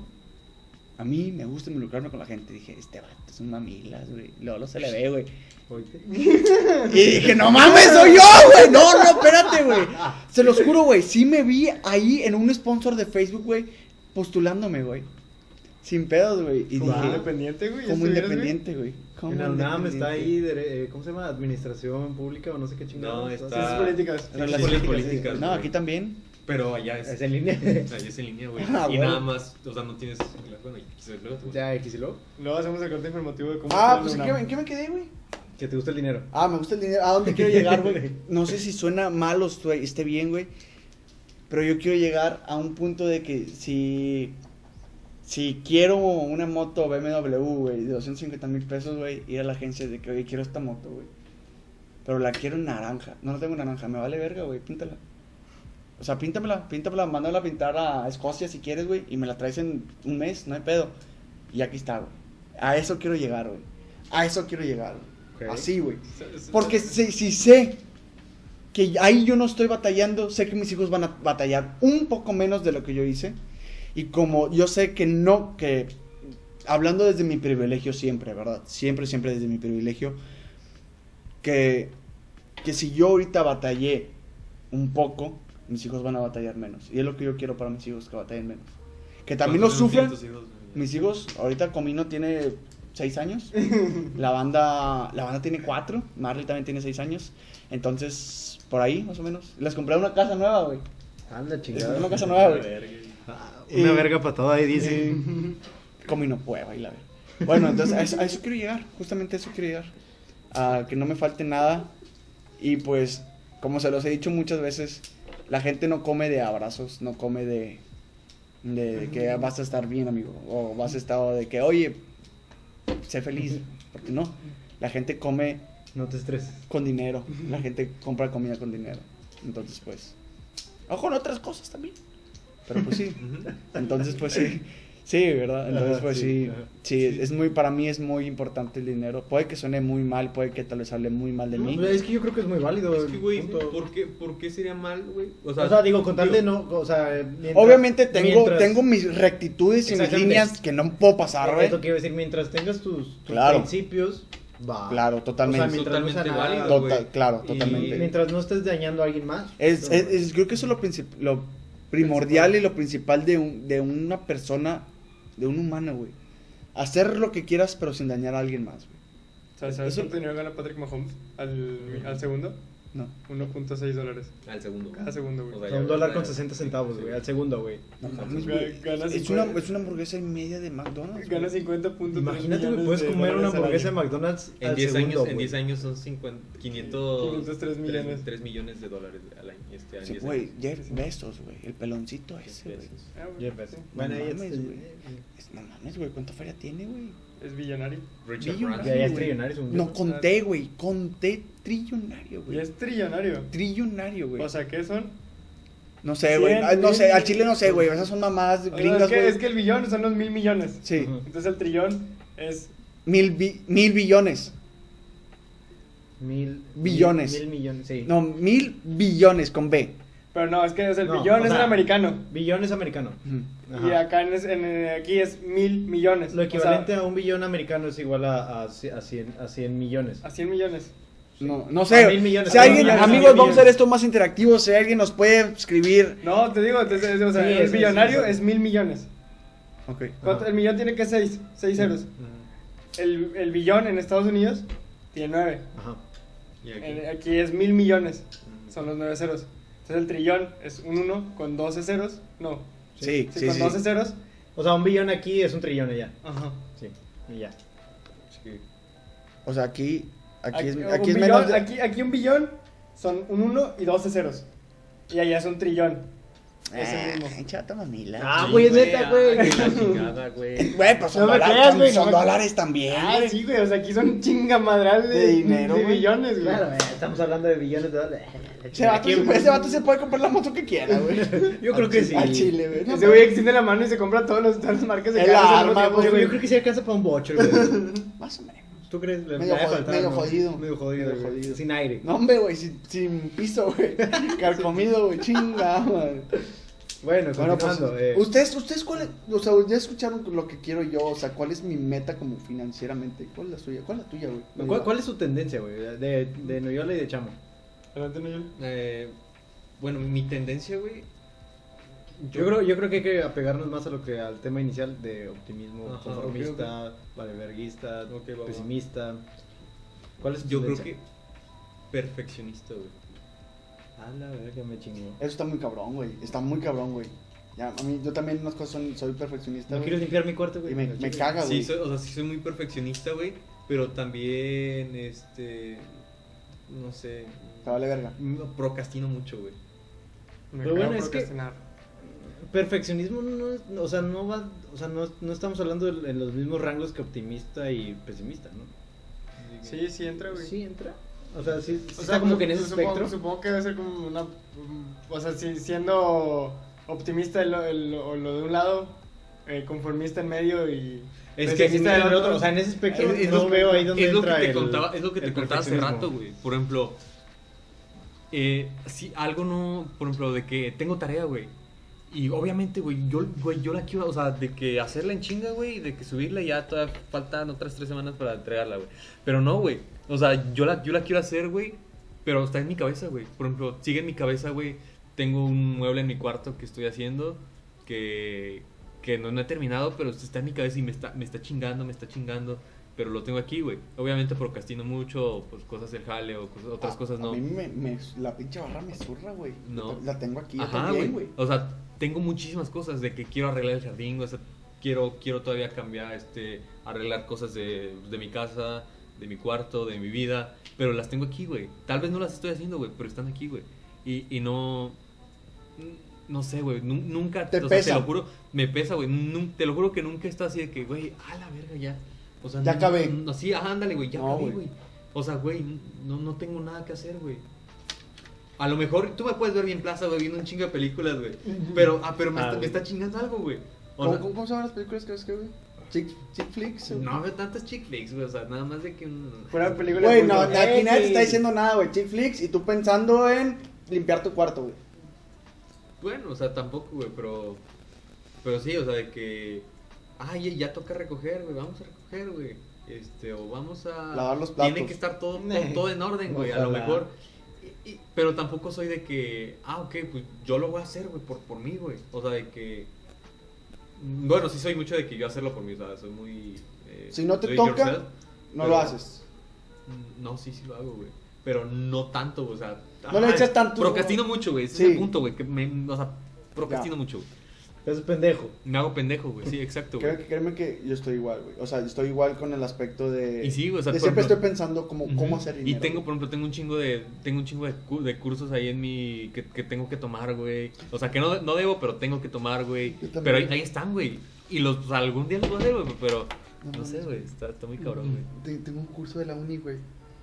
[SPEAKER 2] a mí me gusta involucrarme con la gente. Dije, este vato es un mamilas, güey. Luego lo se le ve, güey.
[SPEAKER 3] Oíste.
[SPEAKER 2] Y dije, no mames, soy yo, güey. No, no, espérate, güey. Se los juro, güey. Sí me vi ahí en un sponsor de Facebook, güey, postulándome, güey. Sin pedos, güey. Y
[SPEAKER 4] Como
[SPEAKER 2] dije,
[SPEAKER 4] independiente, güey. ya
[SPEAKER 2] como
[SPEAKER 4] estuvieras, güey.
[SPEAKER 2] independiente, güey. Como
[SPEAKER 3] En la UNAM está ahí,
[SPEAKER 2] independiente.
[SPEAKER 3] dere- eh, ¿cómo se llama? Administración pública o no sé qué chingada.
[SPEAKER 1] No,
[SPEAKER 4] Sí, esas
[SPEAKER 1] está-
[SPEAKER 4] políticas.
[SPEAKER 2] Relaciones
[SPEAKER 1] Sí,
[SPEAKER 2] políticas.
[SPEAKER 1] políticas,
[SPEAKER 2] No,
[SPEAKER 1] güey.
[SPEAKER 2] aquí también.
[SPEAKER 1] Pero allá es,
[SPEAKER 3] Es en línea.
[SPEAKER 1] allá es en línea, güey.
[SPEAKER 2] Ah,
[SPEAKER 1] y
[SPEAKER 2] bueno.
[SPEAKER 1] nada más, o sea, no tienes. Bueno, quizás luego te voy a-
[SPEAKER 3] Ya, X y luego.
[SPEAKER 4] Luego hacemos el corte informativo de cómo.
[SPEAKER 2] Ah,
[SPEAKER 4] está
[SPEAKER 2] pues
[SPEAKER 4] la
[SPEAKER 2] ¿en qué,
[SPEAKER 4] UNAM.
[SPEAKER 2] en qué me quedé, güey?
[SPEAKER 3] Que te gusta el dinero.
[SPEAKER 2] Ah, me gusta el dinero. ¿A dónde quiero llegar, güey? No sé si suena mal o estu- esté bien, güey. Pero yo quiero llegar a un punto de que si. Si quiero una moto BMW, güey, de 250 mil pesos, güey, ir a la agencia de que, oye, quiero esta moto, güey. Pero la quiero en naranja. No la tengo en naranja, me vale verga, güey, píntala. O sea, píntamela, píntamela, mándala a pintar a Escocia si quieres, güey, y me la traes en un mes, no hay pedo. Y aquí está, güey. A eso quiero llegar, güey. A eso quiero llegar, güey.
[SPEAKER 3] Ok.
[SPEAKER 2] Así, güey.
[SPEAKER 4] Se- se-
[SPEAKER 2] Porque si, si sé que ahí yo no estoy batallando, sé que mis hijos van a batallar un poco menos de lo que yo hice. Y como yo sé que no, que hablando desde mi privilegio siempre, ¿verdad? Siempre, siempre desde mi privilegio, que, que si yo ahorita batallé un poco, mis hijos van a batallar menos. Y es lo que yo quiero para mis hijos, que batallen menos. Que también lo
[SPEAKER 1] ¿Cuántos años
[SPEAKER 2] sufren.
[SPEAKER 1] tienen tus hijos, güey?
[SPEAKER 2] Mis hijos, ahorita Comino tiene 6 años. La banda, la banda tiene 4. Marley también tiene 6 años. Entonces, por ahí, más o menos. Les compré una casa nueva, güey.
[SPEAKER 3] Anda,
[SPEAKER 2] Les compré una
[SPEAKER 3] chingada.
[SPEAKER 2] casa nueva, güey.
[SPEAKER 1] Verga.
[SPEAKER 3] Ah,
[SPEAKER 2] Y-
[SPEAKER 3] Una verga para todo ahí, dice.
[SPEAKER 2] Eh, Comino puede bailar. Bueno, entonces a eso, a eso quiero llegar. Justamente a eso quiero llegar. A que no me falte nada. Y pues, como se los he dicho muchas veces, la gente no come de abrazos, no come de, de, de que vas a estar bien, amigo. O vas a estar de que, oye, sé feliz. Porque no. La gente come
[SPEAKER 3] No te estreses.
[SPEAKER 2] con dinero. La gente compra comida con dinero. Entonces, pues. Ojo con otras cosas también. Pero pues sí.
[SPEAKER 1] Ujú.
[SPEAKER 2] Entonces, pues sí. Sí, ¿verdad? Entonces,
[SPEAKER 3] Ajá,
[SPEAKER 2] pues
[SPEAKER 3] sí,
[SPEAKER 2] sí.
[SPEAKER 3] ajá.
[SPEAKER 2] Sí, es- es muy, para mí es muy importante el dinero. Puede que suene muy mal, puede que tal vez hable muy mal de mí.
[SPEAKER 3] No, Es que yo creo que es muy válido.
[SPEAKER 1] Es que, güey,
[SPEAKER 3] el punto.
[SPEAKER 1] ¿por qué, ¿por qué sería mal, güey?
[SPEAKER 3] O sea, digo, con tal de no, o sea, mientras-
[SPEAKER 2] Obviamente tengo,
[SPEAKER 3] mientras-
[SPEAKER 2] tengo mis rectitudes y mis
[SPEAKER 3] Exactamente.
[SPEAKER 2] líneas que no puedo pasar,
[SPEAKER 3] Es
[SPEAKER 2] güey.
[SPEAKER 3] lo que iba a decir, mientras tengas tus, tus
[SPEAKER 2] Claro.
[SPEAKER 3] principios, va.
[SPEAKER 2] Claro,
[SPEAKER 3] O sea,
[SPEAKER 2] totalmente.
[SPEAKER 1] mis-
[SPEAKER 3] mientras no sea
[SPEAKER 1] Totalmente
[SPEAKER 3] nada-
[SPEAKER 1] válido,
[SPEAKER 2] Total-
[SPEAKER 1] güey.
[SPEAKER 2] claro,
[SPEAKER 3] y
[SPEAKER 2] totalmente.
[SPEAKER 3] mientras no estés dañando a alguien más.
[SPEAKER 2] Es,
[SPEAKER 3] no,
[SPEAKER 2] es- es- creo que eso es lo, princip- lo primordial y lo principal de, un- de una persona, de un humano, güey. Hacer lo que quieras, pero sin dañar a alguien más, güey.
[SPEAKER 4] O sea, ¿Sabes
[SPEAKER 2] Eso-
[SPEAKER 4] cuánto dinero gana Patrick Mahomes al, al segundo?
[SPEAKER 2] No.
[SPEAKER 4] 1.6 dólares.
[SPEAKER 1] Al segundo.
[SPEAKER 4] Cada segundo, güey.
[SPEAKER 1] O sea,
[SPEAKER 3] un dólar con
[SPEAKER 1] ya-
[SPEAKER 3] 60 centavos, güey, al segundo, güey.
[SPEAKER 2] No
[SPEAKER 1] Exacto.
[SPEAKER 2] mames,
[SPEAKER 4] Ga-
[SPEAKER 2] güey.
[SPEAKER 4] ganas
[SPEAKER 2] Es una,
[SPEAKER 4] cincuenta-
[SPEAKER 2] es una hamburguesa y media de McDonald's.
[SPEAKER 4] Gana
[SPEAKER 2] güey.
[SPEAKER 4] 50.3
[SPEAKER 3] Imagínate, güey,
[SPEAKER 4] millones
[SPEAKER 3] puedes
[SPEAKER 4] de
[SPEAKER 3] comer una
[SPEAKER 4] dólares al
[SPEAKER 3] hamburguesa de
[SPEAKER 4] año.
[SPEAKER 3] McDonald's
[SPEAKER 1] En
[SPEAKER 3] al
[SPEAKER 1] 10
[SPEAKER 3] segundo,
[SPEAKER 1] años, en
[SPEAKER 3] güey.
[SPEAKER 1] 10 años son 50, 500,
[SPEAKER 4] 503 millones.
[SPEAKER 1] 3 millones de dólares al año. Este año.
[SPEAKER 2] Sí,
[SPEAKER 1] diez
[SPEAKER 2] Güey,
[SPEAKER 1] años.
[SPEAKER 2] Jeff Bezos, güey. El peloncito
[SPEAKER 1] Diez
[SPEAKER 2] ese, güey.
[SPEAKER 1] veces.
[SPEAKER 4] Ah, güey,
[SPEAKER 3] Diez veces.
[SPEAKER 4] sí.
[SPEAKER 3] Bueno,
[SPEAKER 2] No
[SPEAKER 3] ahí
[SPEAKER 2] mames,
[SPEAKER 3] este-
[SPEAKER 2] güey. Es- No mames, güey. ¿Cuánta feria tiene, güey?
[SPEAKER 4] Es billonario.
[SPEAKER 1] Richard
[SPEAKER 2] Billion-
[SPEAKER 3] Ya, ya
[SPEAKER 1] Branson.
[SPEAKER 3] es trillonario, según yo.
[SPEAKER 2] No conté, güey. Conté trillonario,
[SPEAKER 4] Y
[SPEAKER 2] güey.
[SPEAKER 4] es trillonario.
[SPEAKER 2] Trillonario, güey.
[SPEAKER 4] O sea, ¿qué son?
[SPEAKER 2] no sé, güey.
[SPEAKER 4] cien
[SPEAKER 2] Ah, No sé,
[SPEAKER 4] mil-
[SPEAKER 2] al chile no sé, güey. Esas son mamadas
[SPEAKER 4] O sea,
[SPEAKER 2] gringas,
[SPEAKER 4] es, que,
[SPEAKER 2] güey.
[SPEAKER 4] es que el billón son los mil millones.
[SPEAKER 2] Sí.
[SPEAKER 3] Ajá.
[SPEAKER 4] Entonces el trillón es.
[SPEAKER 2] Mil, bi- mil billones.
[SPEAKER 3] Mil
[SPEAKER 2] Billones.
[SPEAKER 3] Mil, mil millones, sí.
[SPEAKER 2] No, mil billones con B.
[SPEAKER 4] Pero no, es que es el
[SPEAKER 3] No,
[SPEAKER 4] billón
[SPEAKER 3] o
[SPEAKER 4] es
[SPEAKER 3] sea,
[SPEAKER 4] el americano.
[SPEAKER 3] Billones americano.
[SPEAKER 2] Ujú.
[SPEAKER 4] Y
[SPEAKER 3] Ajá.
[SPEAKER 4] acá en, es- en- eh, aquí es mil millones.
[SPEAKER 3] Lo
[SPEAKER 4] O sea,
[SPEAKER 3] equivalente a un billón americano es igual a, a, ci- a 100, a 100 millones.
[SPEAKER 4] a 100 millones.
[SPEAKER 2] No, no
[SPEAKER 3] A
[SPEAKER 2] sé.
[SPEAKER 3] mil millones.
[SPEAKER 2] Si alguien,
[SPEAKER 4] A mil
[SPEAKER 2] amigos,
[SPEAKER 4] millones.
[SPEAKER 2] vamos a hacer esto más interactivo. Si alguien nos puede escribir.
[SPEAKER 4] No, te digo, entonces, es- o sea,
[SPEAKER 3] Sí,
[SPEAKER 4] el
[SPEAKER 3] es-
[SPEAKER 4] billonario
[SPEAKER 3] es-
[SPEAKER 4] es mil millones.
[SPEAKER 2] Ok.
[SPEAKER 4] ¿Cuánto-
[SPEAKER 3] Ajá.
[SPEAKER 4] El millón tiene que ser seis, seis ceros.
[SPEAKER 3] Ajá.
[SPEAKER 4] el, el billón en Estados Unidos tiene nueve.
[SPEAKER 3] Ajá.
[SPEAKER 1] Y aquí.
[SPEAKER 4] En- Aquí es mil millones,
[SPEAKER 1] Mm.
[SPEAKER 4] son los nueve ceros. Entonces el trillón es un uno con 12 ceros. No,
[SPEAKER 6] Sí,
[SPEAKER 4] sí,
[SPEAKER 6] sí,
[SPEAKER 4] con
[SPEAKER 6] sí.
[SPEAKER 4] 12 ceros.
[SPEAKER 3] O sea, un billón aquí es un trillón allá.
[SPEAKER 4] Ajá.
[SPEAKER 3] Sí, y ya.
[SPEAKER 1] Sí.
[SPEAKER 6] O sea, aquí, aquí, es,
[SPEAKER 4] un
[SPEAKER 6] aquí es
[SPEAKER 4] billón-
[SPEAKER 6] menos. de-
[SPEAKER 4] aquí, aquí un billón son un 1 y 12 ceros. Y allá es un trillón. Es
[SPEAKER 6] Ah,
[SPEAKER 4] el mismo.
[SPEAKER 6] chata mamila.
[SPEAKER 3] Ah, güey, es neta, güey.
[SPEAKER 1] ay, la chingada, güey.
[SPEAKER 6] Güey, pues son,
[SPEAKER 4] No me
[SPEAKER 6] dólares-
[SPEAKER 4] creas, güey,
[SPEAKER 6] son
[SPEAKER 4] no me-
[SPEAKER 6] dólares también.
[SPEAKER 4] Ah,
[SPEAKER 6] güey.
[SPEAKER 4] sí, güey. O sea, aquí son chingamadral de,
[SPEAKER 6] De dinero,
[SPEAKER 4] de
[SPEAKER 6] güey.
[SPEAKER 4] billones, güey.
[SPEAKER 3] Claro, eh, estamos hablando de billones de dólares. Eh,
[SPEAKER 2] Ese vato,
[SPEAKER 3] Aquí,
[SPEAKER 2] se-
[SPEAKER 3] güey.
[SPEAKER 2] ese vato se puede comprar la moto que quiera, güey.
[SPEAKER 1] Yo creo que sí.
[SPEAKER 2] Al chile, güey. No,
[SPEAKER 4] Ese güey extiende la mano y se compra todos los, todas las marcas de
[SPEAKER 2] El
[SPEAKER 4] carros al mismo
[SPEAKER 2] arma,
[SPEAKER 4] tiempo,
[SPEAKER 3] Ah, Yo,
[SPEAKER 2] güey.
[SPEAKER 3] yo creo que sí alcanza para un voucher, güey.
[SPEAKER 2] Más o menos.
[SPEAKER 3] ¿Tú crees? Le-
[SPEAKER 2] Medio
[SPEAKER 3] le va a
[SPEAKER 2] jod-
[SPEAKER 3] faltar,
[SPEAKER 2] medio
[SPEAKER 3] ¿no?
[SPEAKER 2] jodido.
[SPEAKER 3] Medio jodido,
[SPEAKER 2] Medio
[SPEAKER 3] güey.
[SPEAKER 2] jodido.
[SPEAKER 3] Sin aire.
[SPEAKER 2] No, hombre, güey, sin, sin piso, güey. Carcomido, güey, chinga, madre.
[SPEAKER 3] Bueno,
[SPEAKER 2] Bueno, pues,
[SPEAKER 3] continuando. eh,
[SPEAKER 2] ¿ustedes, ¿ustedes cuál es- o sea, ya escucharon lo que quiero yo, o sea, cuál es mi meta como financieramente, cuál es la suya, cuál es la tuya, güey.
[SPEAKER 3] ¿cuál, cuál es su tendencia, güey? De, de Noyola y de Chamo.
[SPEAKER 4] Adelante, Nayel.
[SPEAKER 1] Eh, bueno, mi tendencia, güey.
[SPEAKER 3] Yo creo, yo creo que hay que apegarnos más a lo que al tema inicial de optimismo,
[SPEAKER 1] Ajá,
[SPEAKER 3] conformista, valeverguista,
[SPEAKER 1] Ok, va, va.
[SPEAKER 3] pesimista. ¿Cuál es tu
[SPEAKER 1] Yo creo
[SPEAKER 3] tendencia?
[SPEAKER 1] que perfeccionista, güey.
[SPEAKER 3] A la verga me chingó.
[SPEAKER 2] Eso está muy cabrón, güey, está muy cabrón, güey. Ya, a mí, yo también unas cosas son, soy perfeccionista,
[SPEAKER 3] No
[SPEAKER 2] güey,
[SPEAKER 3] quiero limpiar mi cuarto, güey.
[SPEAKER 2] y me,
[SPEAKER 3] Al
[SPEAKER 2] me
[SPEAKER 3] chile.
[SPEAKER 2] caga, güey.
[SPEAKER 1] Sí, soy, o sea, sí soy muy perfeccionista, güey, pero también, este, no sé,
[SPEAKER 2] Te vale verga.
[SPEAKER 1] mm, procrastino mucho, güey.
[SPEAKER 4] Me
[SPEAKER 3] Pero
[SPEAKER 4] cago
[SPEAKER 3] bueno,
[SPEAKER 4] por
[SPEAKER 3] es que-
[SPEAKER 4] procrastinar.
[SPEAKER 3] Perfeccionismo no es, o sea, no va, o sea, no, no estamos hablando del- en los mismos rangos que optimista y pesimista, ¿no?
[SPEAKER 4] Sí, sí entra, güey.
[SPEAKER 3] Sí entra. O sea, sí, sí
[SPEAKER 4] O
[SPEAKER 3] está como
[SPEAKER 4] sup-
[SPEAKER 3] que en ese
[SPEAKER 4] supongo,
[SPEAKER 3] espectro.
[SPEAKER 4] Supongo que debe ser como una. mm, O sea, si, siendo optimista el- el- o lo de un lado, eh, conformista en medio y.
[SPEAKER 1] Es que
[SPEAKER 4] pesimista
[SPEAKER 1] en el
[SPEAKER 4] del
[SPEAKER 1] otro,
[SPEAKER 3] O sea, en ese espectro
[SPEAKER 1] Es- es
[SPEAKER 3] no
[SPEAKER 1] lo-
[SPEAKER 3] veo ahí donde
[SPEAKER 1] es lo que
[SPEAKER 3] entra
[SPEAKER 1] te
[SPEAKER 3] el-
[SPEAKER 1] contaba, es lo que
[SPEAKER 3] el
[SPEAKER 1] te contaba hace
[SPEAKER 3] perfeccionismo.
[SPEAKER 1] rato, güey. Por ejemplo, eh, si algo no, por ejemplo, de que tengo tarea, güey. Y obviamente, güey, yo, güey, yo la quiero, o sea, de que hacerla en chinga, güey, y de que subirla y ya todavía faltan otras tres semanas para entregarla, güey. Pero no, güey. O sea, yo la, yo la quiero hacer, güey, pero está en mi cabeza, güey. Por ejemplo, sigue en mi cabeza, güey. Tengo un mueble en mi cuarto que estoy haciendo que, que no, no he terminado, pero está en mi cabeza y me está, me está chingando, me está chingando. Pero lo tengo aquí, güey. Obviamente procrastino mucho, pues cosas del jale o cosas- otras
[SPEAKER 2] Ah, A-
[SPEAKER 1] cosas no.
[SPEAKER 2] A mí me, me- la pinche barra me zurra, güey.
[SPEAKER 1] No.
[SPEAKER 2] La tengo aquí yo
[SPEAKER 1] Ajá,
[SPEAKER 2] también,
[SPEAKER 1] güey.
[SPEAKER 2] güey.
[SPEAKER 1] O sea, tengo muchísimas cosas de que quiero arreglar el jardín, güey, o sea, quiero, quiero todavía cambiar, este, arreglar cosas de, de mi casa, de mi cuarto, de mi vida, pero las tengo aquí, güey. Tal vez no las estoy haciendo, güey, pero están aquí, güey. Y, y no... No sé, güey, nu- nunca...
[SPEAKER 2] Te
[SPEAKER 1] o sea,
[SPEAKER 2] pesa.
[SPEAKER 1] te lo juro, me pesa, güey. nun- Te lo juro que nunca está así de que, güey, a la verga ya. O sea,
[SPEAKER 2] Ya
[SPEAKER 1] no-
[SPEAKER 2] acabé.
[SPEAKER 1] no, sí, ajá, ándale, güey, ya
[SPEAKER 2] No,
[SPEAKER 1] acabé,
[SPEAKER 2] güey.
[SPEAKER 1] güey. O sea, güey, no, no tengo nada que hacer, güey. A lo mejor tú me puedes ver bien plaza, güey, viendo un chingo de películas, güey. Pero, ah, pero me,
[SPEAKER 3] Ah,
[SPEAKER 1] está,
[SPEAKER 3] güey.
[SPEAKER 1] me está chingando algo, güey. O
[SPEAKER 2] ¿Cómo,
[SPEAKER 1] sea,
[SPEAKER 2] cómo- cómo se llaman las películas que ves que, güey? Chick, chick flicks, güey.
[SPEAKER 1] No veo tantas chick flicks, güey. O sea, nada más de que un.
[SPEAKER 4] Fuera película.
[SPEAKER 2] Güey, no, aquí nadie te
[SPEAKER 4] X.
[SPEAKER 2] está diciendo nada, güey. Chick flicks y tú pensando en limpiar tu cuarto, güey.
[SPEAKER 1] Bueno, o sea, tampoco, güey, pero. Pero sí, o sea, de que. Ay, ya toca recoger, güey. Vamos a recoger, güey. Este, o vamos a.
[SPEAKER 2] Lavar los platos.
[SPEAKER 1] Tiene que estar todo, todo, todo en orden, güey, a lo
[SPEAKER 3] Ojalá.
[SPEAKER 1] mejor. Y- y- pero tampoco soy de que. Ah, ok, pues yo lo voy a hacer, güey, por, por mí, güey. O sea, de que. Bueno, sí soy mucho de que yo hacerlo por mí, o sea, soy muy. eh,
[SPEAKER 2] Si no te
[SPEAKER 1] do it
[SPEAKER 2] toca,
[SPEAKER 1] yourself.
[SPEAKER 2] No
[SPEAKER 1] Pero-
[SPEAKER 2] lo haces.
[SPEAKER 1] Mm, No, sí, sí lo hago, güey. Pero no tanto, güey, o sea.
[SPEAKER 2] No le
[SPEAKER 1] ajá,
[SPEAKER 2] echas tanto-
[SPEAKER 1] Procrastino mucho, güey. Ese
[SPEAKER 2] Sí.
[SPEAKER 1] es el punto, güey. Que me, o sea, procrastino
[SPEAKER 2] Ya.
[SPEAKER 1] mucho. güey.
[SPEAKER 3] Es pendejo.
[SPEAKER 1] Me hago pendejo, güey. Sí, exacto,
[SPEAKER 2] Creo
[SPEAKER 1] güey.
[SPEAKER 2] que- Créeme, que yo estoy igual, güey. O sea, yo estoy igual con el aspecto de.
[SPEAKER 1] Y sí, güey, o sea,
[SPEAKER 2] de
[SPEAKER 1] por
[SPEAKER 2] siempre
[SPEAKER 1] ejemplo-
[SPEAKER 2] estoy pensando como cómo hacer
[SPEAKER 1] Ujú.
[SPEAKER 2] dinero.
[SPEAKER 1] Y tengo,
[SPEAKER 2] güey.
[SPEAKER 1] por ejemplo, tengo un chingo de, tengo un chingo de, cu- de cursos ahí en mi, que, que tengo que tomar, güey. O sea, que no, no debo, pero tengo que tomar, güey.
[SPEAKER 2] Yo también.
[SPEAKER 1] Pero ahí, ahí están, güey. Y los, o sea, algún día los voy a hacer, güey, pero, no sé, güey, está, está muy cabrón, güey.
[SPEAKER 2] Mm, Te- Tengo un curso de la uni, güey.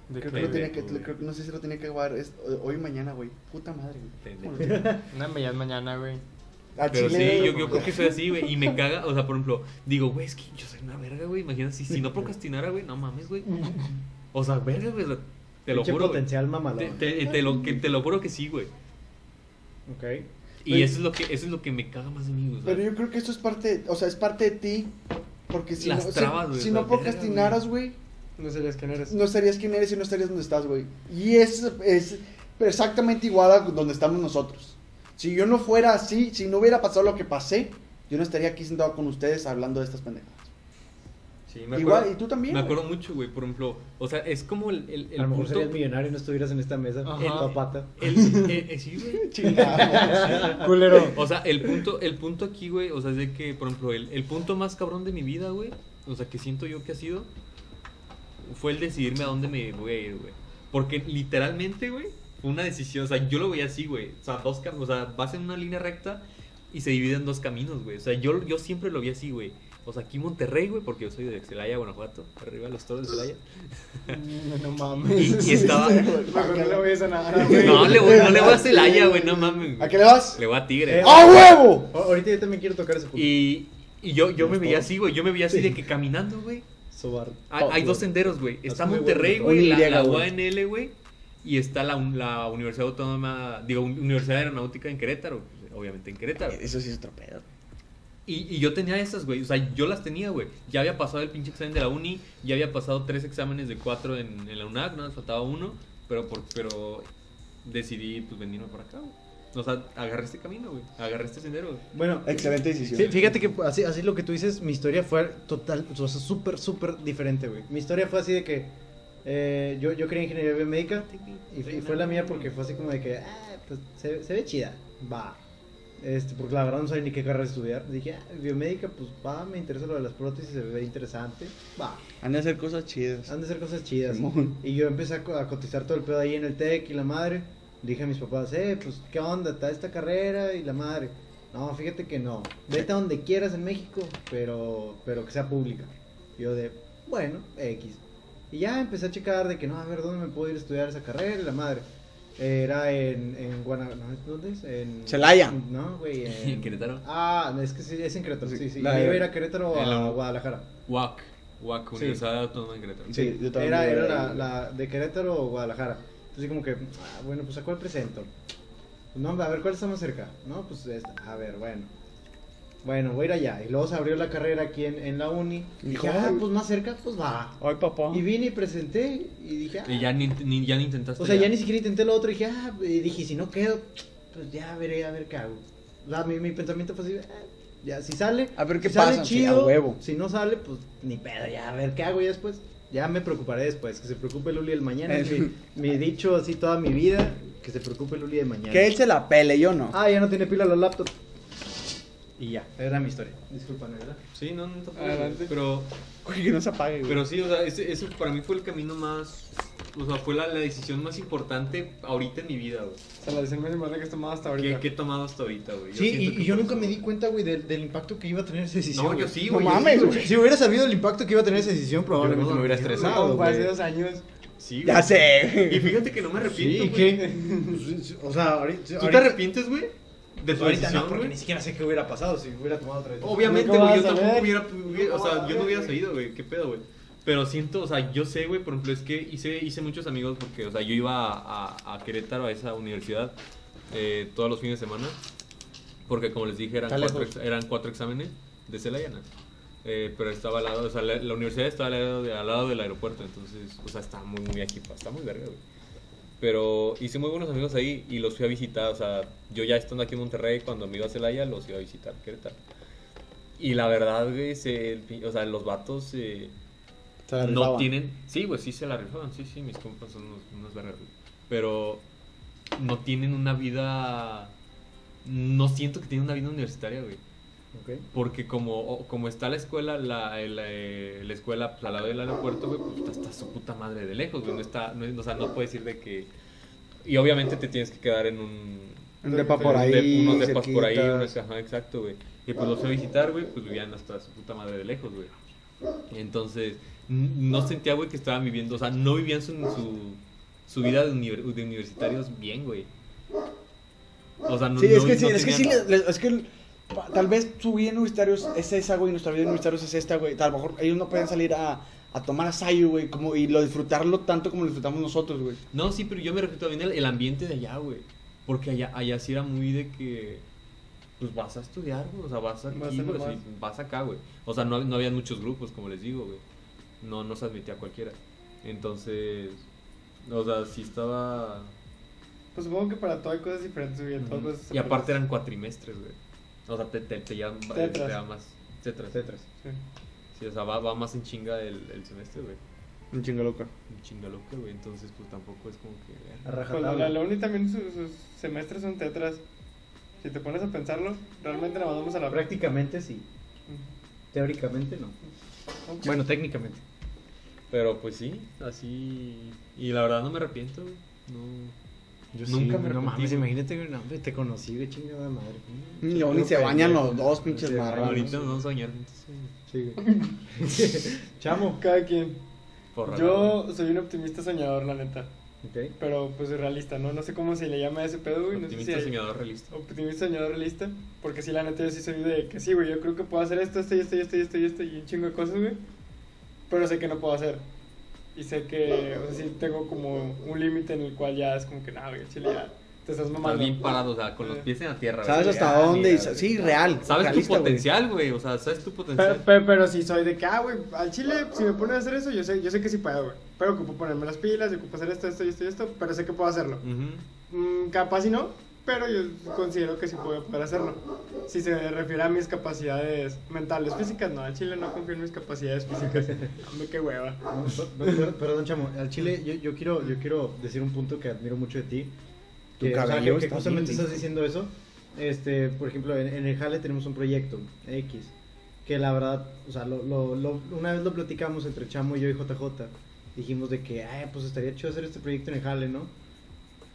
[SPEAKER 1] ¿De
[SPEAKER 2] Creo
[SPEAKER 1] qué,
[SPEAKER 2] que lo tenía
[SPEAKER 1] güey?
[SPEAKER 2] que, creo que no sé si lo tenía que acabar es- hoy o mañana, güey. Puta madre, güey.
[SPEAKER 1] Pendejo.
[SPEAKER 2] ¿Cómo lo tengo?
[SPEAKER 4] No, hombre, ya es mañana, güey.
[SPEAKER 2] A
[SPEAKER 1] Pero sí,
[SPEAKER 2] Chile,
[SPEAKER 1] yo, yo
[SPEAKER 2] güey.
[SPEAKER 1] creo que soy así, güey. Y me caga, o sea, por ejemplo, digo, güey, es que yo soy una verga, güey. Imagínate, si, si no procrastinara, güey, no mames, güey. O sea, verga, güey. o sea, te lo
[SPEAKER 3] Pinche
[SPEAKER 1] juro. güey.
[SPEAKER 3] potencial mamalón.
[SPEAKER 1] Te, te- te lo, que, te lo juro que sí, güey.
[SPEAKER 3] Ok.
[SPEAKER 1] Y eso es lo que, eso es lo que me caga más de mí, güey. o sea,
[SPEAKER 2] Pero yo creo que esto es parte, o sea, es parte de ti. Porque si
[SPEAKER 1] Las
[SPEAKER 2] no, si-
[SPEAKER 1] trabas,
[SPEAKER 2] si,
[SPEAKER 1] güey, la
[SPEAKER 2] no
[SPEAKER 1] verga,
[SPEAKER 2] procrastinaras, güey,
[SPEAKER 4] No sabías quién eres.
[SPEAKER 2] no estarías quien eres y no estarías donde estás, güey. Y es, es exactamente igual a donde estamos nosotros. Si yo no fuera así, si no hubiera pasado lo que pasé, yo no estaría aquí sentado con ustedes hablando de estas pendejadas.
[SPEAKER 1] Sí, me
[SPEAKER 2] Igual, y
[SPEAKER 1] acuerdo-
[SPEAKER 2] tú también.
[SPEAKER 1] Me
[SPEAKER 2] güey.
[SPEAKER 1] acuerdo mucho, güey, por ejemplo, o sea, es como el, el, el
[SPEAKER 3] a lo mejor
[SPEAKER 1] punto-
[SPEAKER 3] serías millonario y no estuvieras en esta mesa.
[SPEAKER 4] Ajá.
[SPEAKER 3] El papata.
[SPEAKER 1] el- eh, eh, sí, güey.
[SPEAKER 4] Culero.
[SPEAKER 1] O sea, el punto, el punto aquí, güey, o sea, es de que, por ejemplo, el, el punto más cabrón de mi vida, güey, o sea, que siento yo que ha sido, fue el decidirme a dónde me voy a ir, güey. Porque literalmente, güey, fue una decisión, o sea, yo lo veía así, güey. O sea, dos cam- o sea, vas en una línea recta y se divide en dos caminos, güey. O sea, yo, yo siempre lo vi así, güey. O sea, aquí Monterrey, güey, porque yo soy de Celaya, Guanajuato, arriba de los toros de Celaya.
[SPEAKER 4] No
[SPEAKER 1] Y,
[SPEAKER 4] mames.
[SPEAKER 1] y estaba...
[SPEAKER 4] Mejor no le voy a Sanahara, güey.
[SPEAKER 1] No, le voy, no le voy a Celaya, güey, no mames.
[SPEAKER 2] ¿A
[SPEAKER 1] güey.
[SPEAKER 2] qué le ¡Oh, vas?
[SPEAKER 1] Le voy a Tigre.
[SPEAKER 3] Eh,
[SPEAKER 2] ¡A huevo!
[SPEAKER 3] A- ahorita yo también quiero tocar ese punto.
[SPEAKER 1] Y, y yo, yo me veía así, güey. Yo me veía así de que caminando, güey.
[SPEAKER 3] Sobar.
[SPEAKER 1] Hay, hay dos senderos, güey. Está
[SPEAKER 3] Así me
[SPEAKER 1] Monterrey,
[SPEAKER 3] voy,
[SPEAKER 1] güey.
[SPEAKER 6] un
[SPEAKER 1] La, la
[SPEAKER 6] Y, güey.
[SPEAKER 1] UANL, güey. Y está la, un- la Universidad Autónoma, digo, un- Universidad Aeronáutica en Querétaro. pues, Obviamente en Querétaro.
[SPEAKER 6] Eso sí es otro pedo.
[SPEAKER 1] Y, y yo tenía esas, güey. O sea, yo las tenía, güey. Ya había pasado el pinche examen de la uni. Ya había pasado tres exámenes de cuatro en, en la UNAC. No, me faltaba uno. Pero, por, pero decidí, pues, venirme por acá, güey. O sea, agarré este camino, güey. Agarré este sendero, güey.
[SPEAKER 3] Bueno,
[SPEAKER 6] Excelente decisión.
[SPEAKER 3] Sí, fíjate que así, así lo que tú dices, mi historia fue total, o sea, súper, súper diferente, güey. Mi historia fue así de que eh, yo, yo quería ingeniería biomédica y, y fue la mía porque fue así como de que, ah, pues se, se ve chida, va. Este, porque la verdad no sabía ni qué carrera estudiar. Dije, ah, biomédica, pues va, me interesa lo de las prótesis, se ve interesante, va.
[SPEAKER 6] Han de hacer cosas chidas.
[SPEAKER 3] Han de ser cosas chidas.
[SPEAKER 6] Simón.
[SPEAKER 3] Y yo empecé a, co- a cotizar todo el pedo ahí en el TEC y la madre. Dije a mis papás, eh, pues, ¿qué onda? ¿Está esta carrera? Y la madre. No, fíjate que no. Vete a donde quieras en México, pero, pero que sea pública. Yo de, bueno, X. Y ya empecé a checar de que, no, a ver, ¿dónde me puedo ir a estudiar esa carrera? Y la madre. Era en, en Guanajuato, ¿dónde es? En...
[SPEAKER 6] Celaya.
[SPEAKER 3] No, güey, en...
[SPEAKER 1] ¿En Querétaro?
[SPEAKER 3] Ah, es que sí, es en Querétaro, sí, sí.
[SPEAKER 6] La
[SPEAKER 3] Yo
[SPEAKER 6] de-
[SPEAKER 3] iba a ir a Querétaro o
[SPEAKER 1] En la-
[SPEAKER 3] a Guadalajara.
[SPEAKER 1] UAC. UAC,
[SPEAKER 3] Sí.
[SPEAKER 1] Universidad Autónoma en Querétaro.
[SPEAKER 6] Sí, yo también
[SPEAKER 3] Era,
[SPEAKER 6] lo
[SPEAKER 3] era
[SPEAKER 6] veo
[SPEAKER 3] la,
[SPEAKER 6] ahí.
[SPEAKER 3] la de Querétaro o Guadalajara. Entonces, como que, ah, bueno, pues a cuál presento. Pues, no, a ver cuál está más cerca. No, pues esta. A ver, bueno. Bueno, voy a ir allá. Y luego se abrió la carrera aquí en, en la uni. Y dije,
[SPEAKER 2] Híjole.
[SPEAKER 3] ah, pues más cerca, pues va.
[SPEAKER 2] Ay, papá.
[SPEAKER 3] Y vine y presenté. Y dije, ah.
[SPEAKER 1] Y ya ni, ni- ya ni intentaste.
[SPEAKER 3] o sea, ya. ni siquiera intenté lo otro. Y dije, ah, y dije, si no quedo, pues ya veré, a ver qué hago. O sea, mi, mi pensamiento fue así, ah, ya, si sale,
[SPEAKER 2] A ver qué
[SPEAKER 3] si sale
[SPEAKER 2] pasa, sí,
[SPEAKER 3] chido,
[SPEAKER 2] a huevo.
[SPEAKER 3] si no sale, pues ni pedo, ya, a ver qué hago ya después. Ya me preocuparé después, que se preocupe Luli el mañana. es
[SPEAKER 2] Eh.
[SPEAKER 3] mi, mi dicho así toda mi vida, que se preocupe Luli el mañana.
[SPEAKER 2] Que él se la pele, yo no.
[SPEAKER 3] Ah, ya no tiene pila la laptop. Y ya, era mi historia. Disculpame, ¿verdad?
[SPEAKER 1] Sí, no, no te preocupes.
[SPEAKER 2] Adelante.
[SPEAKER 1] Pero,
[SPEAKER 2] Güey, que no se apague, güey.
[SPEAKER 1] pero sí, o sea, ese, eso para mí fue el camino más. O sea, fue la, la decisión más importante ahorita en mi vida, güey.
[SPEAKER 4] O sea, la decisión más importante que has tomado
[SPEAKER 1] Que,
[SPEAKER 4] hasta ahorita.
[SPEAKER 1] que he tomado hasta ahorita, güey.
[SPEAKER 3] Sí,
[SPEAKER 1] siento
[SPEAKER 3] y,
[SPEAKER 1] que
[SPEAKER 3] y yo
[SPEAKER 1] por
[SPEAKER 3] nunca
[SPEAKER 1] eso-
[SPEAKER 3] me di cuenta, güey, del, del impacto que iba a tener esa decisión.
[SPEAKER 1] No, yo
[SPEAKER 3] güey.
[SPEAKER 1] sí,
[SPEAKER 2] No
[SPEAKER 1] güey. yo sí,
[SPEAKER 2] mames, güey.
[SPEAKER 3] Si hubiera sabido el impacto que iba a tener esa decisión, probablemente
[SPEAKER 1] Yo no,
[SPEAKER 3] me hubiera
[SPEAKER 1] yo no.
[SPEAKER 3] estresado.
[SPEAKER 4] Fue hace
[SPEAKER 3] güey.
[SPEAKER 4] dos años.
[SPEAKER 1] Sí, güey.
[SPEAKER 2] Ya sé.
[SPEAKER 1] Y fíjate que no me arrepiento.
[SPEAKER 3] Sí,
[SPEAKER 1] güey.
[SPEAKER 3] ¿qué? Pues, sí, O sea, ahorita.
[SPEAKER 1] ¿Tú te
[SPEAKER 3] ahorita-
[SPEAKER 1] arrepientes, güey? De tu
[SPEAKER 3] ahorita
[SPEAKER 1] decisión,
[SPEAKER 3] no, porque
[SPEAKER 1] güey?
[SPEAKER 3] ni siquiera sé qué hubiera pasado si hubiera tomado otra vez.
[SPEAKER 1] Obviamente,
[SPEAKER 4] Nunca
[SPEAKER 1] güey, yo
[SPEAKER 4] vas a
[SPEAKER 1] tampoco
[SPEAKER 4] ver.
[SPEAKER 1] hubiera, hubiera- o
[SPEAKER 4] Nunca
[SPEAKER 1] sea,
[SPEAKER 4] vas a
[SPEAKER 1] yo no
[SPEAKER 4] ver,
[SPEAKER 1] hubiera
[SPEAKER 4] güey.
[SPEAKER 1] sabido, güey, qué pedo, güey. Pero siento, o sea, yo sé, güey, por ejemplo, es que hice, hice muchos amigos porque, o sea, yo iba a, a- a Querétaro, a esa universidad, eh, todos los fines de semana, porque como les dije, eran,
[SPEAKER 3] Está
[SPEAKER 1] cuatro,
[SPEAKER 3] lejos.
[SPEAKER 1] ex- eran cuatro exámenes de Celayana. Eh, pero estaba al lado, o sea, la, la universidad estaba al lado, de- al lado del aeropuerto, entonces, o sea, está muy, muy aquí, está muy verga, güey. Pero hice muy buenos amigos ahí y los fui a visitar. O sea, yo ya estando aquí en Monterrey, cuando me iba a Celaya, los iba a visitar, Querétaro. Y la verdad, güey, se- el pi- o sea, los vatos eh,
[SPEAKER 6] Se la
[SPEAKER 1] no
[SPEAKER 6] rifaban.
[SPEAKER 1] tienen. Sí, güey, sí se la rifaban. Sí, sí, mis compas son unos, unos vergas, güey. Pero no tienen una vida. No siento que tienen una vida universitaria, güey.
[SPEAKER 3] Ok.
[SPEAKER 1] Porque como, o- como está la escuela, la, el, eh, la escuela pues, al lado del aeropuerto, güey, pues está, está su puta madre de lejos, güey. No está, no, es- o sea, no puedes ir de que... Y obviamente te tienes que quedar en un...
[SPEAKER 2] Un depa por
[SPEAKER 1] un
[SPEAKER 2] ahí,
[SPEAKER 1] dep- unos depas por ahí,
[SPEAKER 2] cerquitas.
[SPEAKER 1] unos- ajá, exacto, güey. Y pues los fui a visitar, güey, pues vivían hasta su puta madre de lejos, güey. Entonces, n- no sentía, güey, que estaban viviendo, o sea, no vivían su, su, su vida de, univer- de universitarios bien, güey. O sea, no
[SPEAKER 2] Sí, es que
[SPEAKER 1] no-
[SPEAKER 2] sí,
[SPEAKER 1] no
[SPEAKER 2] es que sí,
[SPEAKER 1] tenían-
[SPEAKER 2] les- les- es que el- pa- tal vez su vida en universitarios es esa, güey, nuestra vida en universitarios es esta, güey. Tal mejor ellos no pueden salir a, a tomar asayo, güey, como, y lo disfrutarlo tanto como lo disfrutamos nosotros, güey.
[SPEAKER 1] No, sí, pero yo me refiero también al el ambiente de allá, güey. Porque allá, allá sí era muy de que. Pues vas a estudiar, güey. O sea, vas aquí,
[SPEAKER 4] Vas a
[SPEAKER 1] güey,
[SPEAKER 4] nomás.
[SPEAKER 1] sí, vas acá, güey. O sea, no, no habían muchos grupos, como les digo, güey. No, no se admitía cualquiera. Entonces. O sea, sí estaba.
[SPEAKER 4] Pues supongo que para todo hay cosas diferentes, güey. todo
[SPEAKER 1] Ujú.
[SPEAKER 4] cosas
[SPEAKER 1] Y
[SPEAKER 4] separadas.
[SPEAKER 1] aparte eran cuatrimestres, güey. O sea, te, te, te llevan- te
[SPEAKER 4] Tetras.
[SPEAKER 1] llevan más. Tetras.
[SPEAKER 3] Tetras.
[SPEAKER 4] Sí.
[SPEAKER 1] Sí, o sea, va, va más en chinga el, el semestre, güey.
[SPEAKER 8] Un chingo loca.
[SPEAKER 1] En chinga loca, güey. Entonces, pues tampoco es como que.
[SPEAKER 3] A
[SPEAKER 1] ver,
[SPEAKER 4] Cuando Pues, la, la
[SPEAKER 3] rajatabla.
[SPEAKER 4] uni también sus, sus semestres son tetras. Si te pones a pensarlo, realmente la mandamos a la práctica.
[SPEAKER 3] Prácticamente sí. Teóricamente no. Bueno, técnicamente.
[SPEAKER 1] Pero pues sí, así. Y la verdad no me arrepiento, güey. No.
[SPEAKER 3] Yo
[SPEAKER 1] Nunca
[SPEAKER 3] sí,
[SPEAKER 1] me
[SPEAKER 3] No
[SPEAKER 1] arrepentí.
[SPEAKER 3] mames, imagínate, güey, no, hombre, te conocí, güey, chingada madre.
[SPEAKER 2] Ni yo, ni se bañan los dos, pinches
[SPEAKER 3] Sí,
[SPEAKER 2] marranos.
[SPEAKER 1] Ahorita nos vamos a bañar juntos, güey.
[SPEAKER 3] Sí, güey. Chamo.
[SPEAKER 4] Cada quien.
[SPEAKER 1] Por raro,
[SPEAKER 4] Yo soy un optimista soñador, la neta.
[SPEAKER 3] Ok.
[SPEAKER 4] Pero pues realista, ¿no? No sé cómo se le llama a ese pedo,
[SPEAKER 1] güey.
[SPEAKER 4] güey. No sé si
[SPEAKER 1] Optimista,
[SPEAKER 4] hay-
[SPEAKER 1] soñador, realista.
[SPEAKER 4] Optimista soñador realista. Porque sí, la neta, yo sí soy de que sí, güey. Yo creo que puedo hacer esto, esto, y esto, y esto, y esto, y esto, y un chingo de cosas, güey. Pero sé que no puedo hacer. Y sé que, o sea, sí tengo como un límite en el cual ya es como que, nada, güey, al chile, ya te estás
[SPEAKER 1] Estás
[SPEAKER 4] mamando.
[SPEAKER 1] bien parado, o sea, con los pies en la tierra,
[SPEAKER 2] ¿Sabes
[SPEAKER 1] güey.
[SPEAKER 2] hasta
[SPEAKER 3] Ah,
[SPEAKER 2] dónde? Y
[SPEAKER 3] mira,
[SPEAKER 2] sa-
[SPEAKER 3] güey.
[SPEAKER 2] sí, real.
[SPEAKER 1] Sabes tu
[SPEAKER 2] realista, güey.
[SPEAKER 1] potencial, güey. O sea, sabes tu
[SPEAKER 4] Pero,
[SPEAKER 1] potencial.
[SPEAKER 4] pero, pero sí soy de que, ah, güey, al chile, si me pones a hacer eso, yo sé, yo sé que sí puedo, güey. Pero ocupo ponerme las pilas, y ocupo hacer esto, esto y esto y esto, pero sé que puedo hacerlo.
[SPEAKER 1] Ujú.
[SPEAKER 4] Mm, capaz y no, pero yo considero que sí puedo poder hacerlo. Si se refiere a mis capacidades mentales, físicas, no, al chile no confío en mis capacidades físicas. Hombre, qué hueva.
[SPEAKER 3] No, per- per- Perdón, chamo. Al chile, yo, yo, quiero, yo quiero decir un punto que admiro mucho de ti.
[SPEAKER 2] Tu
[SPEAKER 3] Que, o sea,
[SPEAKER 2] cabello
[SPEAKER 3] que- que
[SPEAKER 2] está
[SPEAKER 3] justamente
[SPEAKER 2] bien
[SPEAKER 3] estás diciendo eso. Este, por ejemplo, en, en el Jale tenemos un proyecto, X, que la verdad, o sea, lo, lo- lo- una vez lo platicamos entre Chamo y yo y JJ. Dijimos de que, "Ah, pues estaría chido hacer este proyecto en el Jale, ¿no?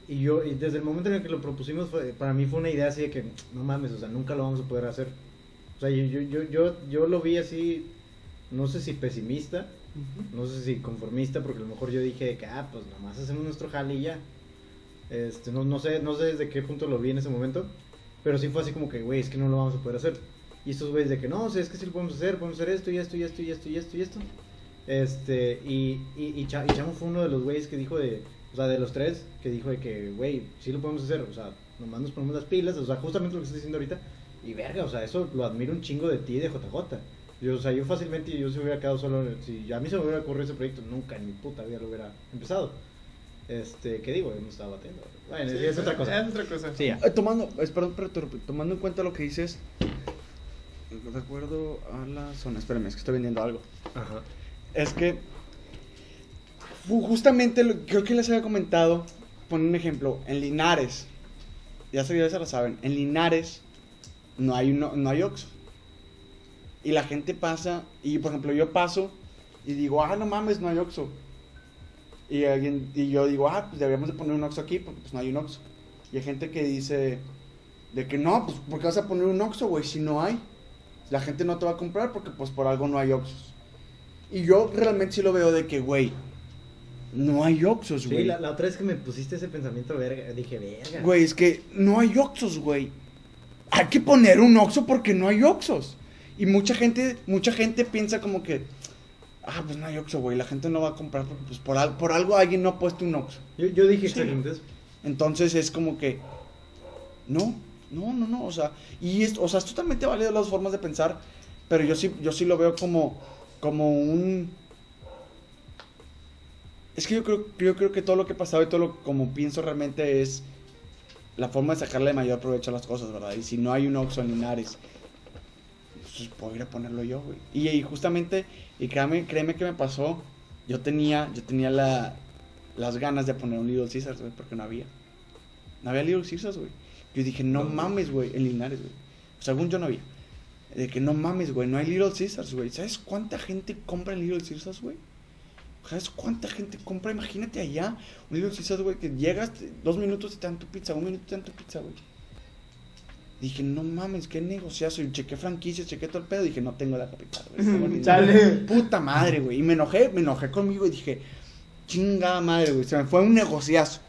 [SPEAKER 3] Y yo, y desde el momento en el que lo propusimos, fue- para mí fue una idea así de que, no mames, o sea, nunca lo vamos a poder hacer. O sea, yo, yo, yo, yo, yo lo vi así, no sé si pesimista, no sé si conformista, porque a lo mejor yo dije de que, ah, pues nomás hacemos nuestro jale y ya. Este, no, no, sé, no sé desde qué punto lo vi en ese momento, pero sí fue así como que, güey, es que no lo vamos a poder hacer. Y estos güeyes de que, no, o sea, es que sí lo podemos hacer, podemos hacer esto y esto y esto y esto y esto y esto. Este, y, y, y Cha- y Chamo fue uno de los güeyes que dijo de, o sea, de los tres, que dijo de que, güey, sí lo podemos hacer, o sea, nomás nos ponemos las pilas, o sea, justamente lo que estás diciendo ahorita. Y verga, o sea, eso lo admiro un chingo de ti y de JJ. Yo, o sea, yo fácilmente, yo se hubiera quedado solo, en el- si a mí se me hubiera ocurrido ese proyecto, nunca en mi puta vida lo hubiera empezado. Este, ¿qué digo? Hemos estado batiendo. Bueno, es otra cosa.
[SPEAKER 4] Es otra cosa.
[SPEAKER 3] Sí, ya.
[SPEAKER 2] Eh, tomando, es- perdón, pero te interrumpí. tomando en cuenta lo que dices, recuerdo a la zona. Espérame, es que estoy vendiendo algo.
[SPEAKER 3] Ajá.
[SPEAKER 2] Es que ju- justamente lo- creo que les había comentado, poner un ejemplo, en Linares, ya se, ya se la saben, en Linares no hay uno, no hay Oxxo. Y la gente pasa y por ejemplo yo paso y digo, "Ah, no mames, no hay Oxxo." Y alguien y yo digo, "Ah, pues deberíamos de poner un Oxxo aquí porque pues no hay un Oxxo." Y hay gente que dice de que no, pues ¿por qué vas a poner un Oxxo, güey, si no hay? La gente no te va a comprar porque pues por algo no hay Oxxos. Y yo realmente sí lo veo de que, güey, no hay Oxxos, güey.
[SPEAKER 3] Sí, la, la otra vez que me pusiste ese pensamiento, verga, dije, verga.
[SPEAKER 2] Güey, es que no hay Oxxos, güey. Hay que poner un Oxxo porque no hay Oxxos. Y mucha gente, mucha gente piensa como que, ah, pues no hay Oxxo, güey, la gente no va a comprar porque pues por, al- por algo alguien no ha puesto un Oxxo.
[SPEAKER 3] Yo, yo dije
[SPEAKER 2] Sí.
[SPEAKER 3] exactamente eso.
[SPEAKER 2] Entonces es como que, no, no, no, no, o sea, y es, o sea, es totalmente válido las formas de pensar, pero yo sí, yo sí lo veo como, como un... Es que yo creo, yo creo que todo lo que he pasado y todo lo como pienso realmente es la forma de sacarle mayor provecho a las cosas, ¿verdad? Y si no hay un Oxxo en Linares, pues puedo ir a ponerlo yo, güey. Y, y justamente, y créeme, créeme que me pasó, yo tenía, yo tenía la, las ganas de poner un Little Caesars, güey, porque no había. No había Little Caesars, güey. Yo dije, no
[SPEAKER 1] ¿Dónde?
[SPEAKER 2] mames, güey, en Linares, güey. O sea, según yo no había. De que no mames, güey, no hay Little Caesars, güey. ¿Sabes cuánta gente compra en Little Caesars, güey? ¿Sabes cuánta gente compra? Imagínate allá, un Little Caesars, güey, que llegas, te- dos minutos y te dan tu pizza, un minuto y te dan tu pizza, güey. Dije, no mames, qué negociazo. Y chequé franquicias, chequé todo el pedo. Dije, no tengo la capital, güey. Qué bonito.
[SPEAKER 4] Chale.
[SPEAKER 2] Puta madre, güey. Y me enojé, me enojé conmigo y dije, chingada madre, güey. Se me fue un negociazo.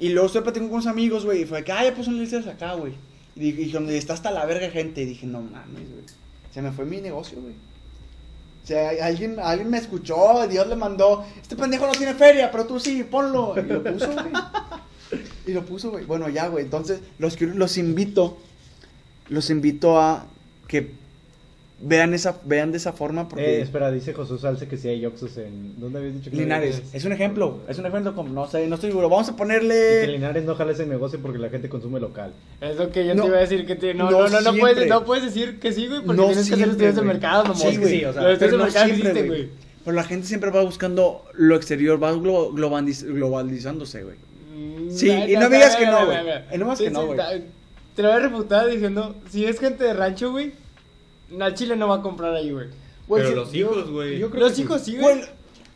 [SPEAKER 2] Y luego estoy platicando con unos amigos, güey. Y fue que, ah, ya puse un Little Caesars acá, güey. Y dije, y donde está hasta la verga de gente. Y dije, no mames, güey. Se me fue mi negocio, güey. O sea, alguien, alguien me escuchó, Dios le mandó, este pendejo no tiene feria, pero tú sí, ponlo. Y lo puso, güey. Y lo puso, güey. Bueno, ya, güey. Entonces, los, quiero- los invito, los invito a que Vean, esa, vean de esa forma porque...
[SPEAKER 3] Eh, espera, dice José Salce que sí hay Oxxos en... ¿Dónde habías dicho que no había
[SPEAKER 2] Linares,
[SPEAKER 3] Oxxos?
[SPEAKER 2] es un ejemplo, es un ejemplo como, no sé, no estoy seguro, vamos a
[SPEAKER 3] Y que
[SPEAKER 2] ponerle...
[SPEAKER 3] Linares no jala ese negocio porque la gente consume local.
[SPEAKER 4] Es lo que yo
[SPEAKER 2] No.
[SPEAKER 4] te iba a decir que te- no,
[SPEAKER 2] No
[SPEAKER 4] no, no, no,
[SPEAKER 2] siempre.
[SPEAKER 4] puedes, no puedes decir que sí, güey, porque
[SPEAKER 2] No
[SPEAKER 4] tienes
[SPEAKER 2] siempre,
[SPEAKER 4] que hacer estudios de
[SPEAKER 2] güey.
[SPEAKER 4] mercado, mamón.
[SPEAKER 2] Sí, güey, o sea,
[SPEAKER 4] los estudios
[SPEAKER 2] pero
[SPEAKER 4] de
[SPEAKER 2] no
[SPEAKER 4] mercado que
[SPEAKER 2] siempre,
[SPEAKER 4] hiciste,
[SPEAKER 2] güey.
[SPEAKER 4] güey.
[SPEAKER 2] Pero la gente siempre va buscando lo exterior, va glo- globaliz- globalizándose, güey.
[SPEAKER 4] Mm,
[SPEAKER 2] Sí,
[SPEAKER 4] ay,
[SPEAKER 2] y no digas que
[SPEAKER 4] ay,
[SPEAKER 2] no,
[SPEAKER 4] ay,
[SPEAKER 2] güey.
[SPEAKER 4] ay, ay.
[SPEAKER 2] Y no más que no, güey.
[SPEAKER 4] ta- Te lo voy a refutar diciendo, si es gente de rancho, güey, al chile no va a comprar ahí, güey.
[SPEAKER 1] Pero
[SPEAKER 3] sí,
[SPEAKER 1] los
[SPEAKER 3] yo-
[SPEAKER 1] hijos, güey.
[SPEAKER 3] yo creo que
[SPEAKER 4] Los
[SPEAKER 3] sí.
[SPEAKER 4] hijos sí, güey.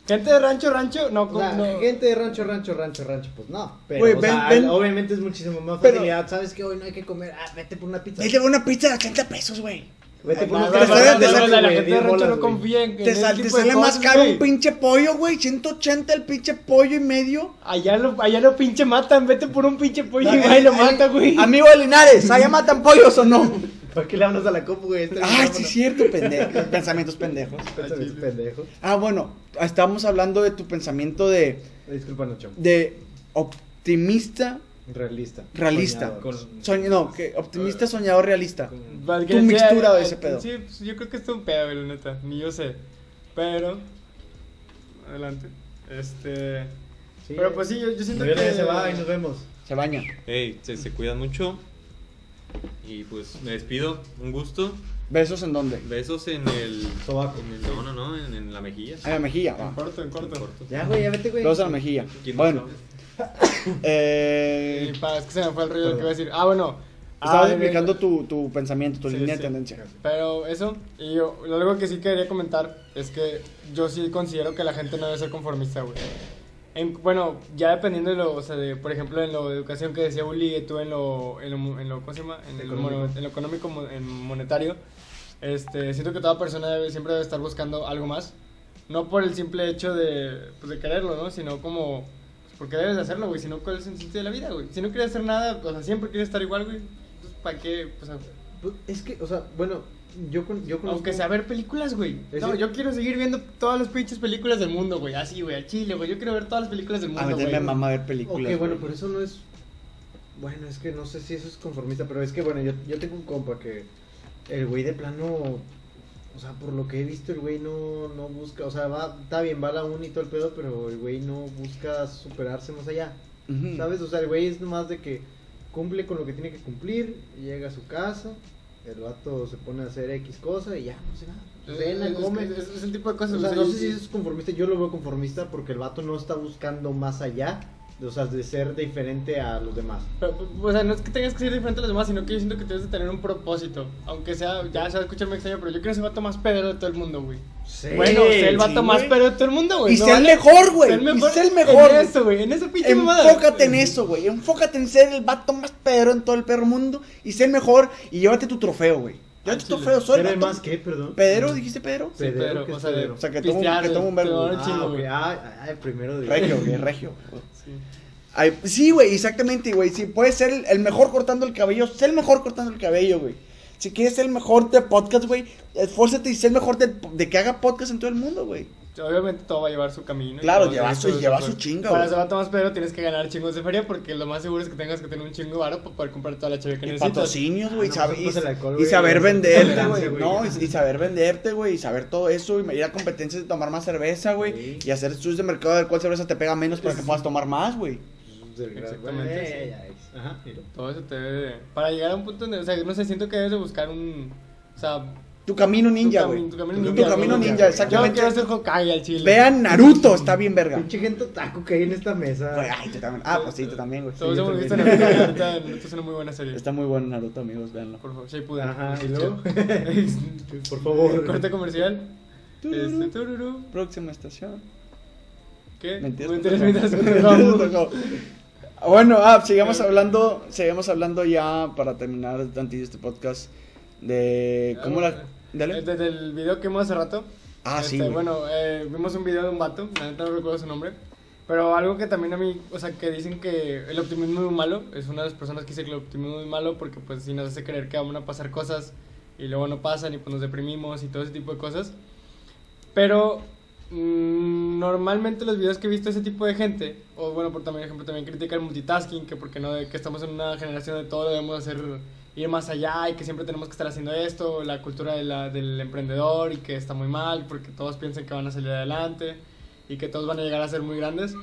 [SPEAKER 4] Gente de rancho, rancho, no, com-
[SPEAKER 3] La
[SPEAKER 4] no.
[SPEAKER 3] gente de rancho, rancho, rancho, rancho, pues no. Pero,
[SPEAKER 2] Güey,
[SPEAKER 3] o
[SPEAKER 2] ven-
[SPEAKER 3] sea,
[SPEAKER 2] ven-
[SPEAKER 3] obviamente es muchísimo más
[SPEAKER 2] Pero-
[SPEAKER 3] facilidad. ¿Sabes que Hoy no hay que comer. Ah, vete por una pizza.
[SPEAKER 2] Ahí te va una pizza de 80 pesos, güey.
[SPEAKER 3] Vete por una
[SPEAKER 4] No, no,
[SPEAKER 2] te
[SPEAKER 4] no,
[SPEAKER 2] sale-
[SPEAKER 4] no,
[SPEAKER 2] te
[SPEAKER 4] no,
[SPEAKER 2] sale,
[SPEAKER 4] la
[SPEAKER 3] güey,
[SPEAKER 4] gente de
[SPEAKER 3] diez
[SPEAKER 4] rancho
[SPEAKER 3] bolas,
[SPEAKER 4] no
[SPEAKER 3] güey.
[SPEAKER 4] confía en que.
[SPEAKER 2] Te,
[SPEAKER 4] en ese
[SPEAKER 2] sal- te
[SPEAKER 4] tipo de
[SPEAKER 2] sale más
[SPEAKER 4] cosas,
[SPEAKER 2] caro
[SPEAKER 4] güey.
[SPEAKER 2] un pinche pollo, güey, 180 el pinche pollo y medio.
[SPEAKER 4] Allá lo, allá lo pinche matan, vete por un pinche pollo y va y lo mata, güey.
[SPEAKER 2] Amigo de Linares, ¿allá matan pollos o no?
[SPEAKER 3] ¿Por qué le hablas a la copa, güey? Este
[SPEAKER 2] Ay,
[SPEAKER 3] micrófono.
[SPEAKER 2] sí es cierto, pendejo. Pensamientos pendejos.
[SPEAKER 3] Este es pendejo.
[SPEAKER 2] Ah, bueno, estábamos hablando de tu pensamiento de,
[SPEAKER 3] Disculpa, Nacho.
[SPEAKER 2] de optimista,
[SPEAKER 3] Realista.
[SPEAKER 2] Realista.
[SPEAKER 3] Soñador.
[SPEAKER 1] Con-
[SPEAKER 2] soñ- no, que optimista, soñador, realista.
[SPEAKER 1] con-
[SPEAKER 4] Para
[SPEAKER 2] Tu
[SPEAKER 4] que sea-
[SPEAKER 2] mixtura de ese pedo.
[SPEAKER 4] Sí, pues, yo creo que es un pedo, güey, la neta. Ni yo sé. Pero. Adelante. Este.
[SPEAKER 3] Sí,
[SPEAKER 4] pero pues sí, yo, yo siento
[SPEAKER 3] Gabriela
[SPEAKER 4] que.
[SPEAKER 3] ya se va y nos vemos.
[SPEAKER 2] Se baña.
[SPEAKER 1] Ey, se, se cuidan mucho. Y pues me despido. Un gusto.
[SPEAKER 2] ¿Besos en dónde?
[SPEAKER 1] Besos en el.
[SPEAKER 3] Sobaco.
[SPEAKER 1] en el- no, no, no, en, en la mejilla.
[SPEAKER 2] En la mejilla, va.
[SPEAKER 4] En corto, en corto.
[SPEAKER 1] Corto.
[SPEAKER 3] Ya, güey, ya vete, güey.
[SPEAKER 2] Besos en la mejilla.
[SPEAKER 1] ¿Quién más
[SPEAKER 2] Bueno,
[SPEAKER 1] habla?
[SPEAKER 2] eh,
[SPEAKER 4] Y para, es que se me fue el rollo de lo que iba a decir. Ah, bueno.
[SPEAKER 2] estabas
[SPEAKER 4] Ah,
[SPEAKER 2] explicando tu, tu pensamiento, tu
[SPEAKER 4] Sí,
[SPEAKER 2] línea
[SPEAKER 4] sí.
[SPEAKER 2] de tendencia.
[SPEAKER 4] Pero eso, y yo, algo que sí quería comentar es que yo sí considero que la gente no debe ser conformista, güey. En- bueno, ya dependiendo de lo, o sea, de, por ejemplo, en lo de educación que decía Uli, tú en lo, en lo, mo- en lo ¿cómo se llama? En, el
[SPEAKER 3] Económico.
[SPEAKER 4] mono- en lo económico, mo- en monetario, este, siento que toda persona debe- siempre debe estar buscando algo más. No por el simple hecho de, pues, de quererlo, ¿no? Sino como, pues, porque debes de hacerlo, güey. Si no, ¿cuál es el sentido de la vida, güey? Si no quieres hacer nada, o sea, siempre quieres estar igual, güey. Pues, ¿para qué? Pues, a-
[SPEAKER 3] Pues, Es que, o sea, bueno, yo con. Yo conozco-
[SPEAKER 4] aunque sea ver películas, güey.
[SPEAKER 3] Es
[SPEAKER 4] No,
[SPEAKER 3] decir-
[SPEAKER 4] yo quiero seguir viendo todas las pinches películas del mundo, güey. Así, güey, al chile, güey. Yo quiero ver todas las películas del
[SPEAKER 2] A
[SPEAKER 4] mundo,
[SPEAKER 2] meterme
[SPEAKER 4] güey.
[SPEAKER 2] a mamá a ver
[SPEAKER 3] Ok,
[SPEAKER 2] películas.
[SPEAKER 3] bueno,
[SPEAKER 2] güey.
[SPEAKER 3] pero eso no es. Bueno, es que no sé si eso es conformista, pero es que, bueno, yo, yo tengo un compa que. El güey de plano. O sea, por lo que he visto, el güey no, no busca. O sea, va, está bien, va a la uni y todo el pedo, pero el güey no busca superarse más allá.
[SPEAKER 4] Mm.
[SPEAKER 2] Ujú.
[SPEAKER 3] ¿Sabes? O sea, el güey es nomás de que cumple con lo que tiene que cumplir, llega a su casa, el vato se pone a hacer X cosa y ya, no sé nada.
[SPEAKER 4] Es-
[SPEAKER 3] Cena,
[SPEAKER 4] Eh, es-
[SPEAKER 3] come.
[SPEAKER 4] Es, es el tipo de cosas,
[SPEAKER 3] O sea,
[SPEAKER 4] güey.
[SPEAKER 3] no sé si eso es conformista, yo lo veo conformista porque el vato no está buscando más allá, o sea, de ser diferente a los demás.
[SPEAKER 4] Pero, o sea, no es que tengas que ser diferente a los demás, sino que yo siento que tienes que tener un propósito. Aunque sea, ya se va a escuchar muy extraño, pero yo quiero ser el vato más pedero de todo el mundo, güey. Bueno, ser el vato
[SPEAKER 2] sí,
[SPEAKER 4] más
[SPEAKER 2] güey.
[SPEAKER 4] pedero de todo el mundo, güey.
[SPEAKER 2] Y
[SPEAKER 4] Pues, No
[SPEAKER 2] ser el
[SPEAKER 4] vale-
[SPEAKER 2] mejor, güey.
[SPEAKER 4] ser
[SPEAKER 2] Y ser el
[SPEAKER 4] En
[SPEAKER 2] mejor. güey.
[SPEAKER 4] eso, güey. En esa pinche mamada.
[SPEAKER 2] Enfócate en eso, güey. Enfócate en ser el vato más pedero en todo el perro mundo y ser el mejor y llévate tu trofeo, güey. Llévate tu trofeo, soy
[SPEAKER 3] ¿Pero
[SPEAKER 2] el
[SPEAKER 3] el
[SPEAKER 2] vato-
[SPEAKER 3] más que, perdón?
[SPEAKER 2] ¿Pedero? ¿Dijiste pedero?
[SPEAKER 4] Sí,
[SPEAKER 3] Pedero,
[SPEAKER 4] pedero,
[SPEAKER 3] que
[SPEAKER 4] o
[SPEAKER 3] es
[SPEAKER 4] sea, de-
[SPEAKER 3] pedero.
[SPEAKER 2] O sea, que toma,
[SPEAKER 4] pistear,
[SPEAKER 2] que toma un verbo.
[SPEAKER 4] te va a dar
[SPEAKER 3] Ah,
[SPEAKER 4] chingo,
[SPEAKER 3] ok,
[SPEAKER 4] güey.
[SPEAKER 3] ah, ah, primero de
[SPEAKER 2] Regio, güey, regio. güey.
[SPEAKER 4] Sí.
[SPEAKER 2] Ay, sí, güey, exactamente, güey. Si puedes ser el, el mejor cortando el cabello, sé el mejor cortando el cabello, güey. Si quieres ser el mejor de podcast, güey, esfuérzate y sé el mejor de, de que haga podcast en todo el mundo, güey.
[SPEAKER 4] Obviamente todo va a llevar su camino.
[SPEAKER 2] Claro,
[SPEAKER 4] Y todo
[SPEAKER 2] lleva
[SPEAKER 4] eso,
[SPEAKER 2] su-
[SPEAKER 4] eso,
[SPEAKER 2] lleva
[SPEAKER 4] eso.
[SPEAKER 2] su chinga,
[SPEAKER 4] Para
[SPEAKER 2] güey.
[SPEAKER 4] ese vato más pedero tienes que ganar chingos de feria porque lo más seguro es que tengas que tener un chingo de varo para poder comprar toda la chévere que
[SPEAKER 2] Y
[SPEAKER 4] necesitas.
[SPEAKER 2] patrocinios, güey,
[SPEAKER 3] Ah, no,
[SPEAKER 2] sabe-
[SPEAKER 3] pues, el alcohol,
[SPEAKER 2] y, y
[SPEAKER 3] güey,
[SPEAKER 2] saber
[SPEAKER 3] es
[SPEAKER 2] venderte,
[SPEAKER 3] importante,
[SPEAKER 2] güey.
[SPEAKER 3] güey.
[SPEAKER 2] No, y, y saber venderte, güey, y saber todo eso, y ir a competencias de tomar más cerveza, güey,
[SPEAKER 3] Sí.
[SPEAKER 2] y hacer estudios de mercado de cuál cerveza te pega menos para que puedas tomar más, güey.
[SPEAKER 4] Exactamente,
[SPEAKER 3] eh,
[SPEAKER 4] sí.
[SPEAKER 3] Ajá, mira.
[SPEAKER 4] Todo eso te debe de- Para llegar a un punto donde, o sea, no sé, siento que debes de buscar un... O sea...
[SPEAKER 2] Tu camino ninja,
[SPEAKER 4] cami-
[SPEAKER 2] güey.
[SPEAKER 4] Tu camino
[SPEAKER 3] Tu
[SPEAKER 4] ninja.
[SPEAKER 2] camino
[SPEAKER 4] güey.
[SPEAKER 2] ninja,
[SPEAKER 4] Yo
[SPEAKER 2] exactamente.
[SPEAKER 4] quiero ser Hokage al chile.
[SPEAKER 2] Vean Naruto, está bien verga.
[SPEAKER 3] Pinche gente taco que hay en esta mesa.
[SPEAKER 2] Güey, ay, tú también. Ah, pues sí, tú también, güey.
[SPEAKER 4] Todos
[SPEAKER 3] yo
[SPEAKER 4] hemos visto
[SPEAKER 3] también.
[SPEAKER 4] Naruto, la neta, Naruto es una muy buena serie.
[SPEAKER 2] Está muy bueno Naruto, amigos, véanlo.
[SPEAKER 4] Por favor, Shippuden.
[SPEAKER 3] Ajá, y luego. Por favor.
[SPEAKER 4] Corte comercial. Este,
[SPEAKER 2] Tururú.
[SPEAKER 4] tururú.
[SPEAKER 2] Próxima estación.
[SPEAKER 4] ¿Qué?
[SPEAKER 2] Mentiras,
[SPEAKER 4] Mentiras,
[SPEAKER 2] pendejo.
[SPEAKER 4] mientras compramos.
[SPEAKER 2] Pendejo. Bueno, ah, sigamos hablando, sigamos hablando ya para terminar tantito este podcast de cómo la
[SPEAKER 4] Eh,
[SPEAKER 2] dale.
[SPEAKER 4] Desde el video que vimos hace rato.
[SPEAKER 2] Ah, sí,
[SPEAKER 4] este,
[SPEAKER 2] güey.
[SPEAKER 4] Bueno, eh, vimos un video de un vato, la neta no recuerdo su nombre. Pero algo que también a mí, o sea, que dicen que el optimismo es muy malo. Es una de las personas que dice que el optimismo es malo porque, pues, si nos hace creer que van a pasar cosas y luego no pasan y pues nos deprimimos y todo ese tipo de cosas. Pero mm, normalmente los videos que he visto de ese tipo de gente, o bueno, por también ejemplo, también critica el multitasking, que porque no, de que estamos en una generación de todo lo debemos hacer ir más allá y que siempre tenemos que estar haciendo esto, la cultura de la- del emprendedor y que está muy mal porque todos piensan que van a salir adelante y que todos van a llegar a ser muy grandes.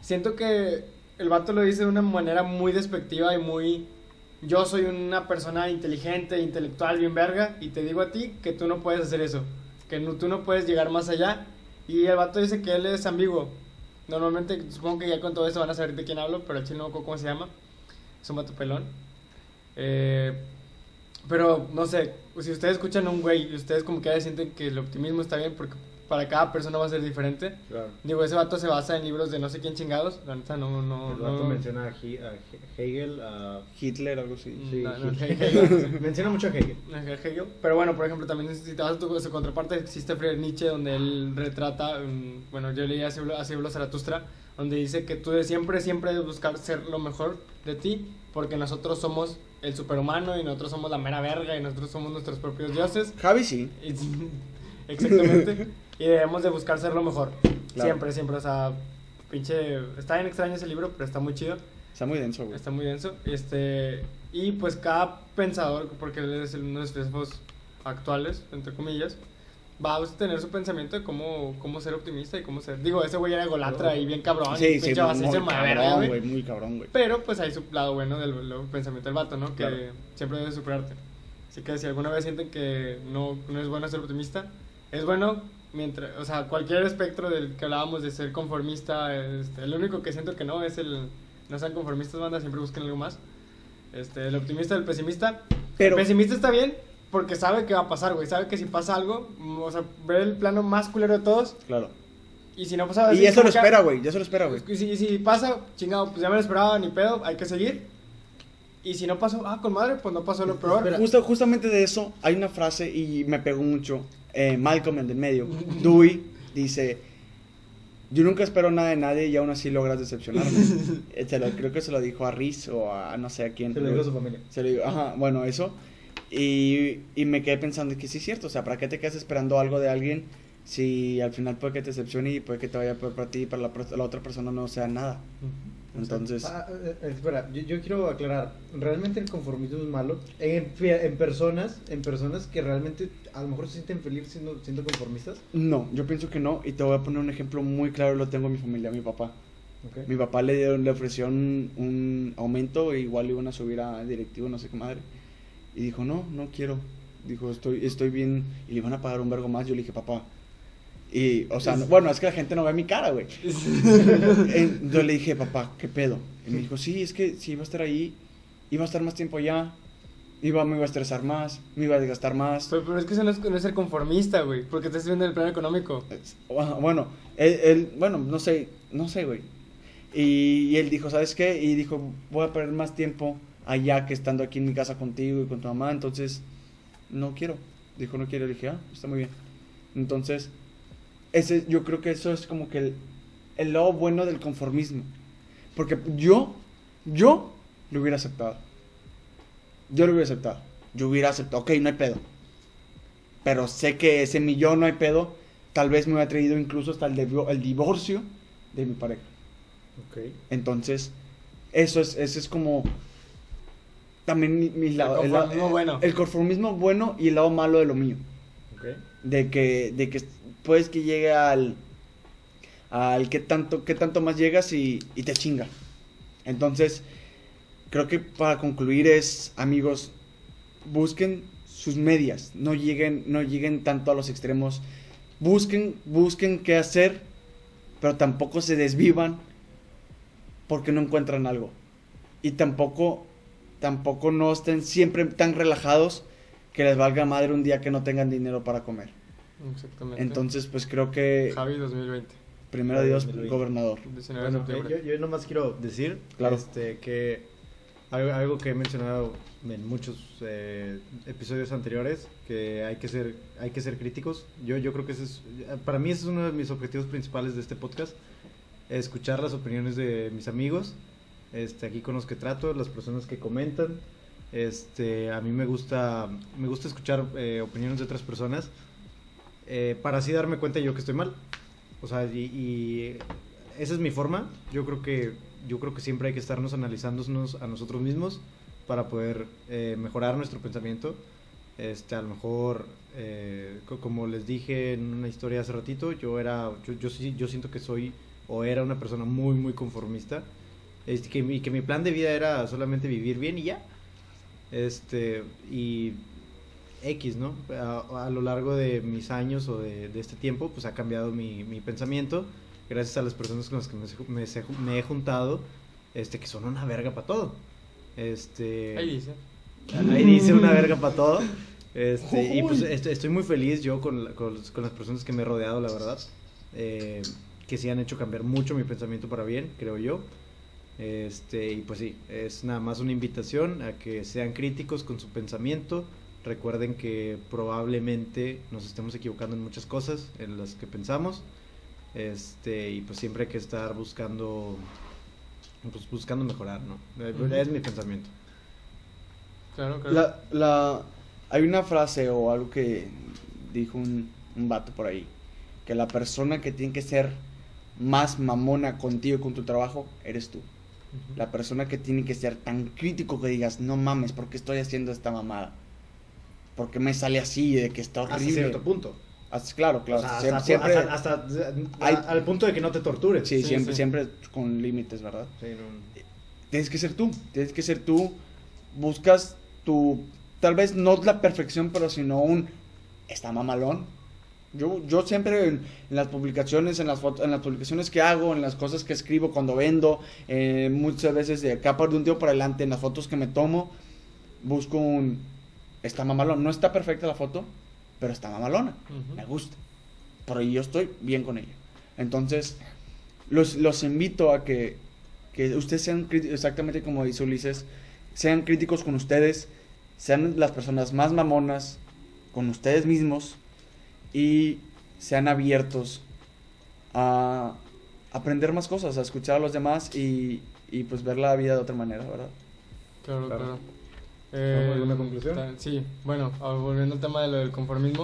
[SPEAKER 4] Siento que el vato lo dice de una manera muy despectiva y muy... Yo soy una persona inteligente, intelectual, bien verga, y te digo a ti que tú no puedes hacer eso, que no, tú no puedes llegar más allá. Y el vato dice que él es ambiguo. Normalmente, supongo que ya con todo eso van a saber de quién hablo, pero el chino no me acuerdo cómo se llama. Es un vato pelón. Eh, pero no sé, si ustedes escuchan a un güey y ustedes como que ya sienten que el optimismo está bien porque para cada persona va a ser diferente.
[SPEAKER 3] Claro.
[SPEAKER 4] Digo, ese vato se basa en libros de no sé quién chingados. La neta no, no,
[SPEAKER 3] El vato
[SPEAKER 4] no-
[SPEAKER 3] menciona a, He- a He- Hegel, a...
[SPEAKER 2] Hitler, algo así.
[SPEAKER 4] Mm,
[SPEAKER 3] sí,
[SPEAKER 4] no, no,
[SPEAKER 3] Hegel.
[SPEAKER 4] Hegel.
[SPEAKER 3] menciona mucho a Hegel.
[SPEAKER 4] Hegel. Pero bueno, por ejemplo, también si te vas a tu- su contraparte, existe Friedrich Nietzsche, donde él retrata, mm, bueno, yo leí Así habló Así habló Zaratustra, donde dice que tú de siempre, siempre debes buscar ser lo mejor de ti, porque nosotros somos el superhumano y nosotros somos la mera verga y nosotros somos nuestros propios dioses.
[SPEAKER 2] Javi sí.
[SPEAKER 4] Y- Exactamente. y debemos de buscar ser lo mejor.
[SPEAKER 2] Claro.
[SPEAKER 4] Siempre, siempre. O sea, pinche... Está bien extraño ese libro, pero está muy chido.
[SPEAKER 2] Está muy denso, güey.
[SPEAKER 4] Está muy denso. Este, y pues cada pensador, porque él es uno de los filósofos actuales, entre comillas, va a tener su pensamiento de cómo, cómo ser optimista y cómo ser. Digo, ese güey era golatra y bien cabrón.
[SPEAKER 2] Sí,
[SPEAKER 4] y
[SPEAKER 2] sí,
[SPEAKER 4] pinche
[SPEAKER 2] muy
[SPEAKER 4] bastardo de madera,
[SPEAKER 2] cabrón,
[SPEAKER 4] güey.
[SPEAKER 2] güey. Muy cabrón, güey.
[SPEAKER 4] Pero pues hay su lado bueno del, del pensamiento del vato, ¿no? Que
[SPEAKER 2] Claro.
[SPEAKER 4] siempre debe superarte. Así que si alguna vez sienten que no, no es bueno ser optimista, es bueno mientras, o sea, cualquier espectro del que hablábamos de ser conformista, este, el único que siento que no es el, no sean conformistas, banda, siempre busquen algo más. Este, el optimista, el pesimista.
[SPEAKER 2] Pero-
[SPEAKER 4] el pesimista está bien porque sabe que va a pasar, güey, sabe que si pasa algo, mm, o sea, ver el plano más culero de todos
[SPEAKER 2] Claro.
[SPEAKER 4] y si no pasa
[SPEAKER 2] Y
[SPEAKER 4] así,
[SPEAKER 2] eso lo
[SPEAKER 4] como que-
[SPEAKER 2] espera, güey. Ya se lo espera, güey.
[SPEAKER 4] y si, si pasa, chingado, pues ya me lo esperaba, ni pedo, hay que seguir. Y si no pasó, ah, con madre, pues no pasó lo peor.
[SPEAKER 2] Justo, justamente de eso hay una frase y me pegó mucho. eh, Malcolm, el del medio, Dewey, dice: Yo nunca espero nada de nadie y aún así logras decepcionarme. Eh, se lo- creo que se lo dijo a Riz o a no sé a quién.
[SPEAKER 3] Se lo digo a su familia.
[SPEAKER 2] Se lo digo, ajá, bueno, eso. Y, y me quedé pensando que sí es cierto, o sea, ¿para qué te quedas esperando algo de alguien si al final puede que te decepcione y puede que te vaya peor para ti y para la, pro- la otra persona no sea nada?
[SPEAKER 4] Mm.
[SPEAKER 2] Entonces,
[SPEAKER 3] Ah, eh, eh, espera, yo, yo quiero aclarar. Realmente el conformismo es malo. En, en personas, en personas que realmente a lo mejor se sienten felices siendo, siendo conformistas.
[SPEAKER 2] no, yo pienso que no. Y te voy a poner un ejemplo muy claro, lo tengo en mi familia, mi papá.
[SPEAKER 3] Okay.
[SPEAKER 2] Mi papá le, dieron- le ofreció un, un aumento, e igual le iban a subir a directivo, no sé qué madre. Y dijo, no, no quiero. Dijo, estoy, estoy bien. Y le iban a pagar un vergo más. Yo le dije, papá. Y, o sea, no- bueno, es que la gente no ve mi cara, güey. Eh, Yo le dije, papá, ¿qué pedo? Y me dijo, sí, es que si iba a estar ahí, iba a estar más tiempo allá, iba, me iba a estresar más, me iba a desgastar más.
[SPEAKER 4] pues, Pero, pero es que eso no es, no es ser conformista, güey, porque estás viendo el plano económico.
[SPEAKER 2] Es- ah, Bueno, él, él- bueno, no sé, no sé, güey. Y, y él dijo, ¿sabes qué? Y dijo, voy a perder más tiempo allá que estando aquí en mi casa contigo y con tu mamá, entonces no quiero. Dijo, no quiero. Le dije, ah, está muy bien. Entonces, ese, yo creo que eso es como que el, el lado bueno del conformismo. Porque yo, yo lo hubiera aceptado. Yo lo hubiera aceptado. Yo hubiera aceptado, ok, no hay pedo. Pero sé que ese millón no hay pedo. Tal vez me hubiera traído incluso hasta el, divio- el divorcio de mi pareja.
[SPEAKER 3] Okay.
[SPEAKER 2] Entonces, eso es, ese es como también mi, mi lado. el lado-
[SPEAKER 4] conformismo bueno.
[SPEAKER 2] El conformismo bueno y el lado malo de lo mío.
[SPEAKER 3] Okay.
[SPEAKER 2] De que, de que puedes que llegue al, al que tanto, que tanto más llegas y, y te chinga. Entonces, creo que para concluir es, amigos, busquen sus medias, no lleguen, no lleguen tanto a los extremos. Busquen, busquen qué hacer, pero tampoco se desvivan porque no encuentran algo. Y tampoco, tampoco no estén siempre tan relajados que les valga madre un día que no tengan dinero para comer.
[SPEAKER 4] Exactamente.
[SPEAKER 2] Entonces, pues creo que,
[SPEAKER 4] Javi 2020.
[SPEAKER 2] primero Dios,
[SPEAKER 3] Javi.
[SPEAKER 2] gobernador.
[SPEAKER 4] 19 de
[SPEAKER 3] Bueno, eh,
[SPEAKER 4] septiembre.
[SPEAKER 3] yo, yo nomás quiero decir
[SPEAKER 2] Claro.
[SPEAKER 3] este, que algo, algo que he mencionado en muchos eh, episodios anteriores, que hay que ser, hay que ser críticos. Yo, yo creo que ese es, para mí ese es uno de mis objetivos principales de este podcast, escuchar las opiniones de mis amigos, este, aquí con los que trato, las personas que comentan. Este, a mí me gusta, me gusta escuchar eh, opiniones de otras personas eh, para así darme cuenta yo que estoy mal. O sea, y, y esa es mi forma. Yo creo que yo creo que siempre hay que estarnos analizándonos a nosotros mismos para poder eh, mejorar nuestro pensamiento. Este, a lo mejor, eh, co- como les dije en una historia hace ratito, yo era, yo, yo sí, yo siento que soy o era una persona muy, muy conformista. Este, que, mi, que mi plan de vida era solamente vivir bien y ya. Este, y X, ¿no? A, a lo largo de mis años o de, de este tiempo, pues ha cambiado mi, mi pensamiento. Gracias a las personas con las que me, se- me se- me he juntado, este, que son una verga para todo. Este,
[SPEAKER 4] Ahí dice.
[SPEAKER 3] Ahí dice una verga para todo. Este, y pues est- estoy muy feliz yo con, la- con, los- con las personas que me he rodeado, la verdad. Eh, que sí han hecho cambiar mucho mi pensamiento para bien, creo yo. Este, y pues sí, es nada más una invitación a que sean críticos con su pensamiento. Recuerden que probablemente nos estemos equivocando en muchas cosas en las que pensamos. Este, y pues siempre hay que estar buscando pues buscando mejorar, ¿no? Eh,
[SPEAKER 4] Ujú.
[SPEAKER 3] Es mi pensamiento.
[SPEAKER 4] Claro, claro.
[SPEAKER 2] La, la, hay una frase o algo que dijo un, un vato por ahí, que la persona que tiene que ser más mamona contigo, con tu trabajo, eres tú.
[SPEAKER 4] Ujú.
[SPEAKER 2] La persona que tiene que ser tan crítico que digas, no mames, ¿por qué estoy haciendo esta mamada? ¿Por qué me sale así de que está
[SPEAKER 3] Hasta
[SPEAKER 2] horrible?
[SPEAKER 3] Ah, cierto punto.
[SPEAKER 2] As- claro, claro.
[SPEAKER 3] O sea,
[SPEAKER 2] siem-
[SPEAKER 3] hasta,
[SPEAKER 2] siempre,
[SPEAKER 3] hasta- hasta-
[SPEAKER 2] Hay-
[SPEAKER 3] a- al punto de que no te tortures.
[SPEAKER 2] sí,
[SPEAKER 4] sí,
[SPEAKER 2] siempre,
[SPEAKER 4] sí.
[SPEAKER 2] siempre con límites, ¿verdad?
[SPEAKER 3] Sí, no.
[SPEAKER 2] tienes que ser tú, tienes que ser tú, buscas tu, tal vez no la perfección, pero sino un, está mamalón. Yo, yo siempre en, en las publicaciones, en las, foto- en las publicaciones que hago, en las cosas que escribo cuando vendo, eh, muchas veces de acá por de un tío para adelante, en las fotos que me tomo, busco un, está mamalón. No está perfecta la foto, pero está mamalona
[SPEAKER 4] Ujú.
[SPEAKER 2] me gusta. Pero yo estoy bien con ella. Entonces, los, los invito a que, que ustedes sean críti- exactamente como dice Ulises, sean críticos con ustedes, sean las personas más mamonas con ustedes mismos y sean abiertos a aprender más cosas, a escuchar a los demás y, y pues ver la vida de otra manera, ¿verdad?
[SPEAKER 4] Claro,
[SPEAKER 3] Claro.
[SPEAKER 4] claro.
[SPEAKER 3] ¿Alguna alguna conclusión?
[SPEAKER 4] ta- Sí, bueno, ah, volviendo al tema de lo del conformismo,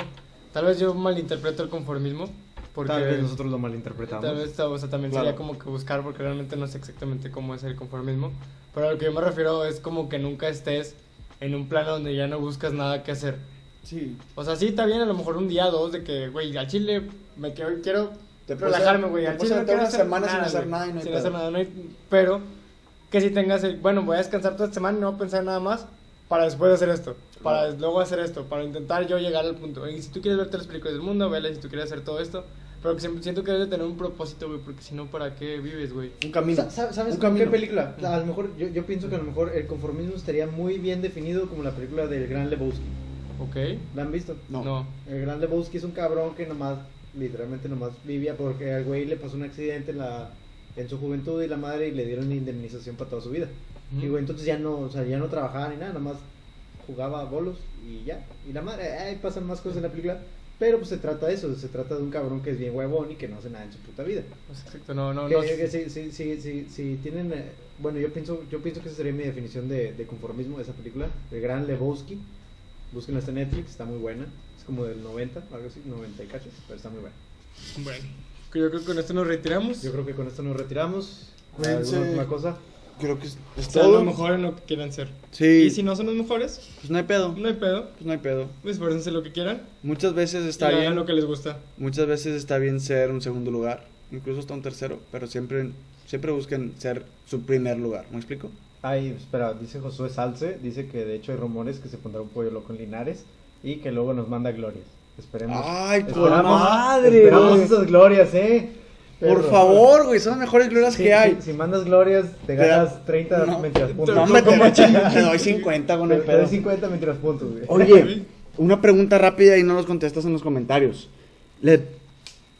[SPEAKER 4] tal vez yo malinterpreto el conformismo, porque
[SPEAKER 3] Tal vez nosotros lo malinterpretamos.
[SPEAKER 4] tal vez, o sea, también sería
[SPEAKER 2] Claro.
[SPEAKER 4] como que buscar, porque realmente no sé exactamente cómo es el conformismo, pero a lo que yo me refiero es como que nunca estés en un plano donde ya no buscas nada que hacer.
[SPEAKER 2] Sí.
[SPEAKER 4] O sea, sí, está bien a lo mejor un día, dos, de que, güey, al chile me quiero, quiero
[SPEAKER 2] Te puedes-
[SPEAKER 4] relajarme, güey.
[SPEAKER 2] te
[SPEAKER 4] Al
[SPEAKER 2] puedes
[SPEAKER 4] chile no
[SPEAKER 2] aventar
[SPEAKER 4] quiero
[SPEAKER 2] una
[SPEAKER 4] hacer
[SPEAKER 2] semana sin
[SPEAKER 4] nada,
[SPEAKER 2] hacer
[SPEAKER 4] güey,
[SPEAKER 2] nada y no hay
[SPEAKER 4] sin
[SPEAKER 2] pedo.
[SPEAKER 4] hacer nada, no hay- Pero que si tengas el, bueno, voy a descansar toda esta semana y no voy a pensar en nada más para después hacer esto, para luego hacer esto, para intentar yo llegar al punto. Y si tú quieres verte las películas del mundo, vela, y si tú quieres hacer todo esto, pero que siempre- siento que debes de tener un propósito, güey, porque si no, ¿para qué vives, güey?
[SPEAKER 2] Un camino.
[SPEAKER 3] Sa- sa- ¿Sabes
[SPEAKER 2] Un
[SPEAKER 3] con qué
[SPEAKER 2] camino.
[SPEAKER 3] película? A lo mejor, yo, yo pienso que a lo mejor el conformismo estaría muy bien definido como la película del Gran Lebowski.
[SPEAKER 4] ¿Ok?
[SPEAKER 3] ¿La han visto?
[SPEAKER 2] No.
[SPEAKER 4] No.
[SPEAKER 3] El Gran Lebowski es un cabrón que nomás, literalmente nomás vivía porque al güey le pasó un accidente en, la, en su juventud y la madre y le dieron indemnización para toda su vida. Y güey, entonces ya no, o sea, ya no trabajaba ni nada, nomás jugaba a bolos y ya. Y la madre, ay, pasan más cosas en la película. Pero pues se trata de eso, se trata de un cabrón que es bien huevón y que no hace nada en su puta vida.
[SPEAKER 4] Pues, Exacto, no, no,
[SPEAKER 3] Que-
[SPEAKER 4] no.
[SPEAKER 3] que si, si- si- si- si tienen, eh, bueno, yo pienso, yo pienso que esa sería mi definición de, de conformismo de esa película, el gran Lebowski. Búsquenla, está en Netflix, está muy buena. Es como del 90, algo así, 90 y cacho, pero está muy buena.
[SPEAKER 4] Bueno, yo creo que con esto nos retiramos.
[SPEAKER 3] Yo creo que con esto nos retiramos. ¿Alguna
[SPEAKER 2] Cuídense.
[SPEAKER 3] última cosa?
[SPEAKER 2] Creo que es, es
[SPEAKER 4] Sean
[SPEAKER 2] todo.
[SPEAKER 4] los mejores en lo que quieran ser.
[SPEAKER 2] Sí.
[SPEAKER 4] Y si no son los mejores,
[SPEAKER 2] Pues no hay pedo.
[SPEAKER 4] no hay pedo.
[SPEAKER 2] Pues no hay pedo.
[SPEAKER 4] Pues esfuércense lo que quieran.
[SPEAKER 2] Muchas veces
[SPEAKER 4] Está
[SPEAKER 2] está
[SPEAKER 4] y
[SPEAKER 2] bien.
[SPEAKER 4] hagan lo que les gusta.
[SPEAKER 2] Muchas veces está bien ser un segundo lugar, incluso hasta un tercero, pero siempre, siempre busquen ser su primer lugar. ¿Me explico?
[SPEAKER 3] Ay, espera, dice Josué Salce, dice que de hecho hay rumores que se pondrá un pollo loco en Linares y que luego nos manda glorias. Esperemos.
[SPEAKER 2] ¡Ay, por
[SPEAKER 3] esperamos,
[SPEAKER 2] madre!
[SPEAKER 3] Esperamos
[SPEAKER 2] güey!
[SPEAKER 3] esas glorias, eh.
[SPEAKER 2] Por
[SPEAKER 3] Pero-
[SPEAKER 2] favor, güey, son las mejores glorias
[SPEAKER 3] Si,
[SPEAKER 2] que hay.
[SPEAKER 3] si- si mandas glorias, te
[SPEAKER 2] Te
[SPEAKER 3] ganas
[SPEAKER 2] da-
[SPEAKER 3] 30
[SPEAKER 2] No.
[SPEAKER 3] mentiras puntos.
[SPEAKER 2] No, me te doy 50 con
[SPEAKER 3] Te-
[SPEAKER 2] el
[SPEAKER 3] te doy
[SPEAKER 2] pedo.
[SPEAKER 3] 50 mentiras puntos, güey.
[SPEAKER 2] Oye, una pregunta rápida y no los contestas en los comentarios. Le-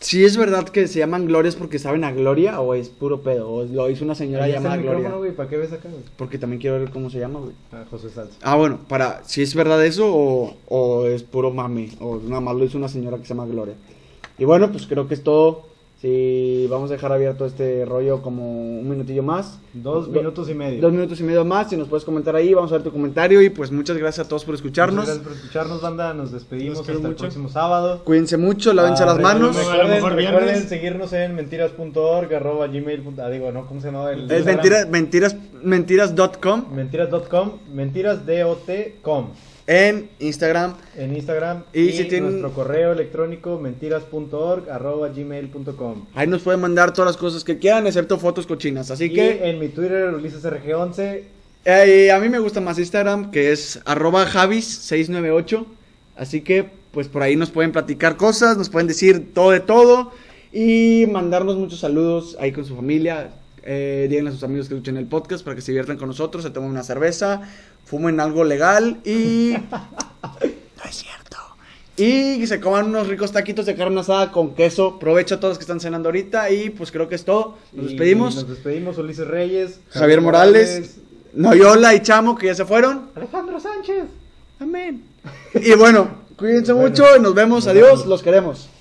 [SPEAKER 2] ¿Sí es verdad que se llaman glorias porque saben a gloria o es puro pedo? ¿O lo hizo una señora
[SPEAKER 3] Ahí está
[SPEAKER 2] llamada
[SPEAKER 3] el
[SPEAKER 2] Gloria?
[SPEAKER 3] micrófono, güey, ¿para qué ves acá, güey?
[SPEAKER 2] Porque también quiero ver cómo se llama, güey.
[SPEAKER 3] Ah, José Salsa.
[SPEAKER 2] Ah, bueno, para si es verdad eso o, o es puro mami, o nada más lo hizo una señora que se llama Gloria. Y bueno, pues creo que es todo. Sí, vamos a dejar abierto este rollo como un minutillo más.
[SPEAKER 3] Dos minutos y medio.
[SPEAKER 2] Dos minutos y medio más, si nos puedes comentar ahí, vamos a ver tu comentario y pues muchas gracias a todos por
[SPEAKER 3] Muchas
[SPEAKER 2] escucharnos.
[SPEAKER 3] gracias por escucharnos, banda. Nos despedimos
[SPEAKER 4] Los
[SPEAKER 3] hasta
[SPEAKER 4] quiero
[SPEAKER 3] el
[SPEAKER 4] mucho.
[SPEAKER 3] próximo sábado.
[SPEAKER 2] Cuídense mucho, lávense
[SPEAKER 3] Ah,
[SPEAKER 2] las manos.
[SPEAKER 4] no, no, no.
[SPEAKER 3] Recuerden,
[SPEAKER 4] A lo mejor
[SPEAKER 3] recuerden
[SPEAKER 4] viernes.
[SPEAKER 3] seguirnos en mentiras.org, arroba gmail. Ah, digo, ¿no? ¿Cómo se llamaba? El
[SPEAKER 2] Es mentiras,
[SPEAKER 3] Instagram?
[SPEAKER 2] mentiras, mentiras.com
[SPEAKER 3] Mentiras.com, mentirasdot.com
[SPEAKER 2] en Instagram.
[SPEAKER 3] en Instagram
[SPEAKER 2] Y si tienen-
[SPEAKER 3] nuestro correo electrónico mentiras.org, arroba gmail.com.
[SPEAKER 2] Ahí nos pueden mandar todas las cosas que quieran, excepto fotos cochinas. Así
[SPEAKER 3] Y
[SPEAKER 2] que
[SPEAKER 3] en mi Twitter, UlisesRG11,
[SPEAKER 2] eh, a mí me gusta más Instagram, que es arroba javis698. Así que pues por ahí nos pueden platicar cosas, nos pueden decir todo de todo y mandarnos muchos saludos ahí con su familia. Eh, díganle a sus amigos que escuchen el podcast para que se diviertan con nosotros, se tomen una cerveza, fumen algo legal y... No es cierto. Y se coman unos ricos taquitos de carne asada con queso. Provecho a todos los que están cenando ahorita y pues creo que es todo. Nos
[SPEAKER 3] Y
[SPEAKER 2] despedimos.
[SPEAKER 3] Nos despedimos, Ulises Reyes.
[SPEAKER 2] Javier Morales, Noyola y Chamo que ya se fueron.
[SPEAKER 3] Alejandro Sánchez.
[SPEAKER 2] Amén. Y bueno, cuídense
[SPEAKER 3] Bueno,
[SPEAKER 2] mucho y nos vemos.
[SPEAKER 3] nos
[SPEAKER 2] Adiós,
[SPEAKER 3] vemos.
[SPEAKER 2] los queremos.